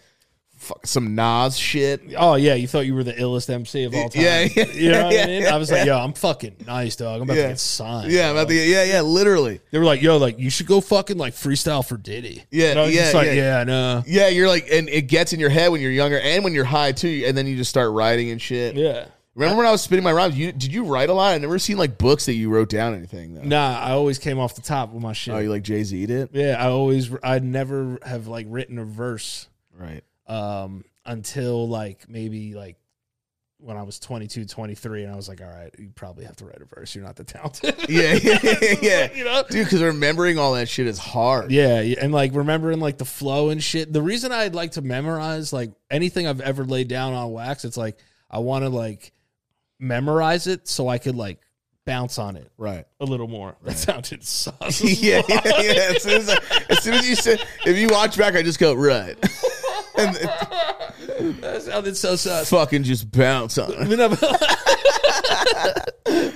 Fuck, some Nas shit. Oh yeah, you thought you were the illest MC of all time. Yeah, yeah, you know what yeah, I mean. I was like, yo, I'm fucking nice, dog. I'm about Yeah. to get signed. Yeah, about the yeah, yeah, literally. They were like, yo, like you should go fucking like freestyle for Diddy. Yeah, And I was yeah, just like, yeah. yeah, no, Yeah, you're like, and it gets in your head when you're younger and when you're high too, and then you just start writing and shit. yeah. Remember when I was spitting my rhymes? You did you write a lot? I never seen like books that you wrote down anything though. Nah, I always came off the top with my shit. Oh, you like Jay Z did? Yeah, I always, I never have like written a verse Right. um, until like maybe like when I was 22, 23, and I was like, all right, you probably have to write a verse. You're not the talented. Yeah, yeah, yeah, yeah. you know? Dude, because remembering all that shit is hard. Yeah, yeah, and like remembering like the flow and shit. The reason I'd like to memorize like anything I've ever laid down on wax, it's like I want to like memorize it so I could like bounce on it Right. a little more. That sounded sus. yeah, yeah, yeah. As soon as, I, as soon as you said, if you watch back, I just go right, and it that sounded so sus. fucking just bounce on it. You know,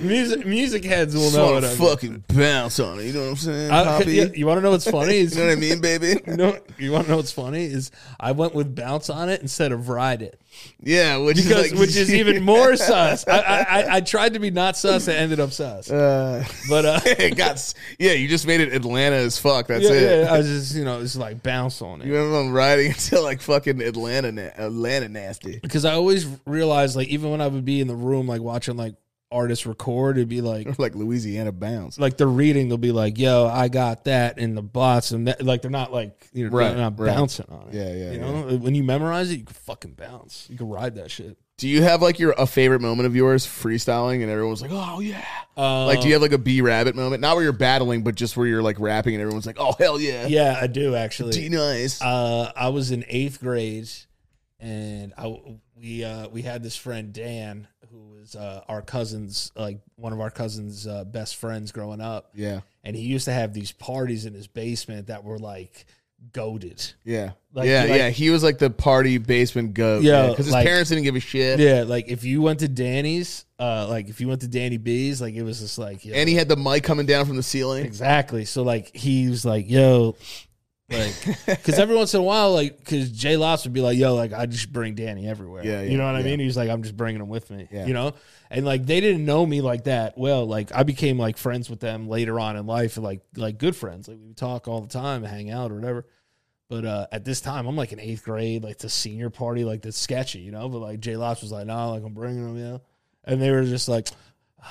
music music heads will Just know what wanna I mean. fucking bounce on it. You know what I'm saying, I- Poppy? you, want to know what's funny? Is, You know what I mean, baby? you know- you want to know what's funny is I went with bounce on it instead of ride it. Yeah, which Because- is like, which is even more sus. I, I, I, I tried to be not sus and ended up sus. Uh, But uh, it got s- yeah. You just made it Atlanta as fuck. That's yeah, it. yeah, I was just you know it's like bounce on You it remember I'm riding until like fucking Atlanta, na- Atlanta nasty. because I always realized like even when I would be in the room like watching like artists record, it'd be like. Like Louisiana bounce. Like they're reading, they'll be like, "Yo, I got that in the bots," and that, like they're not like you know, Right, they're not right. bouncing on it. Yeah, yeah, You know, when you memorize it, you can fucking bounce. You can ride that shit. Do you have like your a favorite moment of yours freestyling and everyone's like, oh yeah. Um, like, do you have like a B rabbit moment? Not where you're battling, but just where you're like rapping and everyone's like, oh hell yeah, Um, yeah, I do actually. D nice. uh, I was in eighth grade, and I we uh, we had this friend Dan who was uh, our cousin's like one of our cousin's uh, best friends growing up, yeah, and he used to have these parties in his basement that were like goaded. yeah, Like, yeah, like- yeah. He was like the party basement goat. Yo, Yeah, because his like- parents didn't give a shit. Yeah, like if you went to Danny's, uh, like if you went to Danny B's, like it was just like yo, And he had the mic coming down from the ceiling. exactly. So like he was like yo. Like, because every once in a while, like, because Jay Lops would be like, "Yo, like, I just bring Danny everywhere." Yeah, yeah, you know what I yeah. mean? He was like, "I'm just bringing him with me," Yeah. you know. And like, they didn't know me like that well. Like, I became like friends with them later on in life, and like, like good friends. Like, we would talk all the time, hang out or whatever. But uh, at this time, I'm like in eighth grade, like the senior party, like that's sketchy, you know. But like Jay Lops was like, "Nah, like I'm bringing him," you know. And they were just like,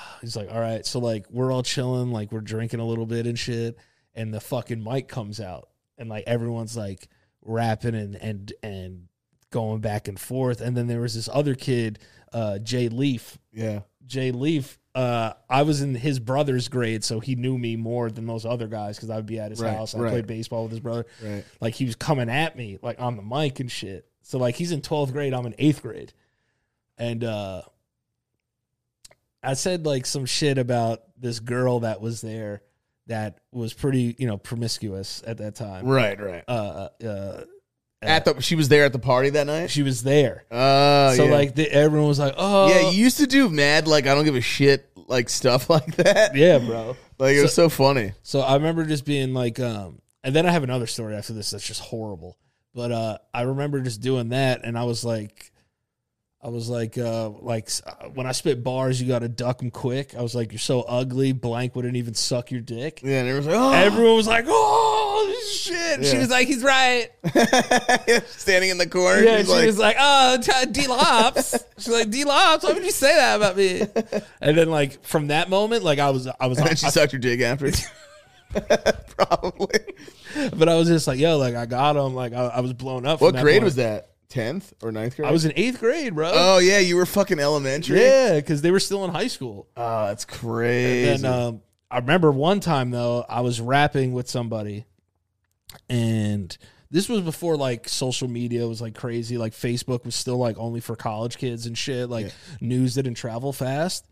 He's like, all right, so like we're all chilling, like we're drinking a little bit and shit, and the fucking mic comes out, and like everyone's like rapping and and and going back and forth, and then there was this other kid, uh, Jay Leaf. Yeah, Jay Leaf uh, I was in his brother's grade, so he knew me more than those other guys because I would be at his Right, house. I right. played baseball with his brother. Right. Like he was coming at me like on the mic and shit. So like he's in twelfth grade, I'm in eighth grade, and uh, I said like some shit about this girl that was there that was pretty you know promiscuous at that time. Right, right. Uh, uh, At the she was there at the party that night. she was there. Oh, so yeah. like the, everyone was like, oh yeah, you used to do mad like I don't give a shit like stuff like that. yeah, bro. Like it was so funny. So I remember just being like, um, and then I have another story after this that's just horrible. But uh, I remember just doing that, and I was like, I was like, uh, like s- uh, when I spit bars, you got to duck them quick. I was like, you're so ugly. Blank wouldn't even suck your dick. Yeah, and everyone's like, oh, Everyone was like, oh shit. She Yeah. was like, he's right. standing in the corner. Yeah, she's she like, was like, oh, t- D Lops. She's like, D Lops. Why would you say that about me? And then like from that moment, like I was, I was, and then she I- sucked her dick after. Probably. but I was just like, yo, like I got him. Like I, I was blown up. from What grade point. was that? Tenth or ninth grade? I was in eighth grade, bro. Oh yeah, you were fucking elementary. yeah, because they were still in high school. Oh, that's crazy. And um, I remember one time though, I was rapping with somebody, and this was before like social media was like crazy. Like Facebook was still like only for college kids and shit. Like news didn't travel fast.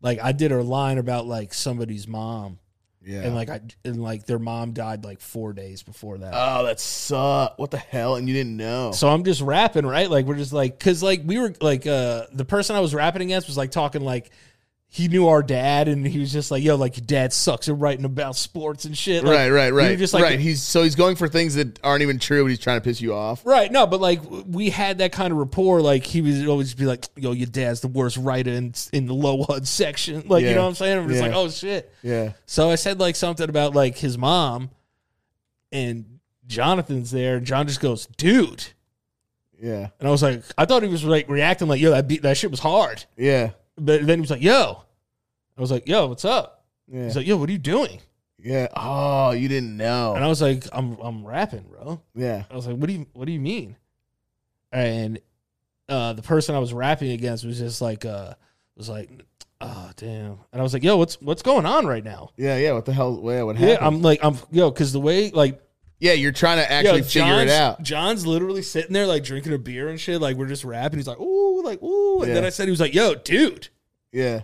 Like I did a line about like somebody's mom, yeah. and like I and like their mom died like four days before that. oh, that sucked. What the hell? And you didn't know. So I'm just rapping, right? Like we're just like, cause like we were like, uh, the person I was rapping against was like talking like he knew our dad, and he was just like, yo, like your dad sucks at writing about sports and shit. Like, right, right, we were right. just like, right. He's so he's going for things that aren't even true, but he's trying to piss you off. Right, no, but like we had that kind of rapport. Like he would always be like, "Yo, your dad's the worst writer in, in the low HUD section." Like Yeah. you know what I'm saying? I'm just Yeah. like, "Oh shit." Yeah. So I said like something about like his mom, and Jonathan's there. And John just goes, "Dude," Yeah. and I was like, I thought he was like reacting like, "Yo, that beat that shit was hard." Yeah. But then he was like, "Yo," I was like, "Yo, what's up?" Yeah. He's like, "Yo, what are you doing?" yeah. Oh, you didn't know. And I was like, "I'm I'm rapping, bro." yeah. I was like, "What do you What do you mean?" And uh, the person I was rapping against was just like, uh, was like, "Oh damn!" And I was like, "Yo, what's what's going on right now?" Yeah. Yeah. What the hell? Yeah. What happened? Yeah, I'm like, I'm yo, because the way like yeah. You're trying to yo, actually figure it John's- out. John's literally sitting there like drinking a beer and shit. Like we're just rapping. He's like, "Ooh, like ooh," and Yeah. then I said, "He was like, yo, dude." Yeah.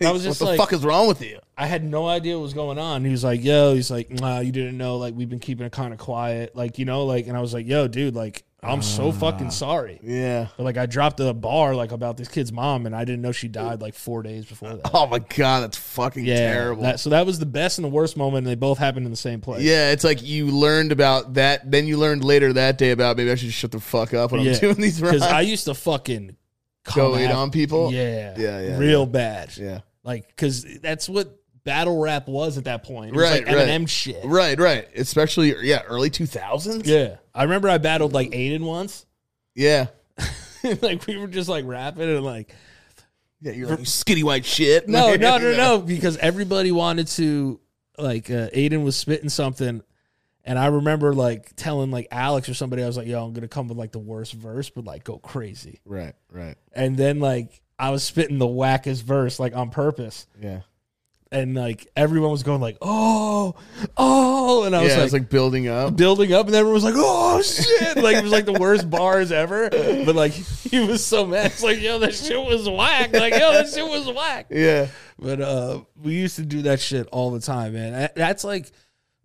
I was what just the like, fuck is wrong with you? I had no idea what was going on. He was like, "Yo," he's like, nah, "You didn't know? Like, we've been keeping it kind of quiet, like you know, like." And I was like, "Yo, dude, like, I'm Ah. so fucking sorry." Yeah. But like, I dropped a bar like about this kid's mom, and I didn't know she died like four days before that. Oh my god, that's fucking yeah, terrible. that- so that was the best and the worst moment, and they both happened in the same place. yeah, it's like you learned about that, then you learned later that day about maybe I should shut the fuck up when I'm doing these because rides. I used to fucking Go come in at- on people? Yeah, Yeah, yeah, real bad. yeah. Like, because that's what battle rap was at that point. It was Right, like right. Eminem shit. Right, right. Especially yeah, early two thousands. Yeah, I remember I battled like Aiden once. Yeah. like we were just like rapping and like Yeah, you're like you skinny white shit. no no no no because everybody wanted to like uh, Aiden was spitting something and I remember like telling like Alex or somebody I was like yo I'm gonna come with like the worst verse but like go crazy Right, right. and then like I was spitting the wackest verse like on purpose Yeah. and like everyone was going like oh oh and I I was yeah, like. it's like building up. Building up, and everyone was like, "Oh shit!" Like it was like the worst bars ever. But like he was so mad, it's like, "Yo, that shit was whack!" Like, "Yo, that shit was whack!" Yeah. But uh, we used to do that shit all the time, man. That- That's like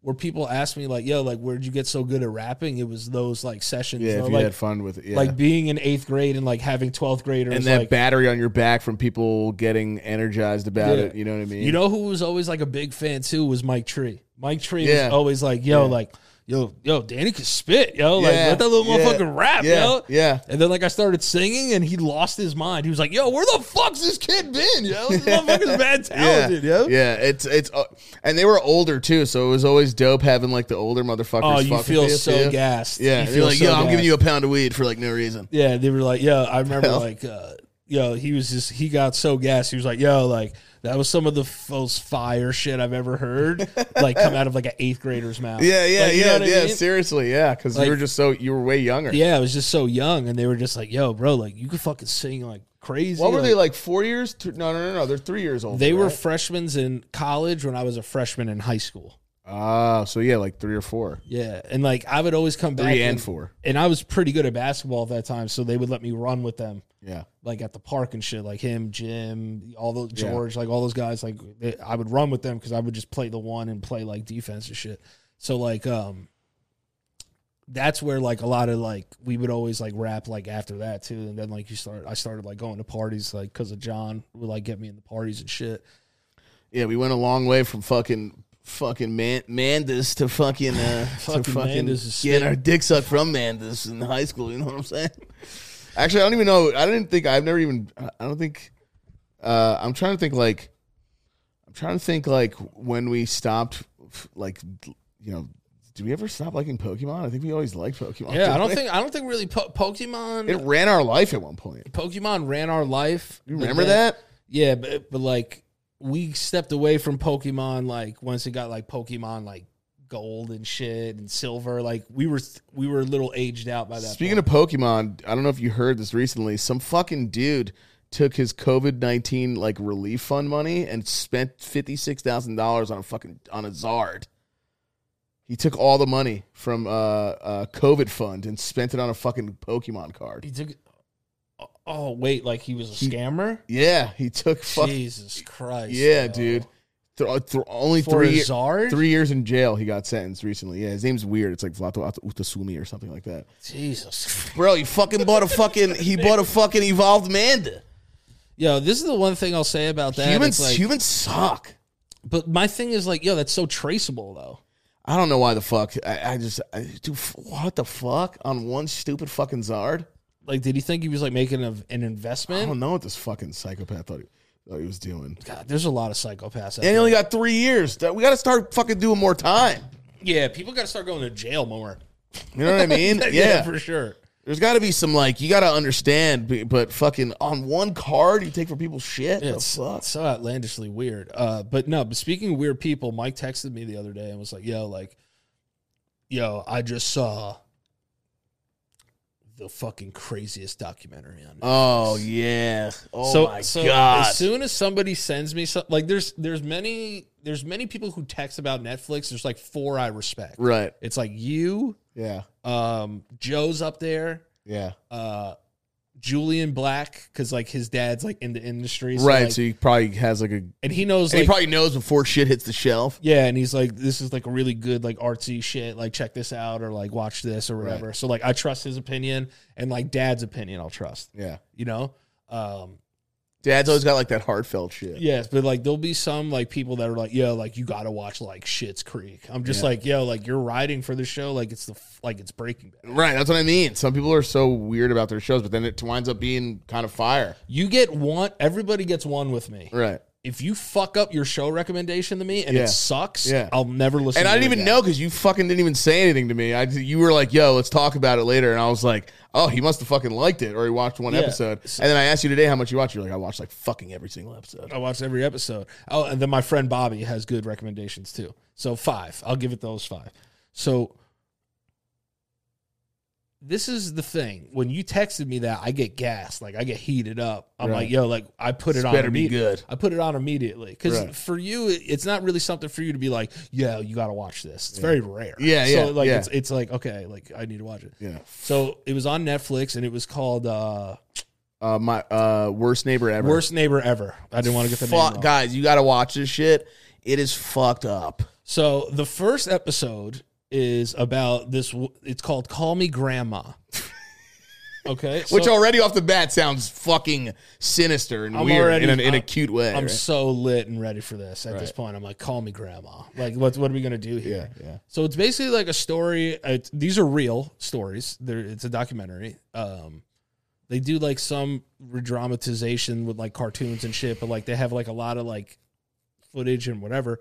where people ask me, like, "Yo, like, where'd you get so good at rapping?" It was those like sessions, Yeah, you know, if you like had fun with it. Yeah. like being in eighth grade and like having twelfth graders. and that like, battery on your back from people getting energized about Yeah. it. You know what I mean? you know who was always like a big fan too was Mike Tree. Mike Tree Yeah. was always like, "Yo, Yeah. like, yo, yo, Danny can spit, yo, like, Yeah. let that little Yeah. motherfucker rap, yeah, yo." yeah. And then like I started singing and he lost his mind. He was like, "Yo, where the fuck's this kid been, yo? This motherfucker's mad talented, yeah, yo." yeah, it's it's, uh, and they were older too, so it was always dope having like the older motherfuckers. Oh, you fucking feel with so too. gassed. Yeah, you they're feel like, so yo, I'm gassed." giving you a pound of weed for like no reason. Yeah, they were like, yeah, I remember Hell. like uh yo, he was just he got so gassed. He was like, yo, like that was some of the f- most fire shit I've ever heard, like come out of like an eighth grader's mouth. Yeah, yeah, Like, you know yeah, what I yeah. mean? Seriously, yeah, because Like- you were just so you were way younger. Yeah, I was just so young, and they were just like, "Yo, bro, like you could fucking sing like crazy." What were they like? Four years? Th- No, no, no, no. They're three years old. They were Right? freshmen in college when I was a freshman in high school. Ah, so yeah, like three or four, Yeah, and like I would always come back three and four. and I was pretty good at basketball at that time, so they would let me run with them Yeah, like at the park and shit, like him, Jim, all those Yeah. George, like all those guys. Like they, I would run with them because I would just play the one and play like defense and shit. So like, um, that's where like a lot of like we would always like rap like after that too, and then like you start, I started like going to parties like because of John would like get me in the parties and shit. yeah. We went a long way from fucking fucking man Mandus to fucking uh, Fucking to fucking Mandus is getting spit- our dick sucked from Mandus in high school. You know what I'm saying? Actually, I don't even know. I didn't think I've never even. I don't think. Uh, I'm trying to think like. I'm trying to think like when we stopped, like you know, did we ever stop liking Pokemon? I think we always liked Pokemon. Yeah, I didn't don't we? think I don't think really po- Pokemon It ran our life at one point. Pokemon ran our life. You remember that? Yeah, but but like we stepped away from Pokemon like once it got like Pokemon like gold and shit and silver. Like we were we were a little aged out by that. Speaking of Pokemon, I don't know if you heard this recently. Some fucking dude took his COVID nineteen like relief fund money and spent fifty six thousand dollars on a fucking on a Zard. He took all the money from uh, uh COVID fund and spent it on a fucking Pokemon card. he took. Oh wait, like he was a scammer. Yeah, he took fuck. Jesus Christ! Yeah, yo. dude. Th- uh, th- only For three a Zard? three years in jail. He got sentenced recently. Yeah, his name's weird. It's like Vlato Utasumi or something like that. Jesus. Bro, he fucking bought a fucking he bought a fucking evolved Manda. Yo, this is the one thing I'll say about that. Humans It's like- humans suck. but my thing is like, yo, that's so traceable though. I don't know why the fuck. I, I just I, dude, f- what the fuck on one stupid fucking Zard. Like, did he think he was like making a, an I investment? don't know what this fucking psychopath thought he, thought he was doing. God, there's a lot of psychopaths. Out Oh. And he there. only got three years. That- We got to start fucking doing more time. Yeah, people got to start going to jail more. You know what I mean? Yeah. for sure. There's got to be some like you got to understand, b- but fucking on one card you take for people's shit. Yeah, the it's, fuck? it's so outlandishly weird. Uh, but no, but speaking of weird people, Mike texted me the other day and was like, "Yo, like, yo, I just saw the fucking craziest documentary on." Netflix." Oh yeah. Oh my god. as soon as somebody sends me some, like, there's there's many there's many people who text about Netflix. There's like four I respect. right. It's like you, Yeah. um, Joe's up there, Yeah. uh, Julian Black, because like his dad's like in the industry, so, right. like- so he probably has like a. And and he knows he like probably knows before shit hits the shelf. Yeah, and he's like, this is like a really good like artsy shit. Like check this out or like watch this or whatever. So like I trust his opinion and like dad's opinion I'll trust. Yeah. You know? Um Dad's always got like that heartfelt shit. yes, but like there'll be some like people that are like, yo, like you gotta watch like Shits Creek. I'm just Yeah. like, yo, like you're riding for the show, like it's the f- like it's breaking bad. Right. That's what I mean. Some people are so weird about their shows, but then it winds up being kind of fire. You get one everybody gets one with me. Right. If you fuck up your show recommendation to me and Yeah. it sucks, Yeah. I'll never listen And to I it didn't even again. know because you fucking didn't even say anything to me. I you were like, "Yo, let's talk about it later," and I was like, "Oh, he must have fucking liked it, or he watched one Yeah. episode." And then I asked you today how much you watched. You're like, "I watched like fucking every single episode." I watched every episode. Oh, and then my friend Bobby has good recommendations too. So five. I'll give it those five. So this is the thing. When you texted me that, I get gassed. Like I get heated up. I'm Right. like, yo, like I put it This on. better be immedi- good. I put it on immediately because Right. for you, it- it's not really something for you to be like, yo, you got to watch this. It's very rare. Yeah, So yeah, like yeah. it's it's like okay, like I need to watch it. Yeah. So it was on Netflix and it was called uh, Uh, my uh, worst neighbor ever. Worst Neighbor Ever. I didn't want to get the name Fuck, wrong. guys, you got to watch this shit. It is fucked up. So the first episode is about this. w- It's called "Call Me Grandma." Okay, Which so already off the bat sounds fucking sinister and I'm weird already- in, an, in a I'm- cute way. I'm right? so lit and ready for this. At this Right. point, I'm like, "Call me Grandma." Like, what what are we gonna do yeah, here? yeah. So it's basically like a story. It's, these are real stories. They're, it's a documentary. Um, they do like some redramatization with like cartoons and shit, but like they have like a lot of like footage and whatever.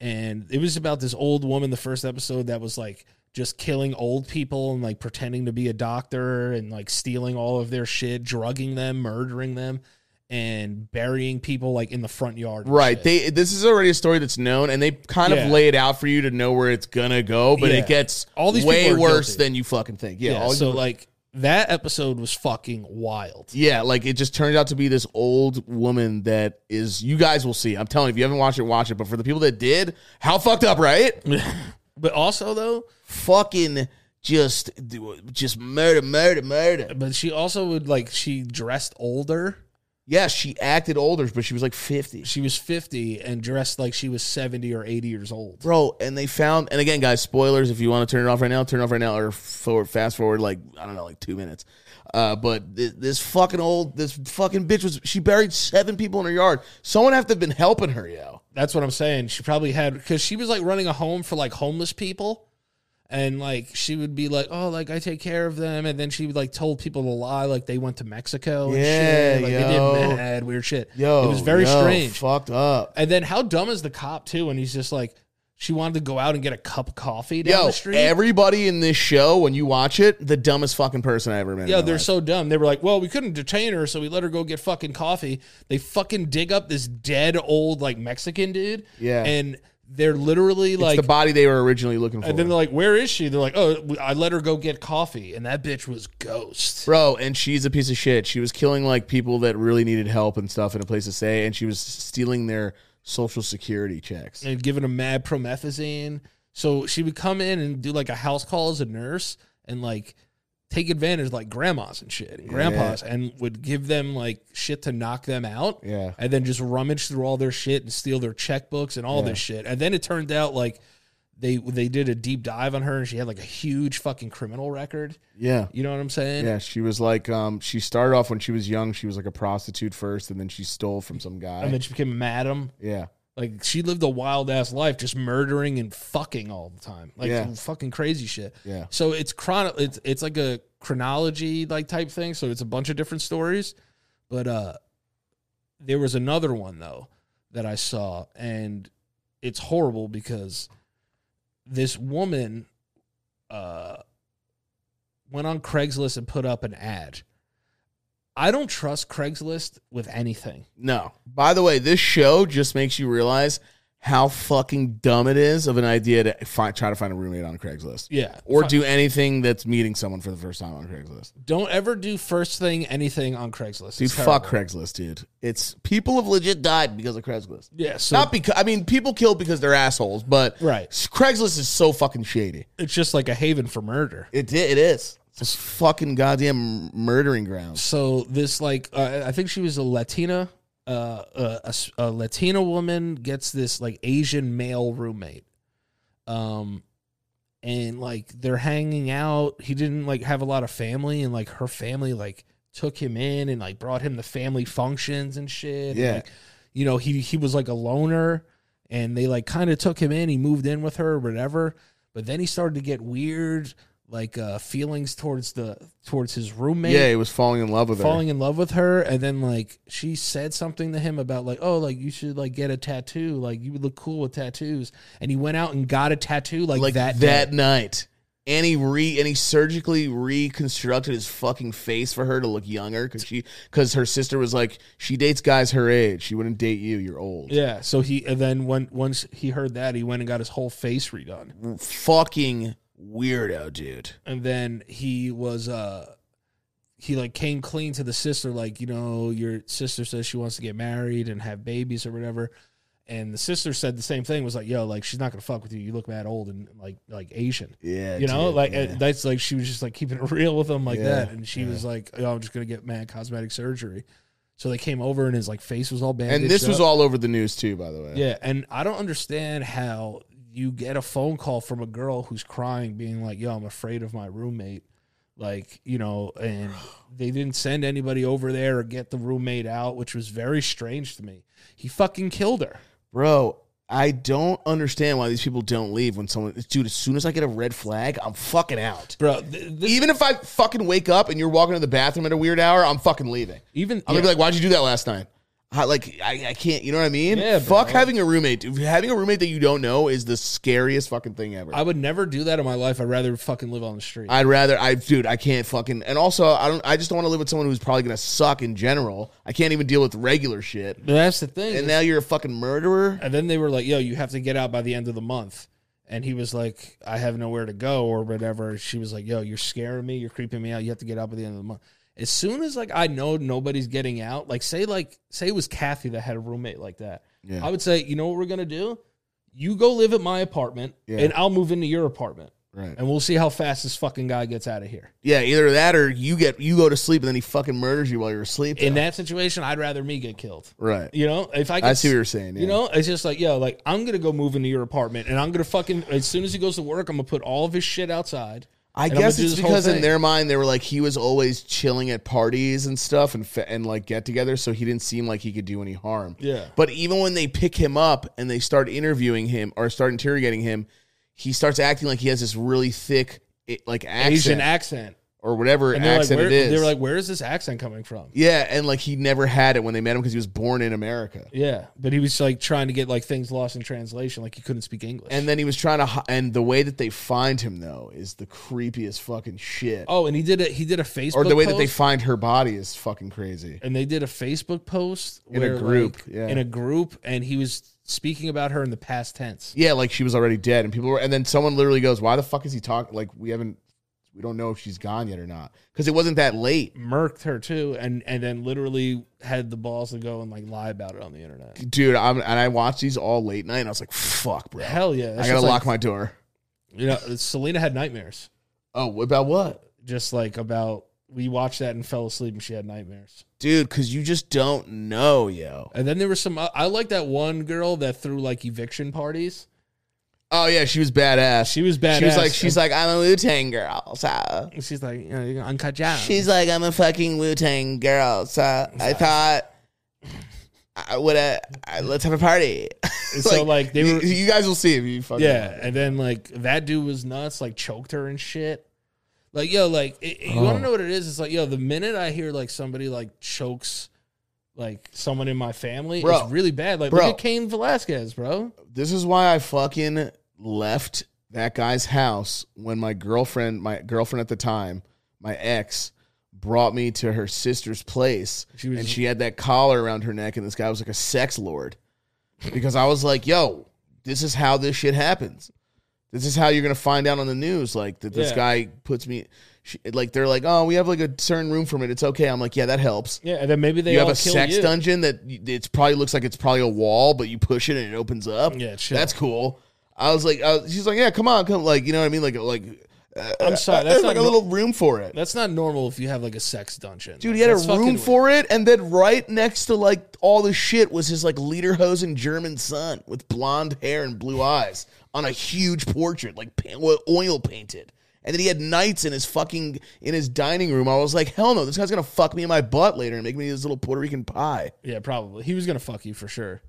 And it was about this old woman. The first episode that was like just killing old people and like pretending to be a doctor and like stealing all of their shit, drugging them, murdering them, and burying people like in the front yard. and Right. shit. They this is already a story that's known and they kind Yeah. of lay it out for you to know where it's gonna go, but Yeah. it gets All these way people are worse guilty. than you fucking think. Yeah. yeah. all so you- like that episode was fucking wild. yeah, like it just turns out to be this old woman that is you guys will see. I'm telling you, if you haven't watched it, watch it. But for the people that did, how fucked up, right? But also though, fucking just just murder, murder, murder. but she also would like she dressed older. Yeah, she acted older, but she was like fifty. She was 50 and dressed like she was 70 or 80 years old. Bro, and they found, and again, guys, spoilers. If you want to turn it off right now, turn it off right now, or forward, fast forward like I don't know, like two minutes. Uh, but th- this fucking old, this fucking bitch was. She buried seven people in her yard. Someone have to have been helping her, yo. That's what I'm saying. She probably had because she was like running a home for like homeless people. And like she would be like, oh, like I take care of them, and then she would like told people to lie, like they went to Mexico and Yeah, shit, like they yo. did mad weird shit. Yo, it was very yo, strange. Fucked up. and then how dumb is the cop too? And he's just like, she wanted to go out and get a cup of coffee down Yo, the street. everybody in this show, when you watch it, the dumbest fucking person I ever met. in Yeah, my they're life. so dumb. They were like, "Well, we couldn't detain her, so we let her go get fucking coffee." They fucking dig up this dead old like Mexican dude. Yeah. and they're literally It's like, the body they were originally looking for. and then they're like, "Where is she?" They're like, "Oh, we- I let her go get coffee," and that bitch was ghost. Bro, and she's a piece of shit. She was killing like people that really needed help and stuff and a place to stay, and she was stealing their social security checks. And giving a mad promethazine, so she would come in and do like a house call as a nurse and like take advantage like grandmas and shit and grandpas and would give them like shit to knock them out. Yeah. and then just rummage through all their shit and steal their checkbooks and all this shit. And then it turned out like they they did a deep dive on her and she had like a huge fucking criminal record. Yeah. You know what I'm saying? Yeah. She was like, um, she started off when she was young, she was like a prostitute first, and then she stole from some guy. And then she became a madam. yeah. Like she lived a wild ass life, just murdering and fucking all the time, like Yeah. fucking crazy shit. Yeah. So it's chrono, it's it's like a chronology like type thing. So it's a bunch of different stories, but uh, there was another one though that I saw, and it's horrible because this woman uh went on Craigslist and put up an ad. I don't trust Craigslist with anything. No. By the way, this show just makes you realize how fucking dumb it is of an idea to find, try to find a roommate on Craigslist Yeah. or do anything that's meeting someone for the first time on Craigslist. Don't ever do first thing anything on Craigslist. Dude, It's terrible. fuck Craigslist, dude. It's people have legit died because of Craigslist. Yeah, so Not because I mean people kill because they're assholes, but Right. Craigslist is so fucking shady. it's just like a haven for murder. It it is. It's fucking goddamn murdering grounds. So this like uh, I think she was a Latina, uh, a- a, s- a Latina woman gets this like Asian male roommate, um, and like they're hanging out. He didn't like have a lot of family, and like her family like took him in and like brought him to family functions and shit. And, Yeah. like, you know he he was like a loner, and they like kind of took him in. He moved in with her, whatever. But then he started to get weird like uh feelings towards the towards his roommate Yeah, he was falling in love with falling in love with her and then like she said something to him about like oh like you should like get a tattoo like you would look cool with tattoos and he went out and got a tattoo like, her like that that, that night. And he re and he surgically reconstructed his fucking face for her to look younger because she because her sister was like she dates guys her age she wouldn't date you you're old yeah so he and then when once he heard that he went and got his whole face redone fucking weirdo dude and then he was uh he like came clean to the sister like you know your sister says she wants to get married and have babies or whatever and the sister said the same thing was like yo like she's not gonna fuck with you you look mad old and like like asian yeah you know dude, like yeah. uh, that's like she was just like keeping it real with him like Yeah, that and she was like oh, i'm just gonna get mad cosmetic surgery so they came over and his like face was all bandaged and this was up. all over the news too by the way yeah and i don't understand how you get a phone call from a girl who's crying being like yo i'm afraid of my roommate like you know and they didn't send anybody over there or get the roommate out which was very strange to me he fucking killed her bro i don't understand why these people don't leave when someone dude as soon as i get a red flag i'm fucking out bro th- th- even if i fucking wake up and you're walking to the bathroom at a weird hour i'm fucking leaving even i'm gonna be like why'd you do that last night I, like I, I can't. You know what I mean? Yeah, Fuck bro. having a roommate. dude. Having a roommate that you don't know is the scariest fucking thing ever. I would never do that in my life. I'd rather fucking live on the street. I'd rather I dude, I can't fucking and also I don't I just don't want to live with someone who's probably gonna suck in general. I can't even deal with regular shit. But that's the thing. And now you're a fucking murderer. And then they were like, "Yo, you have to get out by the end of the month." And he was like, "I have nowhere to go," or whatever. She was like, "Yo, you're scaring me. You're creeping me out. You have to get out by the end of the month." As soon as like I know nobody's getting out, like say like say it was Kathy that had a roommate like that, Yeah. I would say, you know what we're gonna do? You go live at my apartment, Yeah. and I'll move into your apartment, Right. and we'll see how fast this fucking guy gets out of here. Yeah, either that or you get you go to sleep and then he fucking murders you while you're asleep. In though. that situation, I'd rather me get killed. right. You know, if I could, I see what you're saying. yeah. You know, it's just like, yo, like I'm gonna go move into your apartment, and I'm gonna fucking as soon as he goes to work, I'm gonna put all of his shit outside. I and I'm guess gonna do it's this whole because in thing. their mind they were like he was always chilling at parties and stuff and fa- and like get-togethers, so he didn't seem like he could do any harm. Yeah. But even when they pick him up and they start interviewing him or start interrogating him, he starts acting like he has this really thick it, like accent Asian accent, or whatever and they're like, accent where, it is. they were like, where is this accent coming from? yeah, and like he never had it when they met him because he was born in America. Yeah, but he was like trying to get like things lost in translation, like he couldn't speak English. And then he was trying to, hi- and the way that they find him though is the creepiest fucking shit. oh, and he did a he did a Facebook or the way that post, they find her body is fucking crazy. and they did a Facebook post a where, group, like, yeah. in a group, and he was speaking about her in the past tense. Yeah, like she was already dead, and people were, and then someone literally goes, "Why the fuck is he talking? Like we haven't, we don't know if she's gone yet or not, because it wasn't that late, Murked her too, and and then literally had the balls to go and like lie about it on the internet. dude." I'm and I watched these all late night, and I was like, "Fuck, bro, Hell yeah! I gotta lock my door." You know, Selena had nightmares. Oh, about what, Just like about we watched that and fell asleep, and she had nightmares. dude? Because you just don't know, yo. And then there was some. I like that one girl that threw like eviction parties. Oh yeah, she was badass. She was badass. She was like, she's like, I'm a Wu Tang girl, so. like, she's like, you know, you're gonna uncut down. She's like, I'm a fucking Wu Tang girl, so I thought. I would uh, let's have a party. so like they you, were, you guys will see if you fucking yeah. And then like that dude was nuts. Like choked her and shit. Like yo, like it, it- you want Oh. to know what it is? It's like yo, the minute I hear like somebody like chokes. Like someone in my family, Bro. it's really bad. Like Bro. look at Cain Velasquez, bro. this is why I fucking left that guy's house when my girlfriend, my girlfriend at the time, my ex, brought me to her sister's place, She was- and she had that collar around her neck, and this guy was like a sex lord, because I was like, "Yo, this is how this shit happens. This is how you're gonna find out on the news, like that this Yeah. guy puts me." She, like they're like, oh, we have like a certain room from it. It's okay. I'm like, yeah, that helps. Yeah, and then maybe they you have all a kill sex you. dungeon that y- it's probably looks like it's probably a wall, but you push it and it opens up. Yeah, chill. that's cool. I was like, I was- she's like, yeah, come on, come, like, you know what I mean, like, like, uh, I'm sorry, that's there's not like a nor- little room for it, That's not normal if you have like a sex dungeon. dude. Like, He had a that's fucking room for it, and then right next to like all the shit was his like lederhosen German son with blonde hair and blue eyes on a huge portrait, like pa- well, oil painted. And then he had nights in his fucking in his dining room. I was like, hell no, this guy's gonna fuck me in my butt later and make me this little Puerto Rican pie. Yeah, probably. He was gonna fuck you for sure.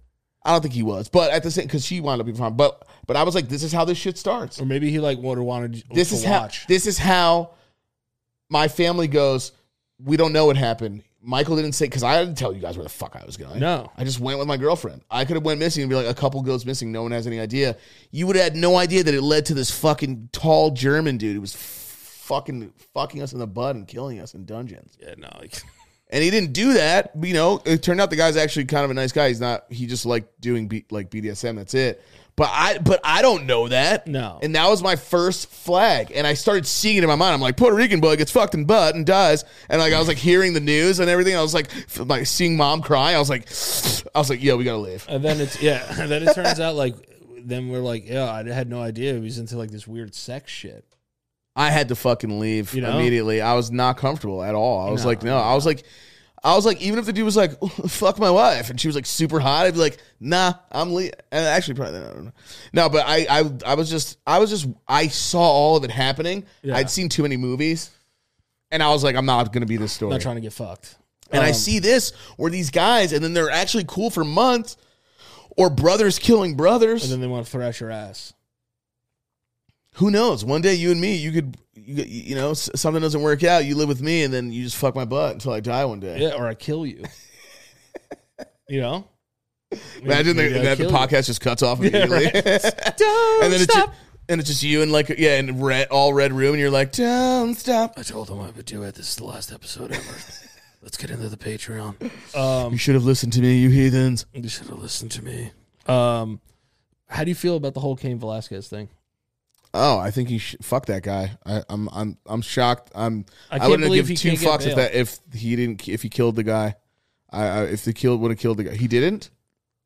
I don't think he was, but at the same because she wound up being fine. But but I was like, this is how this shit starts. Or maybe he like would have wanted you This to is how watch. this is how my family goes. We don't know what happened. Michael didn't say because I didn't tell you guys where the fuck I was going. No. I just went with my girlfriend. I could have went missing and be like, a couple goes missing. No one has any idea. You would have had no idea that it led to this fucking tall German dude who was f- fucking fucking us in the butt and killing us in dungeons. yeah, no. Like, and he didn't do that. You know, it turned out the guy's actually kind of a nice guy. He's not. He just liked doing B, like BDSM. That's it. But I, but I don't know that. No. And that was my first flag, and I started seeing it in my mind. I'm like, Puerto Rican boy gets fucked in butt and dies, and like I was like hearing the news and everything. I was like, f- like seeing mom cry. I was like, I was like, yo, we gotta leave. and then it's yeah. And then it turns out like then we're like yeah, I had no idea he was into like this weird sex shit. I had to fucking leave You know? immediately. I was not comfortable at all. I was No, like, no. I was like, I was like, even if the dude was like, fuck my wife, and she was like super hot, I'd be like, nah, I'm leaving. Actually, probably I don't know. No, but I, I, I was just, I was just, I saw all of it happening. Yeah. I'd seen too many movies, and I was like, I'm not gonna be this story. Not trying to get fucked. And I Um, see this where these guys, and then they're actually cool for months, or brothers killing brothers. And then they want to thrash your ass. who knows? One day you and me, you could, you, could- you know, s- something doesn't work out. You live with me, and then you just fuck my butt until I die one day. Yeah, or I kill you. You know? Imagine Maybe the, I'll that the kill you. podcast just cuts off immediately, Don't and then it's stop. just, and it's just you and like yeah, in red all red room, and you're like, don't stop. I told him I would do it. This is the last episode ever. Let's get into the Patreon. You should have listened to me, you heathens. You should have listened to me. Um, how do you feel about the whole Cain Velasquez thing? Oh, I think he sh- fuck that guy. I, I'm I'm I'm shocked. I'm I I, can't wouldn't believe give he two can't get fucks bail. if that if he didn't if he killed the guy. I, I if the killed would have killed the guy. He didn't.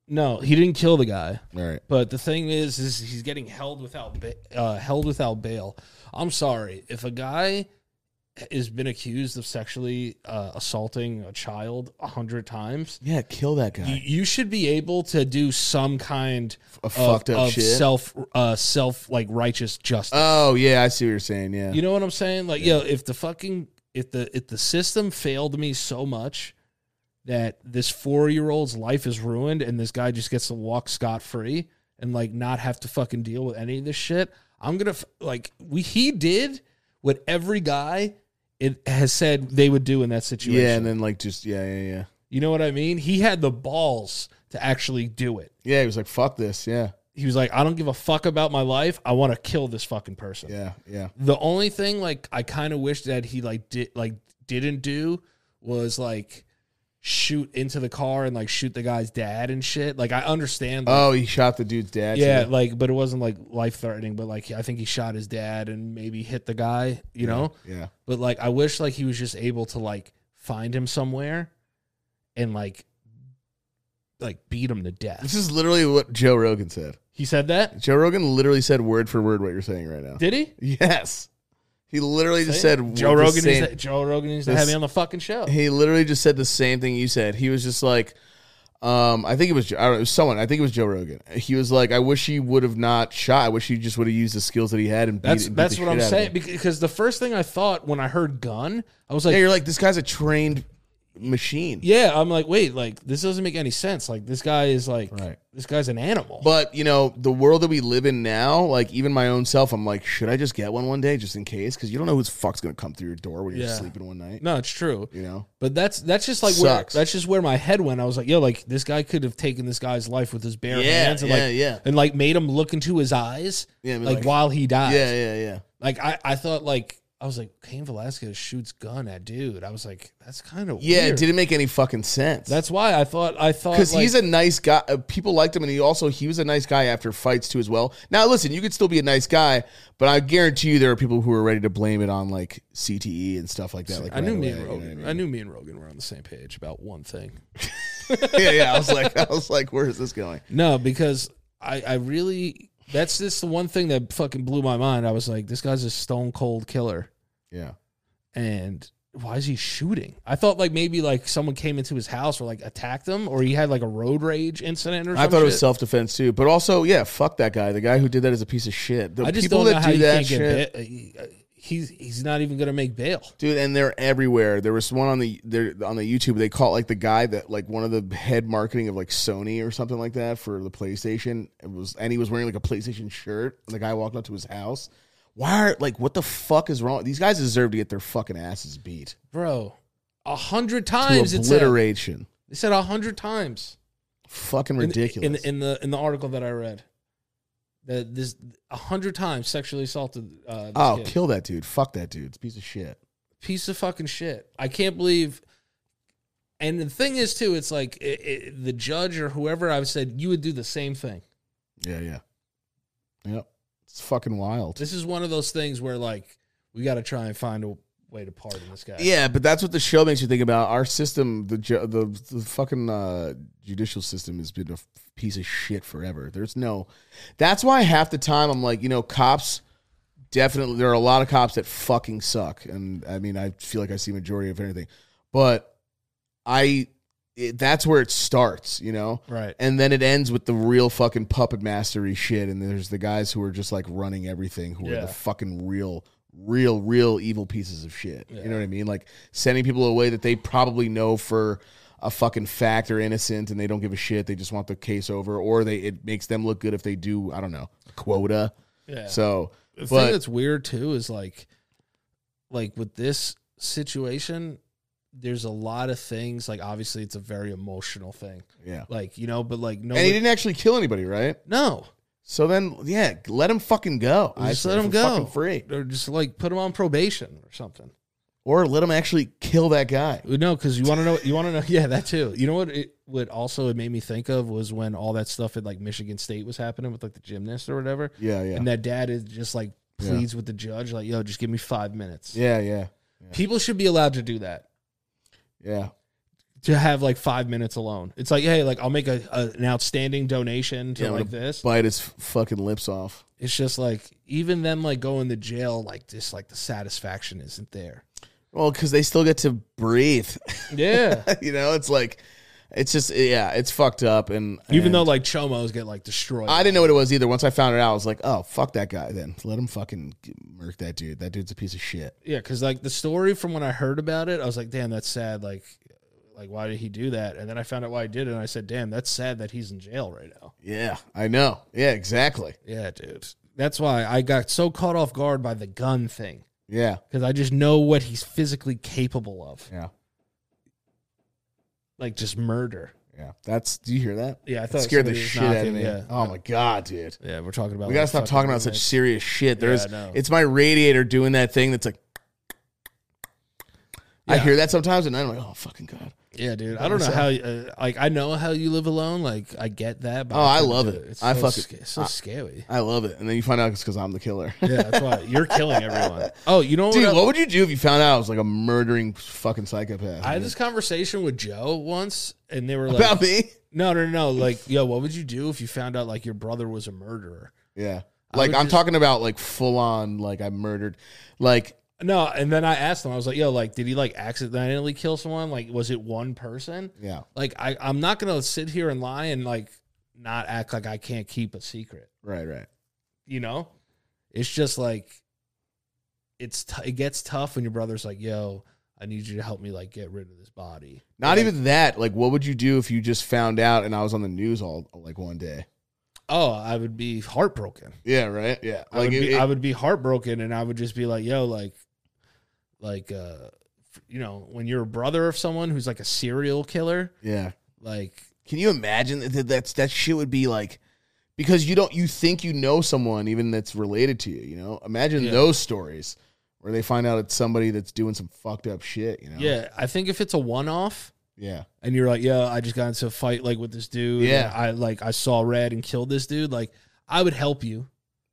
No, he didn't kill the guy. All right. But the thing is, is he's getting held without ba- uh, held without bail. I'm sorry if a guy has been accused of sexually uh, assaulting a child a hundred times. Yeah, kill that you- guy. You should be able to do some kind A of, fucked up of shit. self, uh, self like righteous justice. Oh yeah, I see what you're saying. Yeah. You know what I'm saying? Like, yo, if the fucking if the if the system failed me so much that this four year old's life is ruined and this guy just gets to walk scot free and like not have to fucking deal with any of this shit, I'm gonna f- like we he did what every guy it has said they would do in that situation. yeah, and then like just yeah yeah yeah you know what I mean? He had the balls to actually do it. yeah. He was like, fuck this. Yeah He was like, I don't give a fuck about my life. I want to kill this fucking person. yeah yeah. The only thing like I kind of wish that he like did like didn't do was like shoot into the car and like shoot the guy's dad and shit. Like I understand. Like, Oh, he shot the dude's dad. yeah, too. like but it wasn't like life threatening, but like I think he shot his dad and maybe hit the guy, you know? yeah. But like I wish like he was just able to like find him somewhere and like like beat him to This death. is literally what Joe Rogan said. He said that? Joe Rogan literally said word for word what you're saying right now. Did he? Yes. He literally just said Joe the Rogan same- needs to, Joe Rogan needs to this- have me on the fucking show. He literally just said the same thing you said. He was just like, um, I think it was I don't know, it was someone. I think it was Joe Rogan. He was like, I wish he would have not shot. I wish he just would have used the skills that he had and beat That's and beat that's the what shit I'm out of saying him. beca- because the first thing I thought when I heard gun, I was like, Yeah, yeah, you're like this guy's a trained machine. I'm like, wait, like this doesn't make any sense. Like this guy is like, Right. this guy's an animal. But you know the world that we live in now, like even my own self, I'm like, should I just get one one day just in case? Because you don't know who's fuck's gonna come through your door when you're Yeah. sleeping one night. no, it's true. You know, But that's that's just like Sucks. where that's just where my head went. I was like, yo, like this guy could have taken this guy's life with his bare Yeah, hands and yeah, like yeah. and like made him look into his eyes, Yeah, I mean, like, like- while he died. yeah, yeah, yeah. Like I, I thought like I was like, Cain Velasquez shoots gun at dude. I was like, that's kind of Yeah, weird. it didn't make any fucking sense. That's why I thought I thought because like- he's a nice guy. Uh, People liked him, and he also he was a nice guy after fights too as well. Now listen, you could still be a nice guy, but I guarantee you there are people who are ready to blame it on like CTE and stuff like that. Like I knew right me and away, you know what Rogan. I, I mean? knew me and Rogan were on the same page about one thing. yeah, yeah. I was like, I was like, where is this going? No, because I, I really that's just the one thing that fucking blew my mind. I was like, this guy's a stone cold killer, Yeah, and why is he shooting? I thought like maybe like someone came into his house or like attacked him, or he had like a road rage incident or I something. thought it was self defense too, but also yeah, fuck that guy. The guy who did that is a piece of shit. The I just people don't know that how do you that can't shit. get ba- he's he's not even gonna make bail. dude and they're everywhere there was one on the there on the youtube they caught like the guy that like one of the head marketing of like sony or something like that for the playstation it was and he was wearing like a playstation shirt and the guy walked up to his house why are like what the fuck is wrong these guys deserve to get their fucking asses beat Bro, a hundred To times it's they obliteration said a hundred times. fucking in- ridiculous In, in, the in the article that I read, that this a hundred times sexually assaulted. Uh, this oh kid. kill that dude fuck that dude it's a piece of shit piece of fucking shit! I can't believe. And the thing is, too, it's like it, it, the judge or whoever I've said you would do the same thing. yeah yeah yep it's fucking wild This is one of those things where like we got to try and find a way to pardon this guy. Yeah, but that's what the show makes you think about. Our system, the ju- the, the fucking uh, judicial system, has been a f- piece of shit forever. There's no. That's why half the time I'm like, you know, cops. Definitely, there are a lot of cops that fucking suck, and I mean, I feel like I see majority of anything, but I. It, that's where it starts, you know. Right. And then it ends with the real fucking puppet mastery shit. And there's the guys who are just like running everything, who are Yeah. the fucking real, real, real evil pieces of shit. You know what I mean? Like sending people away that they probably know for a fucking fact or innocent and they don't give a shit. They just want the case over or they it makes them look good if they do, I don't know, a quota. Yeah. So, The thing but that's weird too is like, like with this situation, there's a lot of things like obviously it's a very emotional thing. Yeah. Like, you know, but like no And he didn't actually kill anybody, right? no. So then, yeah, let him fucking go. I Just say, let him for go. fucking free, Or just like put him on probation or something. or let him actually kill that guy. No, because you want to know. You want to know. Yeah, that too. You know what? It, what also it made me think of was when all that stuff at like Michigan State was happening with like the gymnast or whatever, Yeah, yeah, and that dad is just like Yeah. pleads with the judge, like, "Yo, just give me five minutes." yeah, yeah, People should be allowed to do that. yeah. To have like five minutes alone. It's like, hey, like I'll make a, a an outstanding donation to Yeah, I'm like gonna this. Bite his f- fucking lips off. It's just like even them like going to jail, like just like the satisfaction isn't there. Well, because they still get to breathe. Yeah. you know, it's like, it's just, yeah, it's fucked up. And even and though like chomos get like destroyed. I didn't know what it was either. Once I found it out, I was like, oh fuck that guy. Then let him fucking g- murk that dude. That dude's a piece of shit. Yeah, because like the story from when I heard about it, I was like, damn, that's sad. Like, like why did he do that? And then I found out why he did it, and I said, damn, that's sad that he's in jail right now. Yeah, I know. Yeah, exactly. Yeah, dude. That's why I got so caught off guard by the gun thing Yeah, because I just know what he's physically capable of, yeah, like just murder. yeah. That's. Do you hear that? Yeah, I thought That scared the somebody was shit out of knocking, me. yeah. Oh my god, dude. Yeah, we're talking about. We gotta like, stop fucking talking about such roommates. serious shit. There's, I know. it's my radiator doing that thing that's like. I Yeah. hear that sometimes, and I'm like, oh fucking god. Yeah, dude. I don't know how. you- Uh, like, I know how you live alone. Like, I get that. But Oh, I couldn't love do it. It's I so fuck sc- it. it's so I- scary. I love it, and then you find out it's because I'm the killer. Yeah, that's why you're killing everyone. Oh, you know what? Dude, else- what would you do if you found out I was like a murdering fucking psychopath? I had this conversation with Joe once, and they were like, about me? "No, no, no! Like, yo, what would you do if you found out like your brother was a murderer?" Yeah, like would I'm just- talking about like full on like I murdered, like No, and then I asked them. I was like, "Yo, like, did he like accidentally kill someone? Like, was it one person? yeah, Like, I I'm not gonna sit here and lie and like not act like I can't keep a secret. right, right. You know, it's just like it's t- it gets tough when your brother's like, "Yo, I need you to help me like get rid of this body." Not Like, even that. Like, what would you do if you just found out and I was on the news all like one day? Oh, I would be heartbroken. Yeah, right. Yeah, I would, like it- be, it- I would be heartbroken and I would just be like, yo, like, like, uh, f- you know, when you're a brother of someone who's like a serial killer, yeah. like, Can you imagine that that's that shit would be like because you don't you think you know someone even that's related to you, you know? Imagine Yeah. those stories where they find out it's somebody that's doing some fucked up shit, you know? yeah, I think if it's a one off Yeah. and you're like, yo, I just got into a fight like with this dude, and Yeah. I like, I saw red and killed this dude, like, I would help you.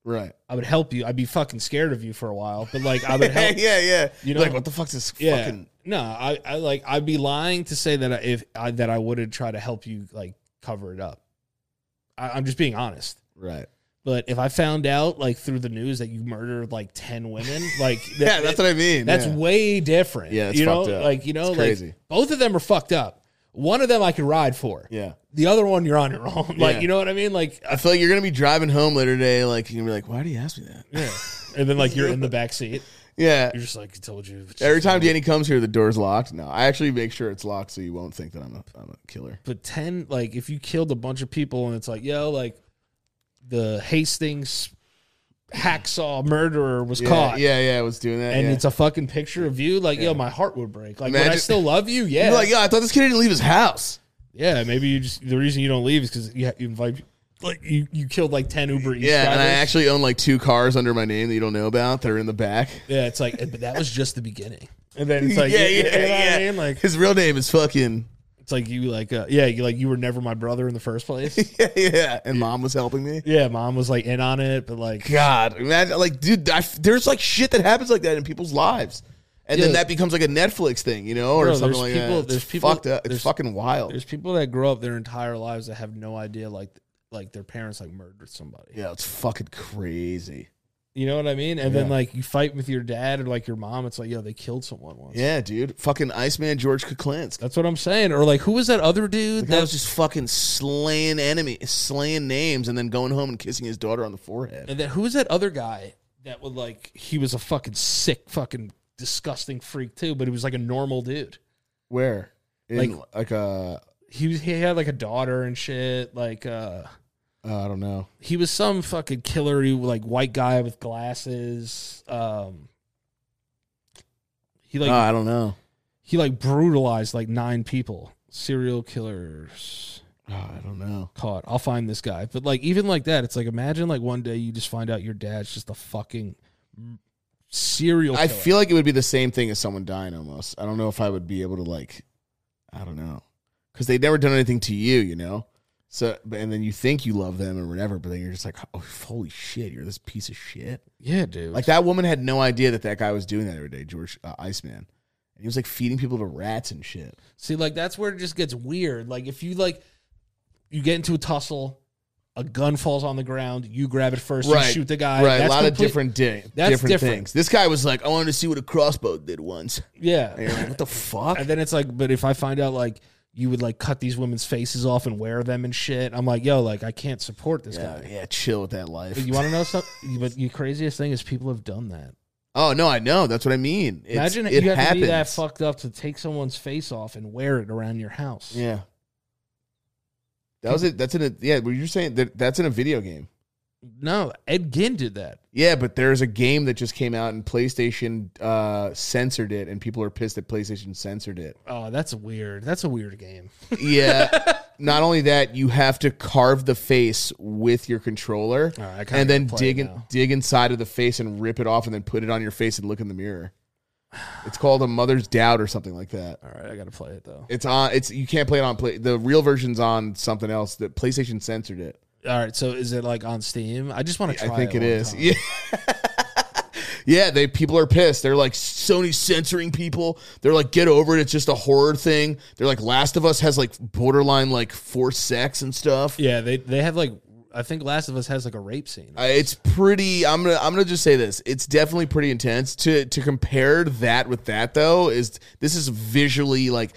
Right. I would help you. I'd be fucking scared of you for a while, but like, I would help. yeah, yeah. You You know? know like what the fuck's this Yeah. fucking No, I, I like, I'd be lying to say that I, if I, that I would have tried to help you, like, cover it up. I, I'm just being honest. Right. But if I found out like through the news that you murdered like ten women, like Yeah, that- that's what I mean. that's yeah. way different. Yeah, it's you know, fucked up. like you know, like It's crazy. both of them are fucked up. One of them I could ride for. yeah. The other one you're on your own. Like Yeah. you know what I mean? Like I feel like you're gonna be driving home later today, like you're gonna be like, Why do you ask me that? yeah. And then like you're in the back seat. Yeah. You're just like I told you. Every time Danny comes here, the door's locked. No, I actually make sure it's locked so you won't think that I'm a I'm a killer. But ten, like if you killed a bunch of people and it's like yo, like the Hastings hacksaw murderer was Yeah, caught. yeah, yeah, I was doing that. And yeah. it's a fucking picture of you, like, yo, my heart would break. Like, would I Imagine- still love you? Yeah. You're like, yo, I thought this kid didn't leave his house. Yeah, maybe you just the reason you don't leave is because you, you invite like you you killed like ten Uber Eats. Yeah, and I drivers. actually own like two cars under my name that you don't know about that are in the back. yeah, it's like, but that was just the beginning, and then it's like, yeah, yeah, yeah, you know what yeah. I mean? Like, His real name is fucking it's like you like, uh, yeah, you like you were never my brother in the first place. yeah, yeah. And mom was helping me. yeah, mom was like in on it, but like, God, imagine like, dude, I, there's like shit that happens like that in people's lives, and then Yeah. that becomes like a Netflix thing, you know, or Bro, something there's like people- that. there's it's people- fucked up. It's there's- fucking wild. there's people that grow up their entire lives that have no idea like like their parents like murdered somebody. Yeah, it's fucking crazy. You know what I mean? And then Yeah. like you fight with your dad or like your mom. It's like, yo, they killed someone once. Yeah, dude, fucking Iceman George Kuklinsk. That's what I'm saying. Or like, who was that other dude? The guy was just fucking slaying enemy, slaying names, and then going home and kissing his daughter on the forehead. And then who was that other guy that would like he was a fucking sick, fucking disgusting freak too, but he was like a normal dude. Where? In, Like- like uh, a He was he had like a daughter and shit. Like uh uh, I don't know. he was some fucking killer he- like white guy with glasses. Um he like Oh, I don't know. He like brutalized like nine people. Serial killers Oh, I don't know. caught. I'll find this guy. But like even like that, it's like imagine like one day you just find out your dad's just a fucking serial. I killer. feel like it would be the same thing as someone dying almost. I don't know if I would be able to like, I don't know, because they've never done anything to you, you know. So, but- and then you think you love them or whatever, but then you're just like, oh, holy shit, you're this piece of shit. yeah, dude. Like that woman had no idea that that guy was doing that every day, George uh, Iceman. And he was like feeding people to rats and shit. See, like that's where it just gets weird. Like if you like you get into a tussle, a gun falls on the ground, you grab it first, you shoot the guy. Right, a That's lot of complete- different di- that's different, different. things. This guy was like, I wanted to see what a crossbow did once. Yeah. And you're like, what the fuck? And then it's like, but if I find out like you would like cut these women's faces off and wear them and shit, I'm like, yo, like I can't support this Yeah, guy. yeah, chill with that life. But you want to know something? But the craziest thing is people have done that. Oh no, I know. That's what I mean. It's, Imagine it you have happens. to be that fucked up to take someone's face off and wear it around your house. Yeah. That was it. That's in a yeah. What you're saying that that's in a video game. No, Ed Ginn did that. Yeah, but there's a game that just came out and PlayStation uh, censored it, and people are pissed that PlayStation censored it. Oh, that's weird. That's a weird game. Yeah. Not only that, you have to carve the face with your controller, All right, I kinda and then gotta play dig it in, now. dig inside of the face and rip it off, and then put it on your face and look in the mirror. It's called a mother's doubt or something like that. All right, I gotta play it though. It's on. It's you can't play it on play. The real version's on something else. That PlayStation censored it. All right, so is it like on Steam? I just want to try. I think it one it is. time. Yeah. yeah. They people are pissed. They're like Sony censoring people. They're like, get over it. It's just a horror thing. They're like, Last of Us has like borderline like forced sex and stuff. Yeah, they they have like I think Last of Us has like a rape scene. Uh, it's pretty. I'm gonna. I'm gonna just say this. It's definitely pretty intense. To to compare that with that though is this is visually like,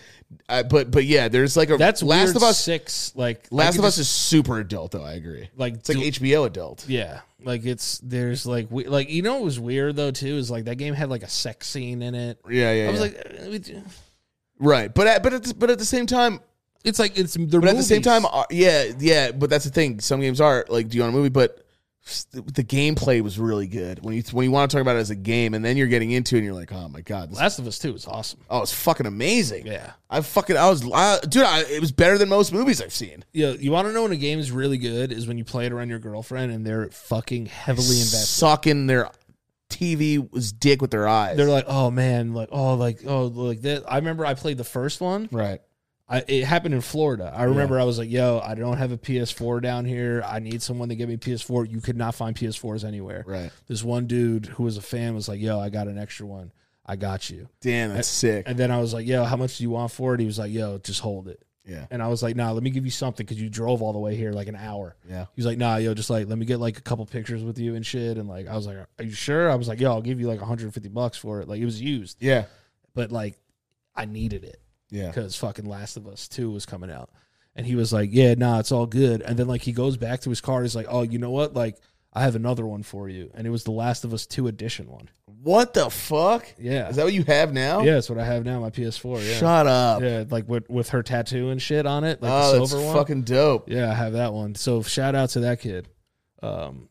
uh, but but yeah, there's like a That's Last Weird of Us. six. Like I Last could of Us just- is super adult though. I agree. like It's like do- HBO adult. yeah, like it's there's like we, like you know what was weird though too is like that game had like a sex scene in it. Yeah, yeah. I was yeah. like, eh, we do- right, but at, but at the, but at the same time, it's like it's they're but at the same movies. time, uh, yeah, yeah. But that's the thing. Some games are like, do you want a movie? But s- the gameplay was really good when you when you want to talk about it as a game, and then you're getting into it, and you're like, oh my god, this, Last of Us two is awesome. oh, it's fucking amazing. Yeah, I fucking I was I, dude. I, it was better than most movies I've seen. yeah. You want to know when a game is really good is when you play it around your girlfriend and they're fucking heavily invested. Sucking their TV was dick with their eyes. They're like, oh man, like oh like oh like that. I remember I played the first one. right. I, it happened in Florida. I remember I was like, "Yo, I don't have a PS4 down here. I need someone to give me a PS4." You could not find PS4s anywhere. Right. This one dude who was a fan was like, "Yo, I got an extra one. I got you." Damn, that's sick. And then I was like, "Yo, how much do you want for it?" He was like, "Yo, just hold it." yeah. And I was like, "Nah, let me give you something because you drove all the way here like an hour." Yeah. He was like, "Nah, yo, just like let me get like a couple pictures with you and shit." And like I was like, "Are you sure?" I was like, "Yo, I'll give you like 150 bucks for it. Like it was used, Yeah. but like I needed it." Yeah. because fucking Last of Us Two was coming out, and he was like, "Yeah, nah, it's all good." And then like he goes back to his car, he's like, "Oh, you know what? Like, I have another one for you," and it was the Last of Us Two edition one. What the fuck? Yeah, Is that what you have now? yeah, it's what I have now, my PS4. Yeah, Shut up. yeah, like with with her tattoo and shit on it, like oh, the that's silver one. fucking dope. yeah, I have that one. So shout out to that kid. Um,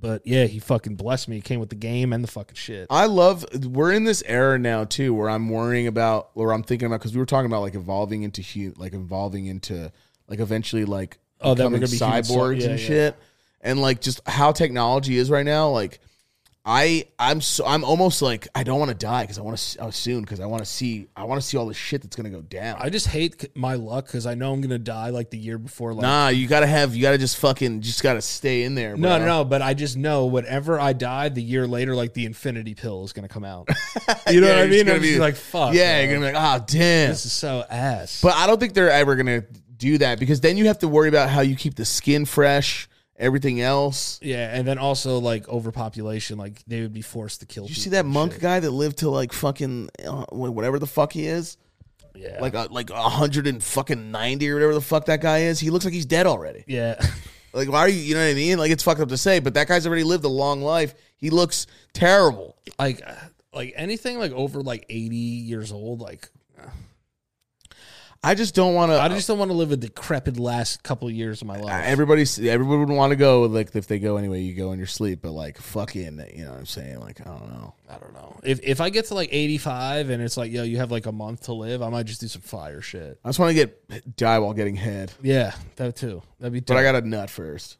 but yeah, he fucking blessed me. He came with the game and the fucking shit. I love. We're in this era now too, where I'm worrying about, or I'm thinking about, because we were talking about like evolving into hu like evolving into like eventually like Oh, that we're becoming gonna be human cyborgs so- yeah, and yeah. shit, and like just how technology is right now. Like, I I'm so I'm almost like I don't want to die because I want to oh, soon because I want to see I want to see all the shit that's gonna go down. I just hate c- my luck because I know I'm gonna die like the year before. Like, nah, you gotta have you gotta just fucking just gotta stay in there. No, bro. no, no, but I just know whatever I die, the year later, like the infinity pill is gonna come out. You know Yeah, what I you're just mean? gonna I'm just be- like, fuck. Yeah, man. you're gonna be like, oh damn, this is so ass. But I don't think they're ever gonna do that because then you have to worry about how you keep the skin fresh, everything else. yeah, and then also like overpopulation, like they would be forced to kill. You see that monk guy that lived to like fucking uh, whatever the fuck he is, Yeah, like uh, like a hundred and fucking ninety or whatever the fuck that guy is. He looks like he's dead already. yeah, Like why are you? You know what I mean? Like it's fucked up to say, but that guy's already lived a long life. He looks terrible. like like anything like over like eighty years old, like I just don't want to. I just don't want to live a decrepit last couple of years of Uh, my life. Everybody's everybody would want to go like if they go anyway, you go in your sleep, but like fucking, you know what I'm saying? Like I don't know. I don't know. If if I get to like 85 and it's like, yo, you have like a month to live, I might just do some fire shit. I just want to get die while getting head, Yeah, that too. That'd be but dope. I got to nut first.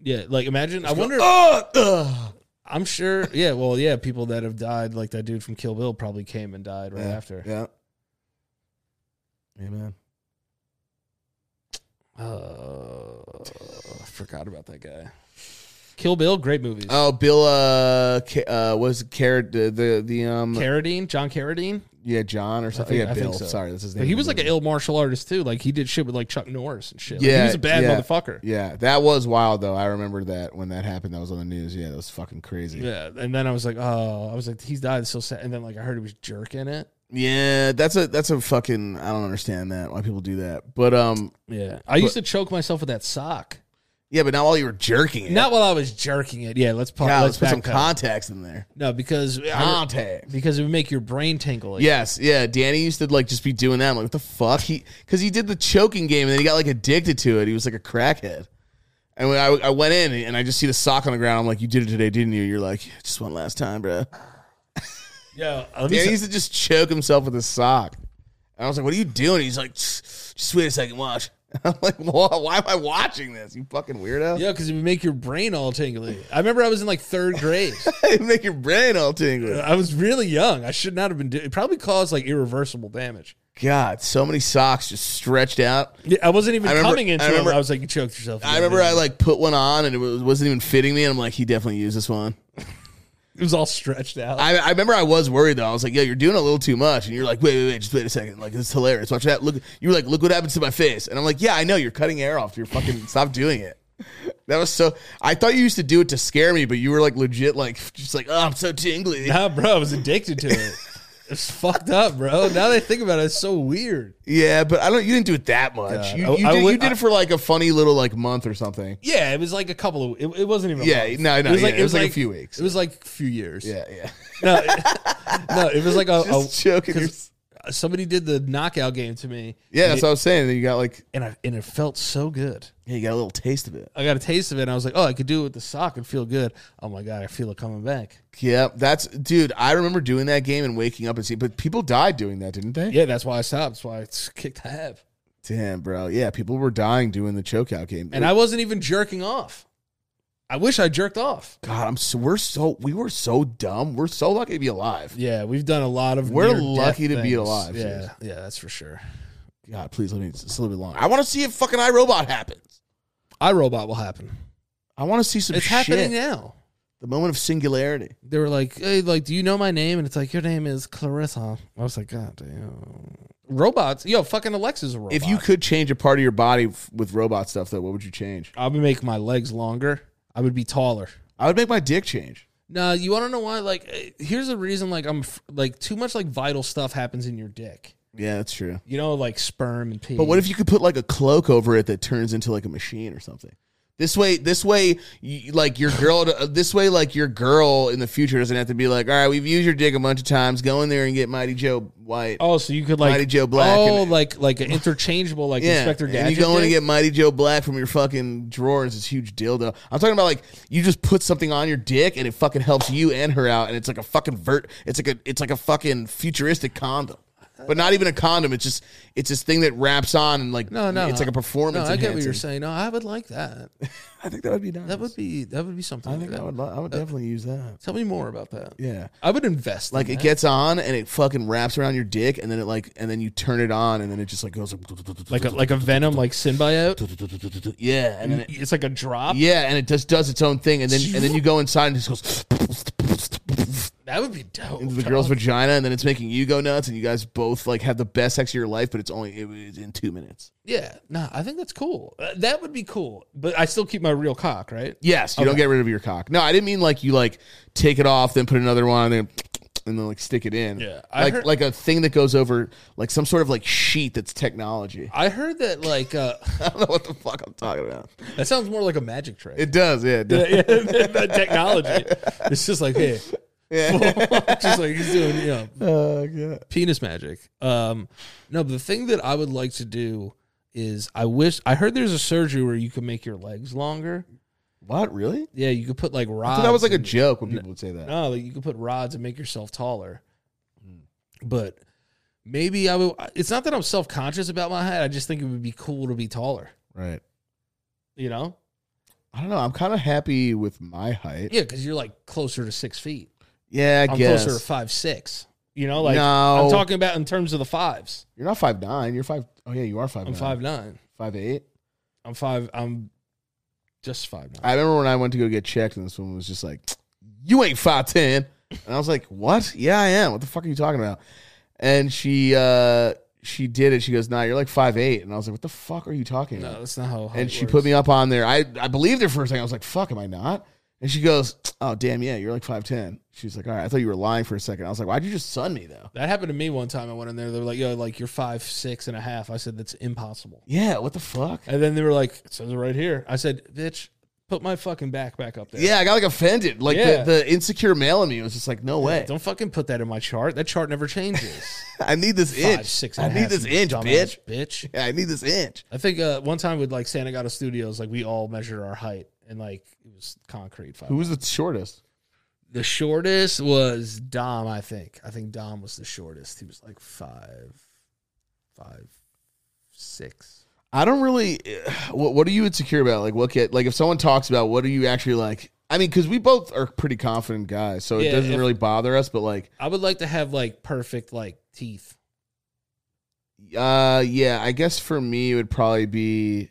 yeah, like imagine. I wonder. Ugh, ugh. I'm sure. Yeah, well, yeah, people that have died, like that dude from Kill Bill, probably came and died right yeah, after. Yeah. Amen. Uh, I forgot about that guy. Kill Bill, great movies. Oh, Bill. Uh, Ca- uh what is Carrot? The, the the um. Carradine, John Carradine. yeah, John or something. think- yeah, I Bill. think so. Sorry, that's his name. But he was like an ill martial artist too. Like he did shit with like Chuck Norris and shit. Like, Yeah, he was a bad yeah. motherfucker. Yeah, that was wild though. I remember that when that happened. That was on the news. Yeah, that was fucking crazy. Yeah. And then I was like, oh, I was like, he's died. It's so sad. And then like I heard he was jerking it. Yeah, that's a that's a fucking I don't understand that why people do that. But um Yeah. I used to choke myself with that sock. yeah, but now while you were jerking it. Not while I was jerking it. Yeah. Let's pop. God, let's let's put some backpedal. contacts in there. No, because I, Contacts. because it would make your brain tingle. Like, Yes, yeah. Danny used to like just be doing that. I'm like, what the fuck? He because he did the choking game and then he got like addicted to it. He was like a crackhead. And when I, I went in and I just see the sock on the ground, I'm like, you did it today, didn't you? You're like, "Yeah, just one last time, bro. Yeah. Let me Danny say- used to just choke himself with a sock. And I was like, what are you doing? He's like, "Tsk, just wait a second, watch. I'm like, why, why am I watching this? You fucking weirdo. yeah, because it would make your brain all tingly. I remember I was in like third grade. It'd make your brain all tingle. I was really young. I should not have been. Do- it probably caused like irreversible damage. God, so many socks just stretched out. Yeah, I wasn't even I remember- coming into I I remember- I was like, you choked yourself. I remember I like put one on and it was, wasn't even fitting me. And I'm like, he definitely used this one. it was all stretched out. I, I remember I was worried though. I was like, yo, you're doing a little too much. And you're like, wait, wait, wait, just wait a second. Like, this is hilarious. Watch that. Look, you were like, look what happens to my face. And I'm like, yeah, I know. You're cutting hair off. You're fucking, stop doing it. That was so, I thought you used to do it to scare me, but you were like legit, like, just like, oh, I'm so tingly. nah, bro, I was addicted to it. It's fucked up, bro. Now that I think about it, it's so weird. Yeah, but I don't, you didn't do it that much. God. You, I- you I did, would- you did it for like a funny little like month or something. Yeah, it was like a couple of. It, it wasn't even. a Yeah, month. no, no, it was yeah, like it was like a few weeks. It was like a few years. Yeah, yeah. no, it- no, it was like a, a Just joking. because somebody did the knockout game to me. Yeah, and that's what I was saying. Then you got like, it, and I and it felt so good. yeah, you got a little taste of it. I got a taste of it, and I was like, oh, I could do it with the sock and feel good. Oh my god, I feel it coming back. Yeah, that's dude. I remember doing that game and waking up and seeing, but people died doing that, didn't they? Yeah, that's why I stopped. That's why I kicked half. Damn, bro. Yeah, people were dying doing the chokeout game. And I wasn't even jerking off. I wish I jerked off. God, I'm so we're so we were so dumb. We're so lucky to be alive. Yeah, we've done a lot of. We're near-death lucky to be things. alive, Yeah, seriously. yeah, that's for sure. God, please let me just a little bit longer. I want to see if fucking iRobot happens. iRobot will happen. I want to see some It's shit. happening now. The moment of singularity. They were like, "Hey, like, do you know my name?" And it's like, "Your name is Clarissa." I was like, "God damn." Robots, yo, fucking Alexa's a robot. If you could change a part of your body f- with robot stuff, though, what would you change? I would make my legs longer. I would be taller. I would make my dick change. No, you want to know why? Like, eh, here's the reason. Like, I'm f- like too much like vital stuff happens in your dick. Yeah, that's true. You know, like sperm and pee. But what if you could put like a cloak over it that turns into like a machine or something? This way, this way, you, like your girl, uh, this way, like your girl in the future doesn't have to be like, all right, we've used your dick a bunch of times. Go in there and get Mighty Joe White, Oh, so you could like Mighty Joe Black Oh, and- like like an interchangeable like yeah, Inspector Gadget. and you go in and dick? get Mighty Joe Black from your fucking drawer. It's this huge dildo. I'm talking about like you just put something on your dick and it fucking helps you and her out, and it's like a fucking vert. It's like a it's like a fucking futuristic condom. But not even a condom. It's just it's this thing that wraps on and like no, no, it's like a performance. No, I get what enhancing. you're saying. No, I would like that. I think that would be nice. That would be that would be something. I like think that. I would. Lo- I would definitely use that. Tell me more about that. Yeah. I would invest. Like it gets on and it fucking wraps around your dick and then it like and then you turn it on and then it just like goes like a, like a venom like symbiote. yeah and then it, It's like a drop. yeah and it just does its own thing and then and then you go inside and it just goes That would be dope. into the girl's vagina and then it's making you go nuts and you guys both like have the best sex of your life but it's only it was in two minutes. yeah. Nah, I think that's cool. Uh, That would be cool. But I still keep my real cock, right? Yes, you don't get rid of your cock. No, I didn't mean like you like take it off, then put another one, and then and then like stick it in. Yeah, I like heard- like a thing that goes over like some sort of like sheet that's technology. I heard that like uh I don't know what the fuck I'm talking about. that sounds more like a magic trick. It does, yeah. It does. Yeah, Oh, yeah, the technology. It's just like, hey, just like he's doing, you know, Uh, yeah. penis magic. Um, no, but the thing that I would like to do is I wish I heard there's a surgery where you can make your legs longer. What really? Yeah, you could put like rods. So that was like a and- joke when people would say that. Uh, No, like you could put rods and make yourself taller. Hmm. But maybe I would. It's not that I'm self conscious about my height. I just think it would be cool to be taller. Right. You know? I don't know. I'm kind of happy with my height. Yeah, because you're like closer to six feet. Yeah, I I'm guess. closer to five six. You know, like no, I'm talking about in terms of the fives. You're not five nine. You're five. Oh yeah, you are five. I'm five nine. Five eight. I'm five. I'm just five nine. I remember when I went to go get checked, and this woman was just like, "You ain't five ten. and I was like, "What? Yeah, I am. What the fuck are you talking about?" And she uh she did it. She goes, "Nah, you're like five eight. And I was like, "What the fuck are you talking no, about?" that's not how. And she put me up on there. I I believed her for a second. I was like, "Fuck, am I not?" And she goes, "Oh damn, yeah, you're like five ten. She's like, "All right, I thought you were lying for a second. I was like, "Why'd you just sun me though?" That happened to me one time. I went in there. They were like, "Yo, like you're five six and a half." I said, "That's impossible." Yeah, what the fuck? And then they were like, "It says it right here." I said, "Bitch, put my fucking back back up there." Yeah, I got like offended. Like Yeah. the, the insecure male in me was just like, no way. Don't fucking put that in my chart. That chart never changes. I need this inch. Five, six. I and a need half, this you inch, dumbass bitch. Bitch. Yeah, I need this inch. I think uh, one time with like Santa Gato Studios, like we all measured our height and like it was concrete. Five. Who was the shortest? The shortest was Dom, I think. I think Dom was the shortest. He was like five, five, six. I don't really. What, what are you insecure about? Like, what get like if someone talks about what are you actually like? I mean, because we both are pretty confident guys, so it Yeah, doesn't if- really bother us. But like, I would like to have like perfect like teeth. uh, yeah, I guess for me it would probably be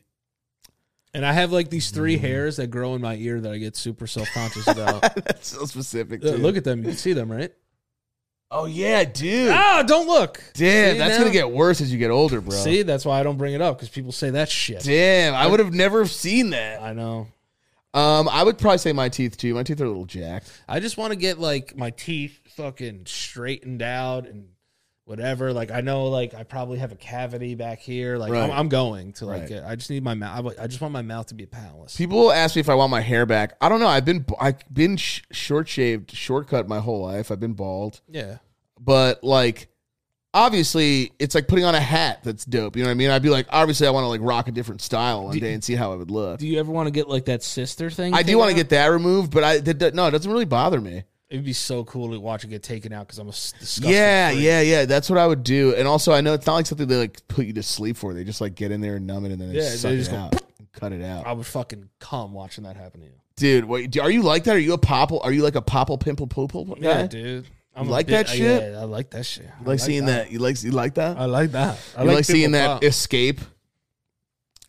And I have like these three Mm. hairs that grow in my ear that I get super self conscious about. Uh, that's so specific. Too. look at them. You can see them, right? oh yeah, dude. Ah, don't look. Damn, See that's now? gonna get worse as you get older, bro. See, that's why I don't bring it up because people say that shit. Damn, I would have never seen that. I know. Um, I would probably say my teeth too. My teeth are a little jacked. I just want to get like my teeth fucking straightened out and whatever. Like I know, like I probably have a cavity back here. Like I'm, Right. I'm going to like. Right. get- I just need my mouth. I wa- I just want my mouth to be a palace. People ask me if I want my hair back. I don't know. I've been I've been sh- short shaved, shortcut my whole life. I've been bald, yeah, but like obviously it's like putting on a hat that's dope. You know what I mean? I'd be like, obviously I want to like rock a different style one day and see how I would look. Do you ever want to get like that sister thing? I do taken want out? to get that removed, but I that, that- no, it doesn't really bother me. It'd be so cool to watch it get taken out because I'm a s- disgusting. Yeah, freak. yeah, yeah. That's what I would do. And also, I know it's not like something they like put you to sleep for. They just like get in there and numb it, and then they Yeah, suck they it just go, out, and cut it out. I would fucking come watching that happen to you. Dude, wait, do- are you like that? Are you a popple? Are you like a popple pimple poople? guy? Yeah, dude. I'm You a like bit- that shit? Yeah, I like that shit. I You like seeing that. You like you like that? I like that. I you like, seeing people that pop. escape,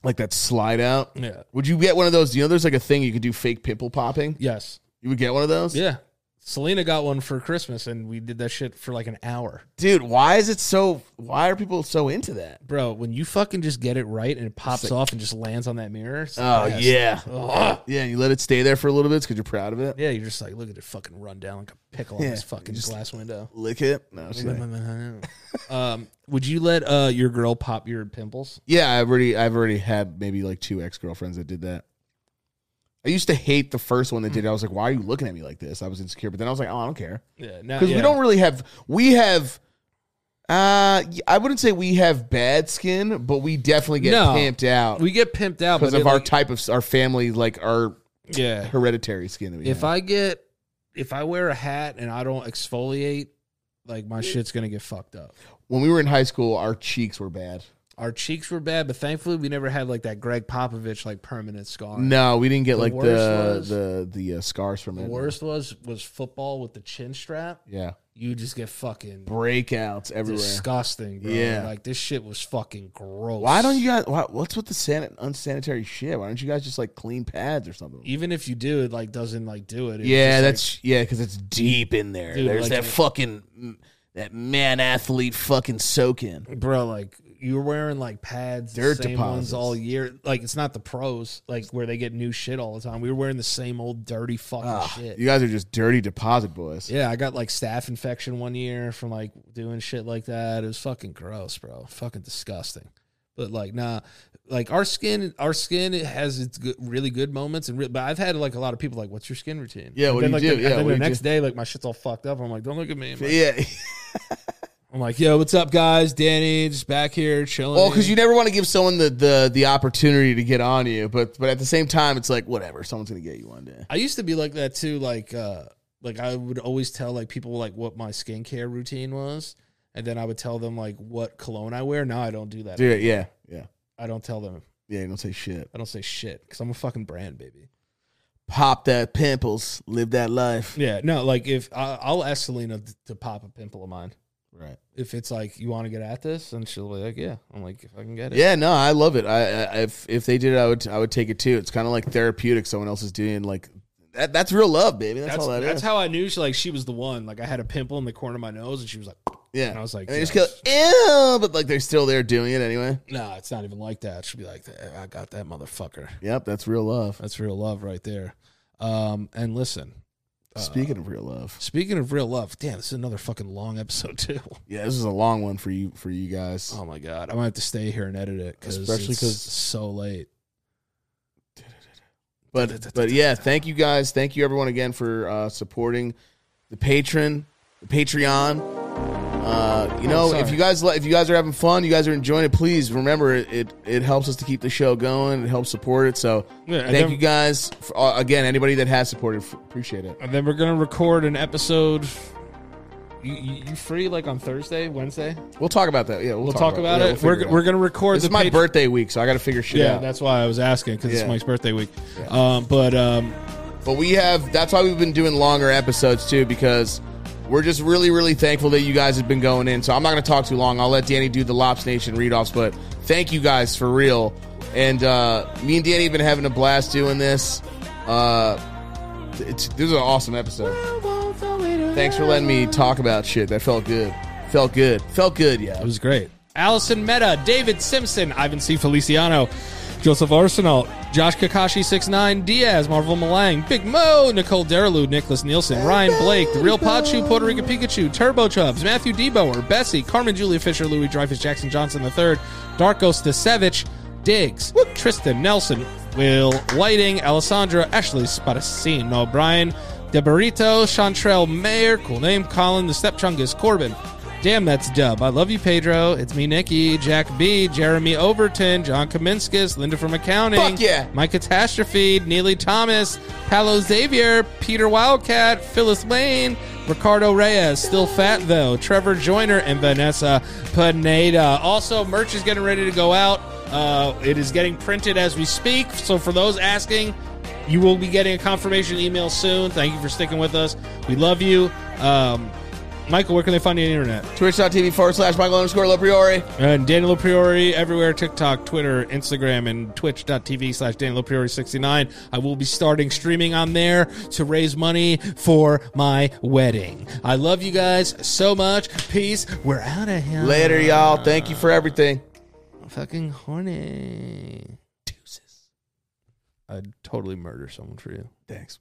like that slide out. Yeah. Would you get one of those? You know, there's like a thing you could do fake pimple popping. Yes. You would get one of those. Yeah. Selena got one for Christmas and we did that shit for like an hour. dude. Why is it so? Why are people so into that? Bro, when you fucking just get it right and it pops off and just lands on that mirror. it's the Oh best. yeah, Ugh. yeah. And you let it stay there for a little bit because you're proud of it. Yeah, you're just like, look at it fucking run down like a pickle on Yeah, this fucking just- glass window. Lick it. No, I'm just kidding. um, would you let uh, your girl pop your pimples? yeah. I've already, I've already had maybe like two ex girlfriends that did that. I used to hate the first one that did. it. I was like, why are you looking at me like this? I was insecure, but then I was like, oh, I don't care. Yeah, no, because Uh, yeah. we don't really have we have uh y- i wouldn't say we have bad skin but we definitely get No. pimped out we get pimped out because but of it, our like- type of s- our family like our yeah. hereditary skin that we If have. I get, if I wear a hat and I don't exfoliate, like my shit's gonna get fucked up. when we were in high school our cheeks were bad Our cheeks were bad, but thankfully we never had like that Greg Popovich like permanent scar. no we didn't get like the worst was- the the uh, scars from The it worst was was football with the chin strap. yeah You just get fucking breakouts everywhere disgusting, bro. Yeah. Like this shit was fucking gross. why don't you guys why, what's with the san- unsanitary shit why don't you guys just like clean pads or something Even if you do, it like doesn't like do it. It's Yeah, just, like, that's yeah, because it's deep in there. Dude, There's like- that fucking that man athlete fucking soak in. bro like you're wearing like pads Dirt the same ones deposits. all year like it's not the pros like where they get new shit all the time we were wearing the same old dirty fucking Ah, shit you guys are just dirty deposit boys. yeah i got like staph infection one year from like doing shit like that it was fucking gross bro fucking disgusting But like, nah, like our skin, our skin it has its good, really good moments, and re- but I've had like a lot of people like, "What's your skin routine?" Yeah, what then, do like, you the, do? and Yeah, then what the do you next do? day, like my shit's all fucked up. I'm like, "Don't look at me." I'm like, Yeah. I'm like, "Yo, what's up, guys? Danny, just back here chilling." Well, because you never want to give someone the, the the opportunity to get on you, but but at the same time, it's like whatever. Someone's gonna get you one day. I used to be like that too. Like, uh, like I would always tell like people like what my skincare routine was, and then I would tell them like what cologne I wear. Now I don't do that. Dude, yeah, yeah, I don't tell them. yeah. you Don't say shit. I don't say shit because I'm a fucking brand baby. Pop that pimples. Live that life. Yeah, no, like if I, I'll ask Selena t- to pop a pimple of mine. Right. If it's like you want to get at this, and she'll be like, "Yeah." I'm like, "If I can get it." Yeah. No, I love it. I, I if if they did it, I would I would take it too. It's kind of like therapeutic. Someone else is doing like that. That's real love, baby. That's, that's, all that is. that's how I knew she like she was the one. Like I had a pimple in the corner of my nose, and she was like, yeah. and I was like, and they just go yeah. ew, but like they're still there doing it anyway. "Nah, it's not even like that." She'll be like, "Eh, "I got that motherfucker." Yep, that's real love. That's real love right there. Um, and listen, uh, Speaking of real love, speaking of real love, damn, this is another fucking long episode too. yeah, this is a long one for you for you guys. Oh my god, I might have to stay here and edit it, cause Especially especially 'cause- because so late. but but yeah, thank you guys. Thank you everyone again for uh, supporting the patron, the Patreon. Uh, you know, if sorry. you guys li- if you guys are having fun, you guys are enjoying it. Please remember it. It, it helps us to keep the show going. It helps support it. So Yeah, and thank then- you guys for, uh, again. Anybody that has supported, f- appreciate it. And then we're gonna record an episode. You, you, you free like on Thursday, Wednesday? We'll talk about that. Yeah, we'll, We'll talk about yeah, it. we'll We're figure we're out. gonna record This the is my Patreon- birthday week, so I got to figure shit Yeah, out. that's why I was asking because Yeah. it's Mike's birthday week. Um, but um, But we have that's why we've been doing longer episodes too because we're just really really thankful that you guys have been going in. So I'm not going to talk too long. I'll let Danny do the Lops Nation read-offs, but thank you guys for real. And uh, me and Danny have been having a blast doing this. Uh, it's, this is an awesome episode. Thanks for letting me talk about shit. That felt good. Felt good. Felt good. It Yeah. was great. Allison Meta, David Simpson, Ivan C. Feliciano, Joseph Arsenal, Josh Kakashi 69 Diaz, Marvel Malang, Big Mo, Nicole Derelu, Nicholas Nielsen, Ryan Blake, The Real Pachu, Puerto Rican Pikachu, Turbo Chubs, Matthew Deboer, Bessie, Carmen Julia Fisher, Louis Dreyfus, Jackson Johnson III, Darko Stasevich, Diggs, Tristan Nelson, Will Lighting, Alessandra, Ashley Spadacino, Brian DeBarito, Chantrell Mayer, cool name, Colin, The Step Chungus, Corbin, Damn, that's dub. I love you, Pedro. It's me, Nikki, Jack B, Jeremy Overton, John Kaminskis, Linda from Accounting. Fuck yeah. My Catastrophe, Neely Thomas, Paolo Xavier, Peter Wildcat, Phyllis Lane, Ricardo Reyes, still fat though, Trevor Joyner, and Vanessa Pineda. Also, merch is getting ready to go out. Uh, it is getting printed as we speak. So, for those asking, you will be getting a confirmation email soon. Thank you for sticking with us. We love you. Um, Michael, where can they find you on the internet? Twitch.tv forward slash Michael underscore Lopriore. And Daniel Priori everywhere TikTok, Twitter, Instagram, and twitch.tv slash Daniel Priori 69. I will be starting streaming on there to raise money for my wedding. I love you guys so much. Peace. We're out of here. Later, y'all. Thank you for everything. I'm fucking horny. Deuces. I'd totally murder someone for you. Thanks.